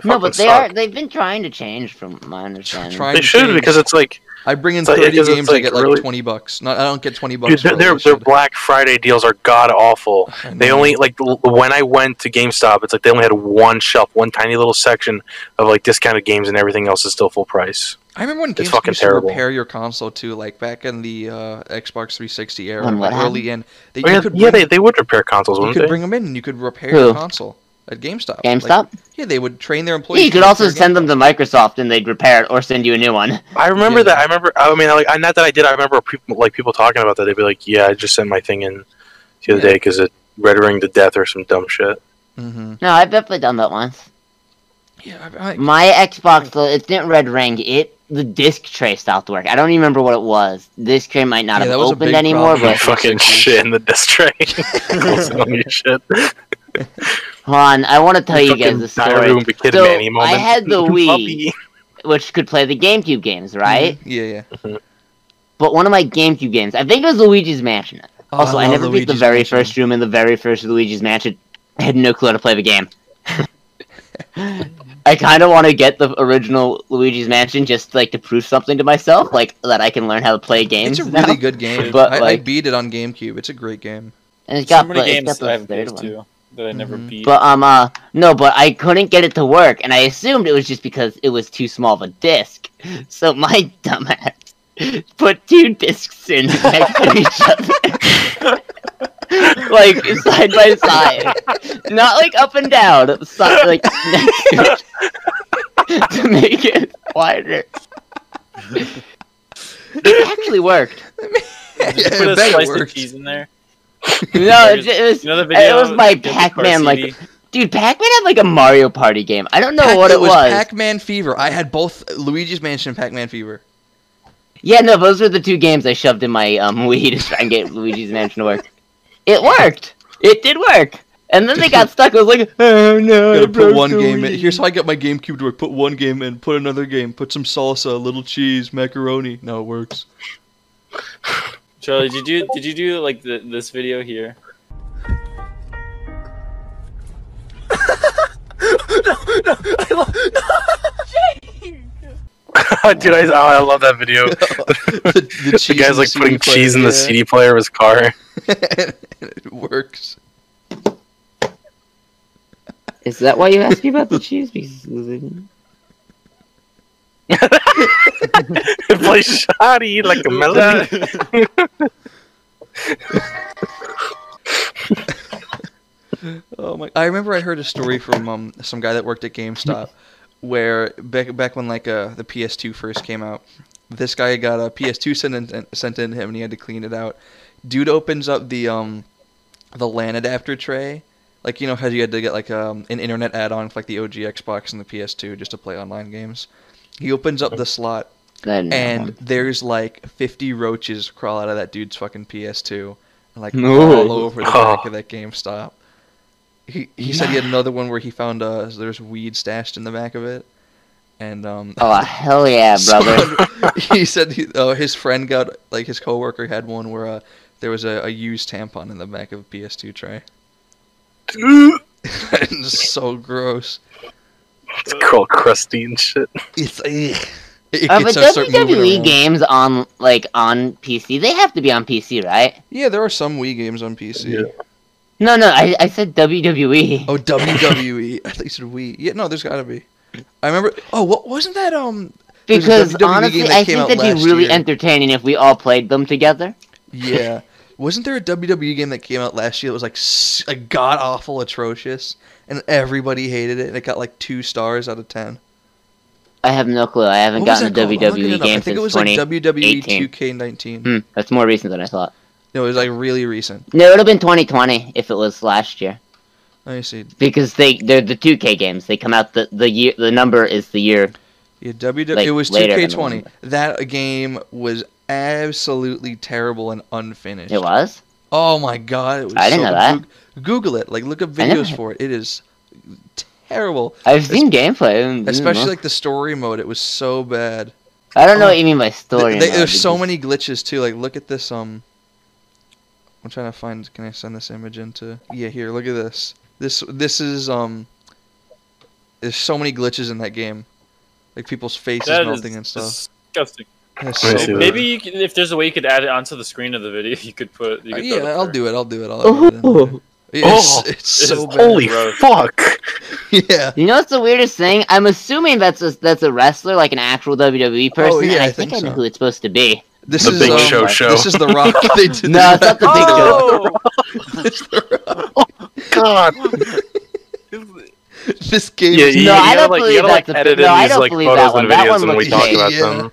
Speaker 3: No,
Speaker 1: fucking
Speaker 3: but they
Speaker 1: suck.
Speaker 3: are they've been trying to change from my understanding.
Speaker 4: trying
Speaker 1: They
Speaker 4: to
Speaker 1: should
Speaker 4: change.
Speaker 1: because it's like
Speaker 4: I bring in
Speaker 1: So, yeah,
Speaker 4: thirty
Speaker 1: 'cause it's,
Speaker 4: games, I
Speaker 1: like,
Speaker 4: get like
Speaker 1: really-
Speaker 4: twenty bucks. No, I don't get twenty bucks.
Speaker 1: dude,
Speaker 4: for
Speaker 1: their
Speaker 4: it,
Speaker 1: their,
Speaker 4: I
Speaker 1: their
Speaker 4: should.
Speaker 1: Black Friday deals are god awful.
Speaker 4: (sighs) I
Speaker 1: They
Speaker 4: know.
Speaker 1: only like l- when I went to GameStop, it's like they only had one shelf, one tiny little section of like discounted games, and everything else is still full price.
Speaker 4: I remember when
Speaker 1: it's
Speaker 4: games
Speaker 1: fucking
Speaker 4: used to
Speaker 1: terrible.
Speaker 4: repair your console too, like back in the uh, Xbox 360 era,
Speaker 3: When what
Speaker 4: like, early in. They,
Speaker 1: Oh,
Speaker 4: you
Speaker 1: yeah,
Speaker 4: could
Speaker 1: yeah,
Speaker 4: bring,
Speaker 1: they, they would repair consoles,
Speaker 4: you
Speaker 1: wouldn't
Speaker 4: could
Speaker 1: they?
Speaker 4: bring them in and you could repair
Speaker 3: Who?
Speaker 4: your console at GameStop. Like,
Speaker 3: GameStop?
Speaker 4: yeah, they would train their
Speaker 3: yeah,
Speaker 4: employees.
Speaker 3: you
Speaker 4: to
Speaker 3: could
Speaker 4: repair
Speaker 3: also
Speaker 4: your
Speaker 3: send them to Microsoft and they'd repair it or send you a new one. (laughs)
Speaker 1: I remember
Speaker 4: Yeah.
Speaker 1: that. I remember. I mean, like, I not that I did. I remember people, like people talking about that. They'd be like, "Yeah, I just sent my thing in the other
Speaker 4: Yeah.
Speaker 1: day because it Red Ring to Death or some dumb shit."
Speaker 4: console. Mhm.
Speaker 3: No, I've definitely done that once.
Speaker 4: Yeah, I, I,
Speaker 3: My Xbox, though, it didn't red ring. It the disc tray stopped working. I don't even remember what it was. Disc tray might not
Speaker 4: Yeah, that
Speaker 3: have
Speaker 4: was a
Speaker 3: opened
Speaker 4: big
Speaker 3: anymore,
Speaker 4: problem.
Speaker 3: but (laughs)
Speaker 1: Fucking
Speaker 4: 360.
Speaker 1: shit in the disc tray. Closing all your shit.
Speaker 3: hold on, I want to tell you guys
Speaker 1: Fucking
Speaker 3: the
Speaker 1: diary
Speaker 3: story,
Speaker 1: room be kid
Speaker 3: So,
Speaker 1: Manny
Speaker 3: I
Speaker 1: moment. (laughs)
Speaker 3: had the Wii.
Speaker 1: Puppy.
Speaker 3: which could play the GameCube games, right?
Speaker 4: mhm. Yeah, yeah.
Speaker 3: But one of my GameCube games, I think it was Luigi's Mansion.
Speaker 4: Oh,
Speaker 3: Also, I,
Speaker 4: love
Speaker 3: never beat the
Speaker 4: Luigi's
Speaker 3: very
Speaker 4: Mansion.
Speaker 3: first room in the very first Luigi's Mansion. I had no clue how to play the
Speaker 4: (laughs)
Speaker 3: game. I kind of want to get the original Luigi's Mansion just like to prove something to myself, like that I can learn how to play games.
Speaker 4: It's a
Speaker 3: now.
Speaker 4: really good game.
Speaker 3: (laughs) But,
Speaker 4: I, I
Speaker 3: like-
Speaker 4: beat it on GameCube. It's a
Speaker 1: (laughs)
Speaker 4: great game.
Speaker 3: And it's
Speaker 2: So
Speaker 3: got,
Speaker 2: many
Speaker 3: the, it's
Speaker 2: games
Speaker 3: got
Speaker 2: that I
Speaker 3: the
Speaker 2: have
Speaker 3: third
Speaker 2: played
Speaker 3: one.
Speaker 2: too that I never
Speaker 4: Mhm.
Speaker 2: beat.
Speaker 3: But um, uh, no, but I couldn't get it to work, and I assumed it was just because it was too small of a disc. (laughs) So my dumbass put two discs in next to each other, (laughs) like side by side, not like up and down, si- like next to each (laughs) to make it wider. It actually worked.
Speaker 4: (laughs) yeah,
Speaker 2: Did you put
Speaker 4: I
Speaker 2: a
Speaker 4: bet it
Speaker 2: slice of
Speaker 4: worked.
Speaker 2: cheese in there?
Speaker 3: No, it, it was
Speaker 2: You know the
Speaker 3: it
Speaker 2: video?
Speaker 3: was my
Speaker 2: of the car
Speaker 3: Pac-Man, like,
Speaker 2: CD?
Speaker 3: dude. Pac-Man had like a Mario Party game. I don't know
Speaker 4: Pac-
Speaker 3: what it, was.
Speaker 4: Pac-Man Fever. I had both Luigi's Mansion and Pac-Man Fever.
Speaker 3: Yeah, no, those were the two games I shoved in my um, (laughs) Wii to try and get Luigi's Mansion to work. It worked. It did work. And then they (laughs) got stuck. I was like, (laughs) oh no, I
Speaker 4: Gotta put
Speaker 3: broke
Speaker 4: one
Speaker 3: the
Speaker 4: game
Speaker 3: Wii.
Speaker 4: in. Here's how I get my GameCube to work. Put one game in. Put another game. Put some salsa, a little cheese, macaroni. Now it works. (laughs)
Speaker 2: Charlie, did you did you do like the, this video here?
Speaker 4: (laughs)
Speaker 1: (laughs) Dude, I, oh, I love that video.
Speaker 4: the, the
Speaker 1: the
Speaker 4: cheese in
Speaker 1: guy's like
Speaker 4: CD
Speaker 1: putting
Speaker 4: player,
Speaker 1: cheese in
Speaker 4: yeah.
Speaker 1: the CD player of his car.
Speaker 4: (laughs) it works.
Speaker 3: Is that why you asked me about the cheese? Because Luigi-
Speaker 1: it plays shoddy like a melody.
Speaker 4: Oh my! I remember I heard a story from um, some guy that worked at GameStop, where back back when like uh, the PS2 first came out, This guy got a PS2 sent in, sent in to him, and he had to clean it out. Dude opens up the um, the LAN adapter tray, like you know how you had to get like um, an internet add-on for like the OG Xbox and the PS2 just to play online games. He opens up the slot,
Speaker 3: Then
Speaker 4: and there's like 50 roaches crawl out of that dude's fucking PS2, and like
Speaker 3: No.
Speaker 4: all over the
Speaker 1: Oh.
Speaker 4: back of that GameStop. He he said he had another one where he found uh there's weed stashed in the back of it, and um (laughs)
Speaker 3: oh hell yeah, brother!
Speaker 4: someone- he said he, uh, his friend got like his coworker had one where uh there was a, a used tampon in the back of a PS2 tray. (laughs) it's so gross.
Speaker 1: It's all crusty and shit.
Speaker 4: It's it, it
Speaker 3: Uh,
Speaker 4: gets
Speaker 3: but
Speaker 4: us start moving
Speaker 3: WWE
Speaker 4: around.
Speaker 3: games on like on PC, they have to be on PC, right?
Speaker 4: Yeah, there are some Wii games on PC.
Speaker 1: Yeah.
Speaker 3: No, no, I, I said E. WWE.
Speaker 4: Oh, WWE. I thought you said we. Yeah, no, there's gotta be. I remember. Oh, what wasn't that? Um. there's a
Speaker 3: because
Speaker 4: WWE
Speaker 3: honestly,
Speaker 4: game that
Speaker 3: I
Speaker 4: came
Speaker 3: think
Speaker 4: out
Speaker 3: that'd be
Speaker 4: last
Speaker 3: really
Speaker 4: year.
Speaker 3: entertaining if we all played them together.
Speaker 4: Yeah. wasn't there a WWE game that came out last year that was like s- like god awful, atrocious, and everybody hated it, and it got like two stars out of ten.
Speaker 3: I have no clue. I haven't
Speaker 4: What was
Speaker 3: gotten a
Speaker 4: that called? I'm looking
Speaker 3: WWE
Speaker 4: it up.
Speaker 3: game
Speaker 4: I think
Speaker 3: E since
Speaker 4: it was like E
Speaker 3: 20.
Speaker 4: WWE
Speaker 3: 2018.
Speaker 4: 2K19.
Speaker 3: Hmm, that's more recent than I thought.
Speaker 4: No, it was like really recent.
Speaker 3: No, it would have been 2020 if it was last year.
Speaker 4: Let me see.
Speaker 3: Because they they're the 2K games. They come out the the year the number is the year.
Speaker 4: Yeah, WW.
Speaker 3: Like,
Speaker 4: it was
Speaker 3: later in the
Speaker 4: 2K20. That uh, game was absolutely terrible and unfinished.
Speaker 3: It was.
Speaker 4: Oh my god, it was
Speaker 3: I didn't
Speaker 4: so
Speaker 3: know
Speaker 4: bad.
Speaker 3: that.
Speaker 4: Goog- Google it, like look up
Speaker 3: I never
Speaker 4: videos
Speaker 3: had-
Speaker 4: for it. It is terrible,
Speaker 3: I've seen gameplay. Mm, and-
Speaker 4: especially like the story mode. It was so bad.
Speaker 3: I don't know what you mean by
Speaker 4: Th-
Speaker 3: story.
Speaker 4: they-
Speaker 3: mode,
Speaker 4: there's so
Speaker 3: because-
Speaker 4: many glitches too. Like look at this. Um, I'm trying to find. Can I send this image into? Yeah, here. Look at this. This this is um. There's so many glitches in that game, like people's faces
Speaker 2: That is
Speaker 4: melting and stuff.
Speaker 2: disgusting.
Speaker 4: That's
Speaker 1: Let me see
Speaker 4: so bad.
Speaker 1: that.
Speaker 2: Maybe you could, if there's a way you could add it onto the screen of the video, you could put. You
Speaker 4: Uh,
Speaker 2: could
Speaker 4: yeah,
Speaker 2: put it
Speaker 4: I'll
Speaker 2: there.
Speaker 4: do it. I'll do it. I'll
Speaker 3: Oh.
Speaker 4: edit it in there. It's, it's
Speaker 2: It
Speaker 4: so
Speaker 2: is-
Speaker 4: bad. (laughs)
Speaker 1: Holy
Speaker 2: Gross.
Speaker 1: fuck!
Speaker 4: Yeah.
Speaker 3: You know what's the weirdest thing? I'm assuming that's a, that's a wrestler, like an actual WWE person.
Speaker 4: Oh, yeah,
Speaker 3: and I,
Speaker 4: I
Speaker 3: think,
Speaker 4: think
Speaker 3: I know
Speaker 4: so.
Speaker 3: who it's supposed to be.
Speaker 4: This
Speaker 1: The
Speaker 4: is
Speaker 1: Big
Speaker 4: um,
Speaker 1: Show show.
Speaker 4: This is the
Speaker 1: (laughs)
Speaker 4: Rock. (laughs) they did
Speaker 3: No, it's not the Big Show.
Speaker 2: Oh!
Speaker 4: This, is the Rock.
Speaker 1: God.
Speaker 4: (laughs) This game.
Speaker 1: Yeah,
Speaker 4: is-
Speaker 1: you,
Speaker 3: No,
Speaker 1: you
Speaker 3: I
Speaker 1: gotta,
Speaker 3: don't
Speaker 1: like,
Speaker 3: believe
Speaker 1: you gotta, like
Speaker 3: that's a-
Speaker 1: edit
Speaker 3: no, I
Speaker 1: in these
Speaker 3: don't
Speaker 1: like
Speaker 3: believe
Speaker 1: photos
Speaker 3: that
Speaker 1: and
Speaker 3: one. That
Speaker 1: videos
Speaker 3: one
Speaker 1: when we
Speaker 3: looks
Speaker 1: talk
Speaker 3: fake.
Speaker 1: about
Speaker 4: Yeah.
Speaker 1: them.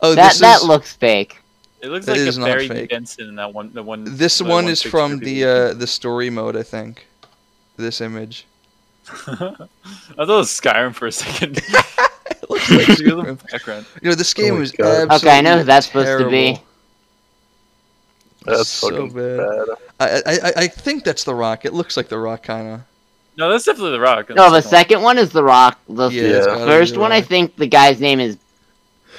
Speaker 4: oh,
Speaker 3: that
Speaker 4: this
Speaker 3: that
Speaker 4: is-
Speaker 3: looks fake.
Speaker 2: It looks
Speaker 4: That
Speaker 2: like
Speaker 4: is
Speaker 2: a
Speaker 4: not
Speaker 2: Barry
Speaker 4: fake.
Speaker 2: Benson in that one. The one.
Speaker 4: This
Speaker 2: the
Speaker 4: one is
Speaker 2: picture
Speaker 4: from
Speaker 2: (laughs)
Speaker 4: the
Speaker 2: people-
Speaker 4: uh, the story mode, I think.
Speaker 3: (laughs)
Speaker 4: This image.
Speaker 2: I thought it was Skyrim for a second. (laughs)
Speaker 4: It looks like (laughs)
Speaker 2: Like, you look in
Speaker 4: Skyrim.
Speaker 2: the background.
Speaker 4: you know, this game
Speaker 1: my
Speaker 4: was
Speaker 1: God.
Speaker 4: absolutely
Speaker 3: Okay, I know who that's supposed to be.
Speaker 4: terrible.
Speaker 1: That's
Speaker 4: so
Speaker 1: fucking
Speaker 4: bad.
Speaker 1: bad.
Speaker 4: I, I I- I think that's the Rock. It looks like the Rock, kinda.
Speaker 2: No, that's definitely the Rock.
Speaker 3: No, the second one is The Rock. The
Speaker 4: Yeah, it's
Speaker 1: Yeah.
Speaker 4: gotta be
Speaker 3: first
Speaker 4: The
Speaker 3: one, I
Speaker 4: Rock.
Speaker 3: think the guy's name is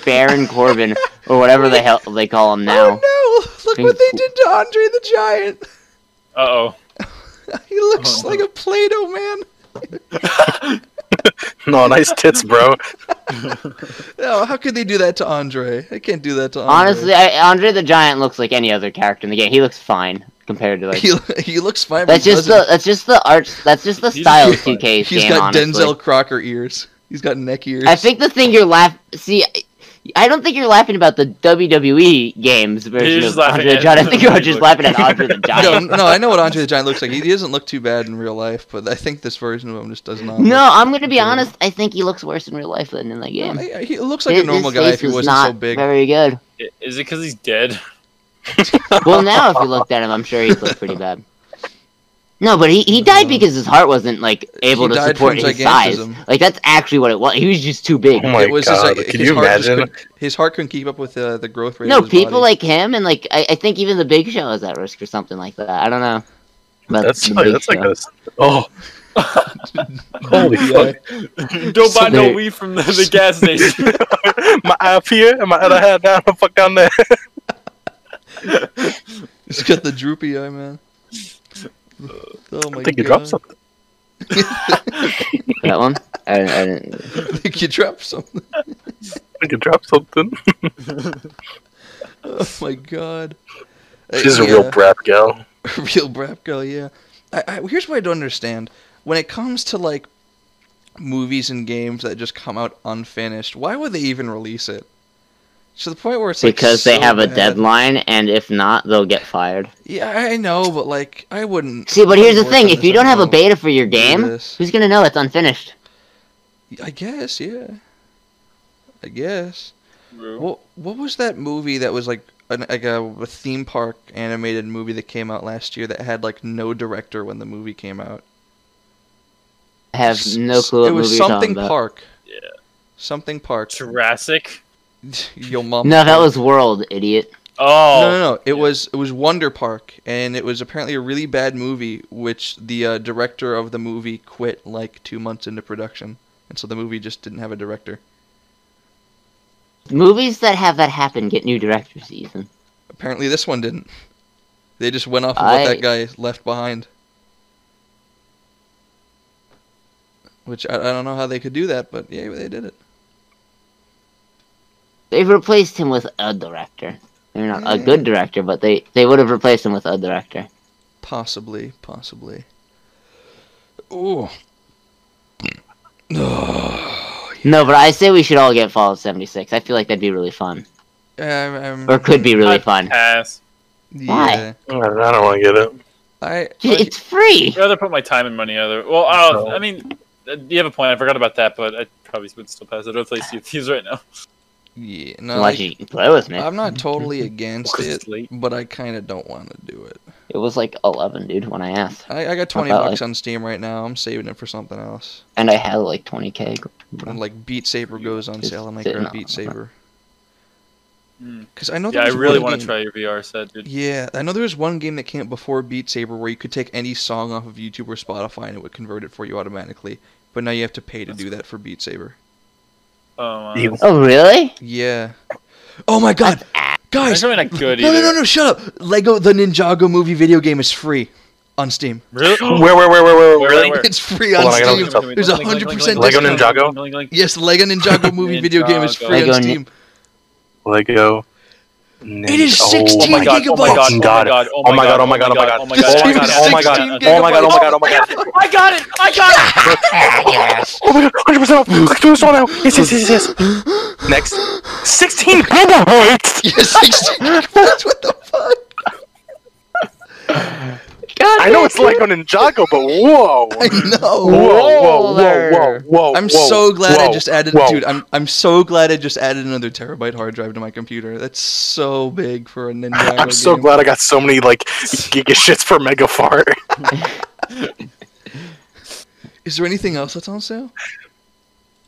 Speaker 3: Baron
Speaker 4: (laughs)
Speaker 3: Corbin or whatever the hell they call him now.
Speaker 4: Oh no! (laughs) Look
Speaker 3: Think-
Speaker 4: what they did to Andre the Giant. (laughs)
Speaker 2: Uh oh.
Speaker 4: He looks
Speaker 2: Oh.
Speaker 4: like a Play-Doh man.
Speaker 1: No, nice tits, bro.
Speaker 4: No, Oh, how could they do that to Andre? They can't do that to Andre.
Speaker 3: Honestly, I, Andre the Giant looks like any other character in the game. He looks fine compared to like.
Speaker 4: (laughs) he, he looks fine. but
Speaker 3: that's
Speaker 4: he
Speaker 3: just the
Speaker 4: doesn't.
Speaker 3: that's just the art. That's just the
Speaker 2: He's-
Speaker 3: style
Speaker 4: he's
Speaker 3: of 2K 's
Speaker 4: He's
Speaker 3: game.
Speaker 4: got
Speaker 3: honestly.
Speaker 4: Denzel Crocker ears. He's got neck ears.
Speaker 3: I think the thing you're laugh see, I- I don't think you're laughing about the WWE games version
Speaker 2: just
Speaker 3: of
Speaker 2: laughing
Speaker 3: Andre the
Speaker 2: at-
Speaker 3: Giant. I think you're just laughing at
Speaker 2: (laughs)
Speaker 3: Andre the
Speaker 4: No,
Speaker 3: Giant.
Speaker 4: no, I know what Andre the Giant looks like. He doesn't look too bad in real life, but I think this version of him just does not.
Speaker 3: No, I'm gonna be
Speaker 4: Okay.
Speaker 3: honest. I think he looks worse in real life than in the
Speaker 4: look-
Speaker 3: game.
Speaker 4: I- I- he looks like a
Speaker 3: His-
Speaker 4: normal
Speaker 3: his
Speaker 4: guy
Speaker 3: face
Speaker 4: if he
Speaker 3: is
Speaker 4: wasn't
Speaker 3: not
Speaker 4: so big.
Speaker 3: Very good.
Speaker 2: Is it because he's
Speaker 4: (laughs)
Speaker 2: dead? (laughs)
Speaker 3: Well, now if you looked at him, I'm sure he looked pretty bad. No, but he, he died
Speaker 4: No.
Speaker 3: because his heart wasn't like able
Speaker 4: He
Speaker 3: to
Speaker 4: died
Speaker 3: support
Speaker 4: from
Speaker 3: his size.
Speaker 4: gigantism.
Speaker 3: Like that's actually what it was. He was just too big.
Speaker 1: Oh my
Speaker 4: it was just
Speaker 1: god,
Speaker 4: like,
Speaker 1: can
Speaker 4: his
Speaker 1: you
Speaker 4: heart just
Speaker 1: imagine?
Speaker 4: couldn't- His heart couldn't keep up with uh, the growth rate.
Speaker 3: No,
Speaker 4: of his
Speaker 3: people
Speaker 4: body. (laughs)
Speaker 3: like him and like I, I think even the Big Show is at risk or something like that. I don't know. But
Speaker 1: That's
Speaker 3: the
Speaker 1: like,
Speaker 3: Big
Speaker 1: that's like
Speaker 3: Show.
Speaker 1: a. Oh. Holy fuck.
Speaker 2: Don't buy no
Speaker 3: They-
Speaker 2: weed from the, the
Speaker 4: (laughs)
Speaker 2: gas station.
Speaker 1: my eye up here and my other hand down the fuck down there.
Speaker 4: He's got the droopy eye, man. Oh my
Speaker 1: I think you
Speaker 4: God.
Speaker 1: dropped something.
Speaker 3: that one. I, didn't- I didn't.
Speaker 4: (laughs) I think you dropped something.
Speaker 1: I think you dropped something.
Speaker 4: Oh my god. Uh,
Speaker 1: She's a
Speaker 4: yeah.
Speaker 1: real brat gal.
Speaker 4: (laughs) real brap girl, yeah. I, I, here's what I don't understand: when it comes to like movies and games that just come out unfinished, why would they even release it? To the point where it's like,
Speaker 3: because
Speaker 4: so
Speaker 3: they have a
Speaker 4: bad.
Speaker 3: deadline, and if not, they'll get fired.
Speaker 4: Yeah, I know, but like, I wouldn't.
Speaker 3: See, but here's the
Speaker 4: work
Speaker 3: thing:
Speaker 4: on
Speaker 3: if
Speaker 4: this
Speaker 3: you don't have a
Speaker 4: alone.
Speaker 3: beta for your game,
Speaker 4: this.
Speaker 3: who's gonna know it's unfinished?
Speaker 4: I guess, yeah. I guess. What What was that movie that was like an, like a, a theme park animated movie that came out last year that had like no director when the movie came out?
Speaker 3: I have
Speaker 4: S-
Speaker 3: no
Speaker 4: s-
Speaker 3: clue what
Speaker 4: It was
Speaker 3: movie you're
Speaker 4: something
Speaker 3: talking about.
Speaker 4: Park.
Speaker 2: Yeah.
Speaker 4: Something Park. (laughs)
Speaker 2: Jurassic. (laughs)
Speaker 4: Yo, mom.
Speaker 3: No, that was World, idiot.
Speaker 2: Oh,
Speaker 4: No, no, no.
Speaker 2: yeah.
Speaker 4: It was it was Wonder Park, and it was apparently a really bad movie, which the uh, director of the movie quit like two months into production, and so the movie just didn't have a director.
Speaker 3: Movies that have that happen get new directors, Ethan.
Speaker 4: Apparently, this one didn't. They just went off of what
Speaker 3: I-
Speaker 4: that guy left behind. Which I, I don't know how they could do that, but yeah, they did it.
Speaker 3: They've replaced him with a director. They're not a good director, but they, they would have replaced him with a director.
Speaker 4: Possibly, possibly. (sighs) Ooh. Um, Oh,
Speaker 3: No, but I say we should all get Fallout 76. I feel like that'd be really fun. Or could be really
Speaker 2: I'd (laughs)
Speaker 3: fun.
Speaker 2: Oh, Pass.
Speaker 3: Why?
Speaker 4: um, Yeah.
Speaker 1: I don't, want to get it.
Speaker 4: I,
Speaker 3: J- It's free!
Speaker 2: I'd rather put my time and money other. Well, oh, I mean, uh, you have a point. I forgot about that, but I probably would still pass it. Or at least you use right now.
Speaker 4: yeah, no,
Speaker 3: Unless
Speaker 4: like,
Speaker 3: you play with me.
Speaker 4: I'm not (laughs) totally against
Speaker 2: 'Cause (laughs)
Speaker 4: it,
Speaker 2: it's late.
Speaker 4: but I kind of don't want to do it.
Speaker 3: It was like 11, dude, when I asked.
Speaker 4: I, I got 20
Speaker 3: about
Speaker 4: bucks on Steam right now. I'm saving it for something else.
Speaker 3: And I had like 20k.
Speaker 4: And like Beat Saber goes on
Speaker 3: Just
Speaker 4: sale, I'm like,
Speaker 3: sitting
Speaker 4: grab
Speaker 3: on
Speaker 4: Beat
Speaker 3: it.
Speaker 4: Saber.
Speaker 2: Mm.
Speaker 4: Because I know.
Speaker 2: Yeah, I
Speaker 4: there was
Speaker 2: really
Speaker 4: one
Speaker 2: want to
Speaker 4: game-
Speaker 2: try your VR set, dude.
Speaker 4: Yeah, I know there was one game that came out before Beat Saber where you could take any song off of YouTube or Spotify and it would convert it for you automatically. But now you have to pay to
Speaker 2: That's
Speaker 4: do that for Beat Saber.
Speaker 2: Oh, wow.
Speaker 1: You-
Speaker 3: Oh, really?
Speaker 4: Yeah. Oh my God,
Speaker 2: That's
Speaker 4: guys! No,
Speaker 2: really not good
Speaker 4: no,
Speaker 2: either.
Speaker 4: no, no! Shut up. Lego the Ninjago movie video game is free on Steam.
Speaker 1: (laughs)
Speaker 2: Really?
Speaker 1: Where, where, where, where, where,
Speaker 2: Where,
Speaker 1: where?
Speaker 2: where?
Speaker 4: It's free
Speaker 1: Hold
Speaker 4: on
Speaker 1: on, I gotta look
Speaker 4: Steam.
Speaker 1: this up.
Speaker 4: There's a 100%
Speaker 1: Lego Ninjago?
Speaker 4: Yes, Lego Ninjago
Speaker 2: (laughs)
Speaker 4: movie video game is free
Speaker 3: Ninjago.
Speaker 4: on Steam. (laughs)
Speaker 1: Lego. It
Speaker 4: is 16
Speaker 2: Oh my god, oh my god,
Speaker 4: gigabytes.
Speaker 2: oh my god,
Speaker 1: Oh my god, oh my god, oh my god, oh my god, oh my god, oh my god, oh my god, oh my god, oh my god. (laughs)
Speaker 2: I got it! I got
Speaker 4: (laughs)
Speaker 2: it!
Speaker 1: Oh my god, 100% off. Click through this all now. Yes, yes, yes, yes. Next. 16 gigabytes.
Speaker 4: Yeah, 16 (laughs) gigabytes, What the fuck?
Speaker 1: I know it's like on Ninjago, but whoa.
Speaker 4: I know.
Speaker 1: Whoa, whoa, whoa, whoa,
Speaker 3: Roller.
Speaker 1: whoa.
Speaker 4: I'm
Speaker 1: Oh, whoa,
Speaker 4: so glad I
Speaker 1: whoa,
Speaker 4: just added,
Speaker 1: whoa.
Speaker 4: dude. I'm I'm so glad I just added another terabyte hard drive to my computer. That's so big for a
Speaker 1: (laughs)
Speaker 4: Ninjago.
Speaker 1: I'm so
Speaker 4: game.
Speaker 1: glad I got so many like giga shits per mega fart.
Speaker 4: Is there anything else that's on sale?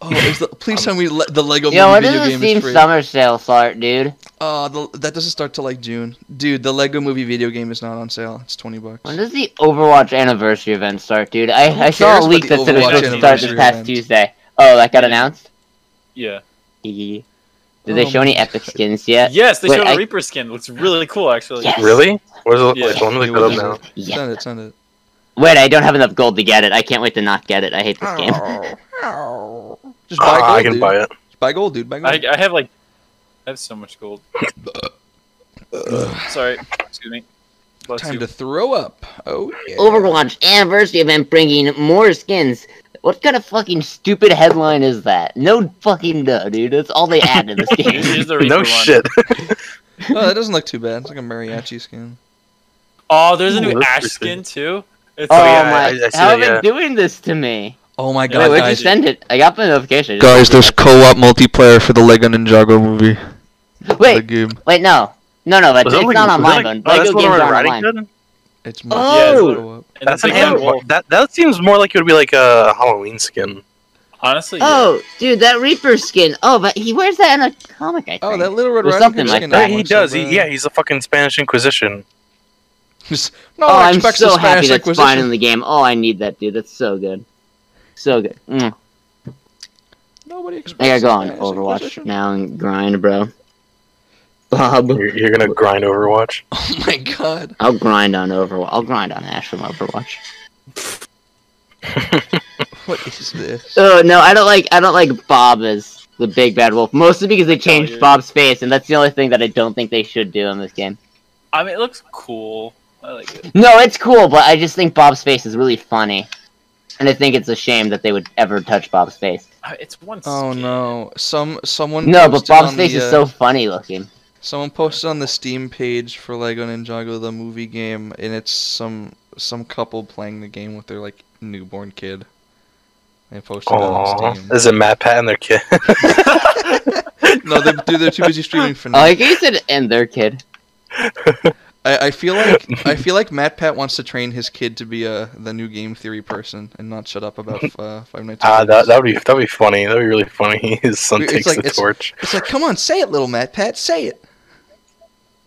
Speaker 4: Oh,
Speaker 1: (laughs)
Speaker 4: is the,
Speaker 1: Um,
Speaker 4: please tell me le- the Lego
Speaker 3: Yo, when
Speaker 4: Movie
Speaker 3: does
Speaker 4: video
Speaker 3: the
Speaker 4: game
Speaker 3: Steam
Speaker 4: is free.
Speaker 3: Summer Sale start, dude?
Speaker 4: Uh, the, that doesn't start till like June, dude. The Lego Movie video game is not on sale. It's twenty bucks.
Speaker 3: When does the Overwatch anniversary event start, dude? I, I
Speaker 4: cares
Speaker 3: saw a
Speaker 4: about
Speaker 3: leak
Speaker 4: the
Speaker 3: that said it was
Speaker 2: Overwatch
Speaker 3: supposed to start this
Speaker 4: anniversary
Speaker 3: past
Speaker 4: event?
Speaker 3: Tuesday. Oh, that got announced?
Speaker 2: Yeah.
Speaker 3: Did
Speaker 4: Oh
Speaker 3: they show any
Speaker 4: my
Speaker 3: epic skins yet?
Speaker 2: Yes, they
Speaker 3: Uh, Wait,
Speaker 2: showed a
Speaker 3: I-
Speaker 2: Reaper skin. Looks really cool, actually.
Speaker 3: Yes.
Speaker 1: Really? What does it look
Speaker 2: Yeah.
Speaker 1: like? Let me
Speaker 4: It
Speaker 1: look
Speaker 4: was-
Speaker 1: it up now.
Speaker 3: Yeah.
Speaker 4: Send it. Send it.
Speaker 3: Wait, I don't have enough gold to get it. I can't wait to not get it. I hate this game.
Speaker 4: Just buy gold,
Speaker 1: Ah, I can
Speaker 4: dude.
Speaker 1: buy it.
Speaker 4: Just buy gold, dude. Buy gold.
Speaker 2: I, I have like, I have so much gold. Sorry, excuse me. Bless
Speaker 4: Time
Speaker 2: you.
Speaker 4: to throw up. Oh
Speaker 3: (laughs)
Speaker 4: yeah.
Speaker 3: Overwatch anniversary event bringing more skins. What kind of fucking stupid headline is that? No fucking no, dude. That's all they add to this
Speaker 2: Here's
Speaker 3: game.
Speaker 2: here's
Speaker 1: (laughs)
Speaker 2: the Reaper
Speaker 1: No
Speaker 2: one.
Speaker 1: shit.
Speaker 4: Oh, that doesn't look too bad. It's like a mariachi skin.
Speaker 2: Oh, there's a new
Speaker 1: Ooh, that's
Speaker 2: Ash
Speaker 1: pretty.
Speaker 2: skin too. It's
Speaker 3: Oh
Speaker 1: yeah,
Speaker 3: my!
Speaker 1: I- I see
Speaker 3: how
Speaker 1: that,
Speaker 3: have
Speaker 1: yeah.
Speaker 3: they doing this to me?
Speaker 4: Oh my
Speaker 2: Yeah,
Speaker 3: Wait,
Speaker 4: god,
Speaker 3: where'd you
Speaker 4: guys.
Speaker 3: send it? I got the notification. I just
Speaker 4: Guys,
Speaker 3: didn't
Speaker 4: there's
Speaker 3: see that.
Speaker 4: co-op multiplayer for the Lego Ninjago movie. The
Speaker 3: Wait,
Speaker 4: game.
Speaker 3: wait, no, no, no, but
Speaker 1: Was
Speaker 3: it's
Speaker 1: that like-
Speaker 3: not
Speaker 1: was
Speaker 3: on
Speaker 1: that
Speaker 3: my
Speaker 1: like-
Speaker 3: phone.
Speaker 1: oh, that's
Speaker 3: Lego
Speaker 1: the one
Speaker 3: games
Speaker 1: where
Speaker 3: are
Speaker 1: Riding
Speaker 3: online.
Speaker 1: Hood?
Speaker 4: It's
Speaker 3: Oh!
Speaker 4: co-op.
Speaker 2: and
Speaker 1: That's
Speaker 2: the
Speaker 1: an
Speaker 2: big red
Speaker 1: animal.
Speaker 2: wolf.
Speaker 1: That that seems more like it would be like a Halloween skin.
Speaker 2: Honestly, yeah.
Speaker 3: Oh, dude, that Reaper skin. Oh, but he wears that in a comic. I think.
Speaker 4: Oh, that Little Red
Speaker 3: There's
Speaker 4: Riding
Speaker 3: something
Speaker 4: Hood
Speaker 3: like
Speaker 4: skin.
Speaker 3: that.
Speaker 1: Yeah,
Speaker 3: Yeah,
Speaker 1: he does. He, yeah, he's a fucking Spanish Inquisition.
Speaker 4: no,
Speaker 3: Oh,
Speaker 4: one
Speaker 3: I'm
Speaker 4: expects
Speaker 3: so
Speaker 4: the Spanish
Speaker 3: happy that's
Speaker 4: Inquisition.
Speaker 3: finding the game. Oh, I need that, dude. That's so good. So good. Mm.
Speaker 4: Nobody
Speaker 3: I gotta
Speaker 4: expects
Speaker 3: go
Speaker 4: the
Speaker 3: on
Speaker 4: Spanish
Speaker 3: Overwatch
Speaker 4: Inquisition.
Speaker 3: now and grind, bro. Bob,
Speaker 1: You're, you're gonna grind Overwatch.
Speaker 4: (laughs) Oh my god.
Speaker 3: I'll grind on Overwatch. I'll grind on Ash from Overwatch.
Speaker 4: What is this?
Speaker 3: Oh no, I don't like. I don't like Bob as the big bad wolf. Mostly because they changed
Speaker 2: you're-
Speaker 3: Bob's face, and that's the only thing that I don't think they should do in this game.
Speaker 2: I mean, it looks cool. I like it.
Speaker 3: No, it's cool, but I just think Bob's face is really funny, and I think it's a shame that they would ever touch Bob's face.
Speaker 2: I- It's one.
Speaker 4: Oh
Speaker 2: skin.
Speaker 4: no. Some someone
Speaker 3: No, but
Speaker 4: posted
Speaker 3: Bob's
Speaker 4: on
Speaker 3: face
Speaker 4: the,
Speaker 3: is
Speaker 4: uh,
Speaker 3: so funny looking.
Speaker 4: Someone posted on the Steam page for Lego Ninjago the movie game, and it's some some couple playing the game with their like newborn kid. They posted it on
Speaker 1: Aww. (laughs)
Speaker 4: Steam.
Speaker 1: Is it Matt Pat and their kid?
Speaker 4: No, they're, dude, they're too busy streaming
Speaker 3: (laughs)
Speaker 4: for
Speaker 3: I
Speaker 4: now.
Speaker 3: like how you Oh, said, and their kid.
Speaker 4: I, I feel like I feel like Matt Pat wants to train his kid to be a the new game theory person and not shut up about uh, Five Nights. at
Speaker 1: Ah, that
Speaker 4: Freddy's.
Speaker 1: that would be that would be funny. That would be really funny. (laughs) His son
Speaker 4: It's
Speaker 1: takes
Speaker 4: like-
Speaker 1: the
Speaker 4: it's-
Speaker 1: torch.
Speaker 4: It's like, come on, say it, little Matt Pat, say it.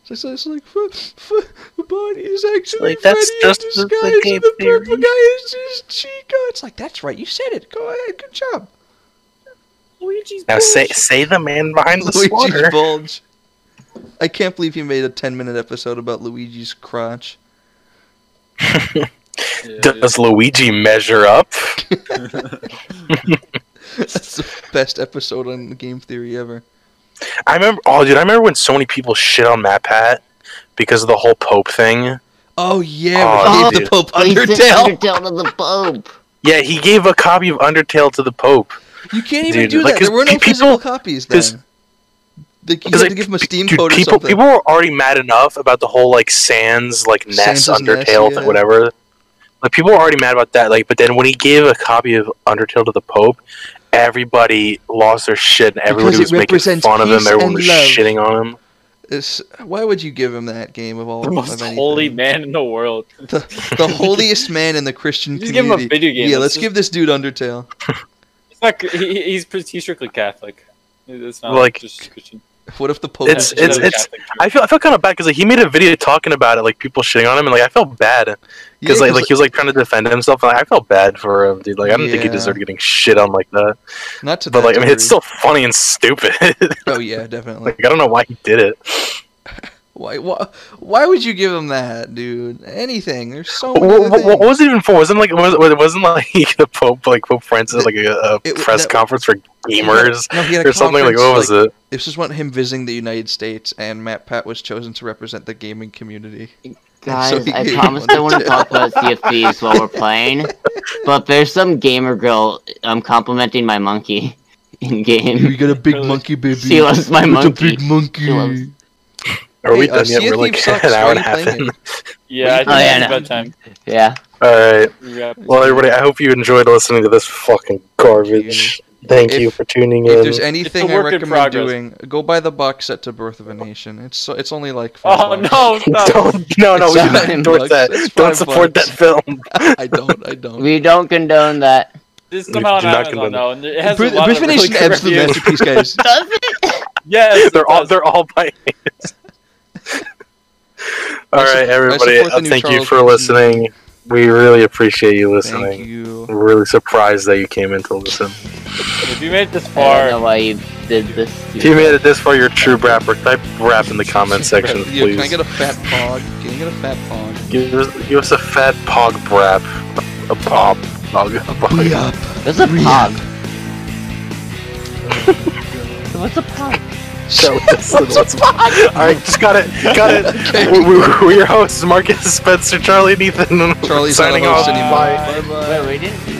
Speaker 4: It's like, it's like, "F- f- the body is actually
Speaker 1: like, that's
Speaker 4: Freddy
Speaker 1: just
Speaker 4: in
Speaker 1: the- the
Speaker 4: disguise,
Speaker 1: game
Speaker 4: and the purple
Speaker 1: theory."
Speaker 4: guy is just Chico. It's like, that's right, you said it. Go ahead, good job.
Speaker 2: Luigi's
Speaker 1: Now say
Speaker 2: bullshit.
Speaker 1: say the man behind the
Speaker 4: Luigi's
Speaker 1: sweater.
Speaker 4: bulge. I can't believe he made a ten-minute episode about Luigi's crotch. (laughs)
Speaker 1: Does Luigi measure up?
Speaker 4: That's the best episode on game theory ever.
Speaker 1: I remember. Oh, dude, I remember when so many people shit on Matt Pat because of the whole Pope thing.
Speaker 4: Oh yeah,
Speaker 1: Aw,
Speaker 4: we gave the
Speaker 1: dude.
Speaker 4: Pope
Speaker 3: Oh, he sent
Speaker 4: Undertale.
Speaker 3: Undertale to the
Speaker 4: (laughs)
Speaker 3: Pope.
Speaker 1: Yeah, he gave a copy of Undertale to the Pope.
Speaker 4: You can't even
Speaker 1: Dude,
Speaker 4: do
Speaker 1: like,
Speaker 4: that.
Speaker 1: 'cause
Speaker 4: There were no
Speaker 1: pe-
Speaker 4: physical
Speaker 1: people-
Speaker 4: copies
Speaker 1: 'cause-
Speaker 4: then. They, you
Speaker 1: Because,
Speaker 4: had to
Speaker 1: like,
Speaker 4: give him a
Speaker 1: pe-
Speaker 4: Steam
Speaker 1: dude,
Speaker 4: code
Speaker 1: people,
Speaker 4: or something.
Speaker 1: People were already mad enough about the whole like Sans like NES
Speaker 4: Sans' NES,
Speaker 1: Undertale
Speaker 4: yeah.
Speaker 1: whatever. Like people were already mad about that. Like, but then when he gave a copy of Undertale to the Pope, everybody lost their shit and everybody
Speaker 4: Because it
Speaker 1: was making
Speaker 4: represents
Speaker 1: fun of him.
Speaker 4: peace
Speaker 1: Everyone
Speaker 4: and
Speaker 1: was
Speaker 4: love.
Speaker 1: shitting on him.
Speaker 4: It's, why would you give him that game of all
Speaker 2: the most
Speaker 4: of anything?
Speaker 2: holy man in the world.
Speaker 4: the, the holiest man in the
Speaker 2: (laughs)
Speaker 4: Christian
Speaker 2: Just give him a
Speaker 4: community?
Speaker 2: video game.
Speaker 4: Yeah,
Speaker 2: Let's
Speaker 4: let's
Speaker 2: just-
Speaker 4: give this dude Undertale.
Speaker 2: He's not. He, he's pretty- he's strictly Catholic. It's not
Speaker 1: Like,
Speaker 2: just Christian.
Speaker 4: What if the Pope?
Speaker 1: It's-
Speaker 4: was
Speaker 1: it's-
Speaker 4: Catholic?
Speaker 1: it's- I feel I feel kind of bad because like, he made a video talking about it, like people shitting on him, and like I felt bad
Speaker 4: Yeah,
Speaker 1: because like, like he was like trying to defend himself, and like, I felt bad for him, dude. Like I don't think he
Speaker 4: Yeah.
Speaker 1: deserved getting shit on like that.
Speaker 4: not to
Speaker 1: But
Speaker 4: that
Speaker 1: like I mean, it's
Speaker 4: degree.
Speaker 1: still funny and stupid. (laughs)
Speaker 4: Oh yeah, definitely.
Speaker 1: like I don't know why he did it.
Speaker 4: why, why? Why would you give him that, dude? Anything? There's so
Speaker 1: What,
Speaker 4: many other
Speaker 1: what, what
Speaker 4: things.
Speaker 1: was it even for? Wasn't like was, was- wasn't like (laughs) the Pope like Pope Francis
Speaker 4: The-
Speaker 1: like a, a
Speaker 4: it-
Speaker 1: press
Speaker 4: that-
Speaker 1: conference for gamers
Speaker 4: No, he had a
Speaker 1: or something like what
Speaker 4: conference,
Speaker 1: was it?
Speaker 4: This was one him visiting the United States, and Matt Pat was chosen to represent the gaming
Speaker 2: (laughs)
Speaker 4: community.
Speaker 3: Guys,
Speaker 4: So he
Speaker 3: I
Speaker 4: gave
Speaker 3: promised
Speaker 4: one
Speaker 3: I wouldn't
Speaker 4: to-
Speaker 3: talk about Sea of Thieves while we're
Speaker 4: (laughs)
Speaker 3: playing, but there's some gamer girl um, complimenting my monkey (laughs) in game.
Speaker 4: We got a big
Speaker 2: Really?
Speaker 4: monkey, baby.
Speaker 3: She loves my
Speaker 4: It's a
Speaker 3: monkey.
Speaker 4: big monkey.
Speaker 3: She loves-
Speaker 1: Are we
Speaker 4: Hey, uh,
Speaker 1: done yet?
Speaker 4: Sea of
Speaker 1: We're like (laughs)
Speaker 4: Thieves sucks.
Speaker 1: an
Speaker 4: Why
Speaker 1: hour
Speaker 4: are
Speaker 1: and a
Speaker 4: you
Speaker 1: half
Speaker 4: playing
Speaker 1: in.
Speaker 2: Yeah, I think
Speaker 3: Oh, yeah,
Speaker 2: it's
Speaker 3: no.
Speaker 2: about time.
Speaker 3: Yeah.
Speaker 1: (laughs) All right.
Speaker 2: We wrap
Speaker 1: Well, everybody, I hope you enjoyed listening to this fucking garbage. Thank
Speaker 4: If-
Speaker 1: you for tuning
Speaker 4: If
Speaker 1: in.
Speaker 4: there's anything I
Speaker 2: work in
Speaker 4: recommend
Speaker 2: progress.
Speaker 4: doing, go buy the box set to Birth of a Nation. It's so, it's only like five
Speaker 2: Oh
Speaker 4: bucks.
Speaker 2: no! Stop.
Speaker 1: (laughs)
Speaker 4: Oh.
Speaker 1: Don't, no, no, we
Speaker 4: It's
Speaker 1: do not
Speaker 4: fine,
Speaker 1: endorse
Speaker 4: Bugs.
Speaker 1: that.
Speaker 4: It's fine,
Speaker 1: Don't support
Speaker 4: Bugs.
Speaker 1: that film.
Speaker 4: (laughs) I don't. I don't.
Speaker 3: We don't condone that.
Speaker 2: This
Speaker 1: You
Speaker 2: come out
Speaker 1: do
Speaker 2: on
Speaker 1: not
Speaker 2: Amazon
Speaker 1: condone
Speaker 2: now, and it has
Speaker 4: Birth,
Speaker 2: a lot
Speaker 4: Birth
Speaker 2: of
Speaker 4: of a
Speaker 2: really
Speaker 4: Nation
Speaker 2: good
Speaker 4: absolute
Speaker 2: reviews.
Speaker 4: masterpiece,
Speaker 2: (laughs)
Speaker 4: guys.
Speaker 3: Does it?
Speaker 2: Yes, it
Speaker 1: they're all
Speaker 2: does.
Speaker 1: they're all by. all
Speaker 4: I su-
Speaker 1: right,
Speaker 4: I
Speaker 1: everybody.
Speaker 4: support the
Speaker 1: uh,
Speaker 4: new
Speaker 1: Thank you
Speaker 4: Charles
Speaker 1: for
Speaker 4: Manson.
Speaker 1: listening. We really appreciate you listening.
Speaker 4: Thank you.
Speaker 1: I'm really surprised that you came into this. And
Speaker 2: If you made it this
Speaker 3: I don't know
Speaker 2: far,
Speaker 3: why you did this.
Speaker 1: if you made it this far, you're a true rapper. Type rap in the comment section,
Speaker 4: (laughs) Yeah, can I
Speaker 1: please.
Speaker 4: get a fat pog? Can I get a fat pog?
Speaker 1: Give us, give us a fat pog brap. A pop. Pog. A pog. (laughs)
Speaker 3: There's a
Speaker 4: (laughs)
Speaker 3: pop. What's a pop?
Speaker 1: So, Alright, just got it. Got
Speaker 4: (laughs)
Speaker 1: it. we, we, we're your hosts, Marcus, Spencer, Charlie, and Ethan.
Speaker 4: Charlie's
Speaker 1: signing off.
Speaker 4: not a host anymore.
Speaker 1: Bye.
Speaker 4: Bye bye.
Speaker 3: Wait, we didn't do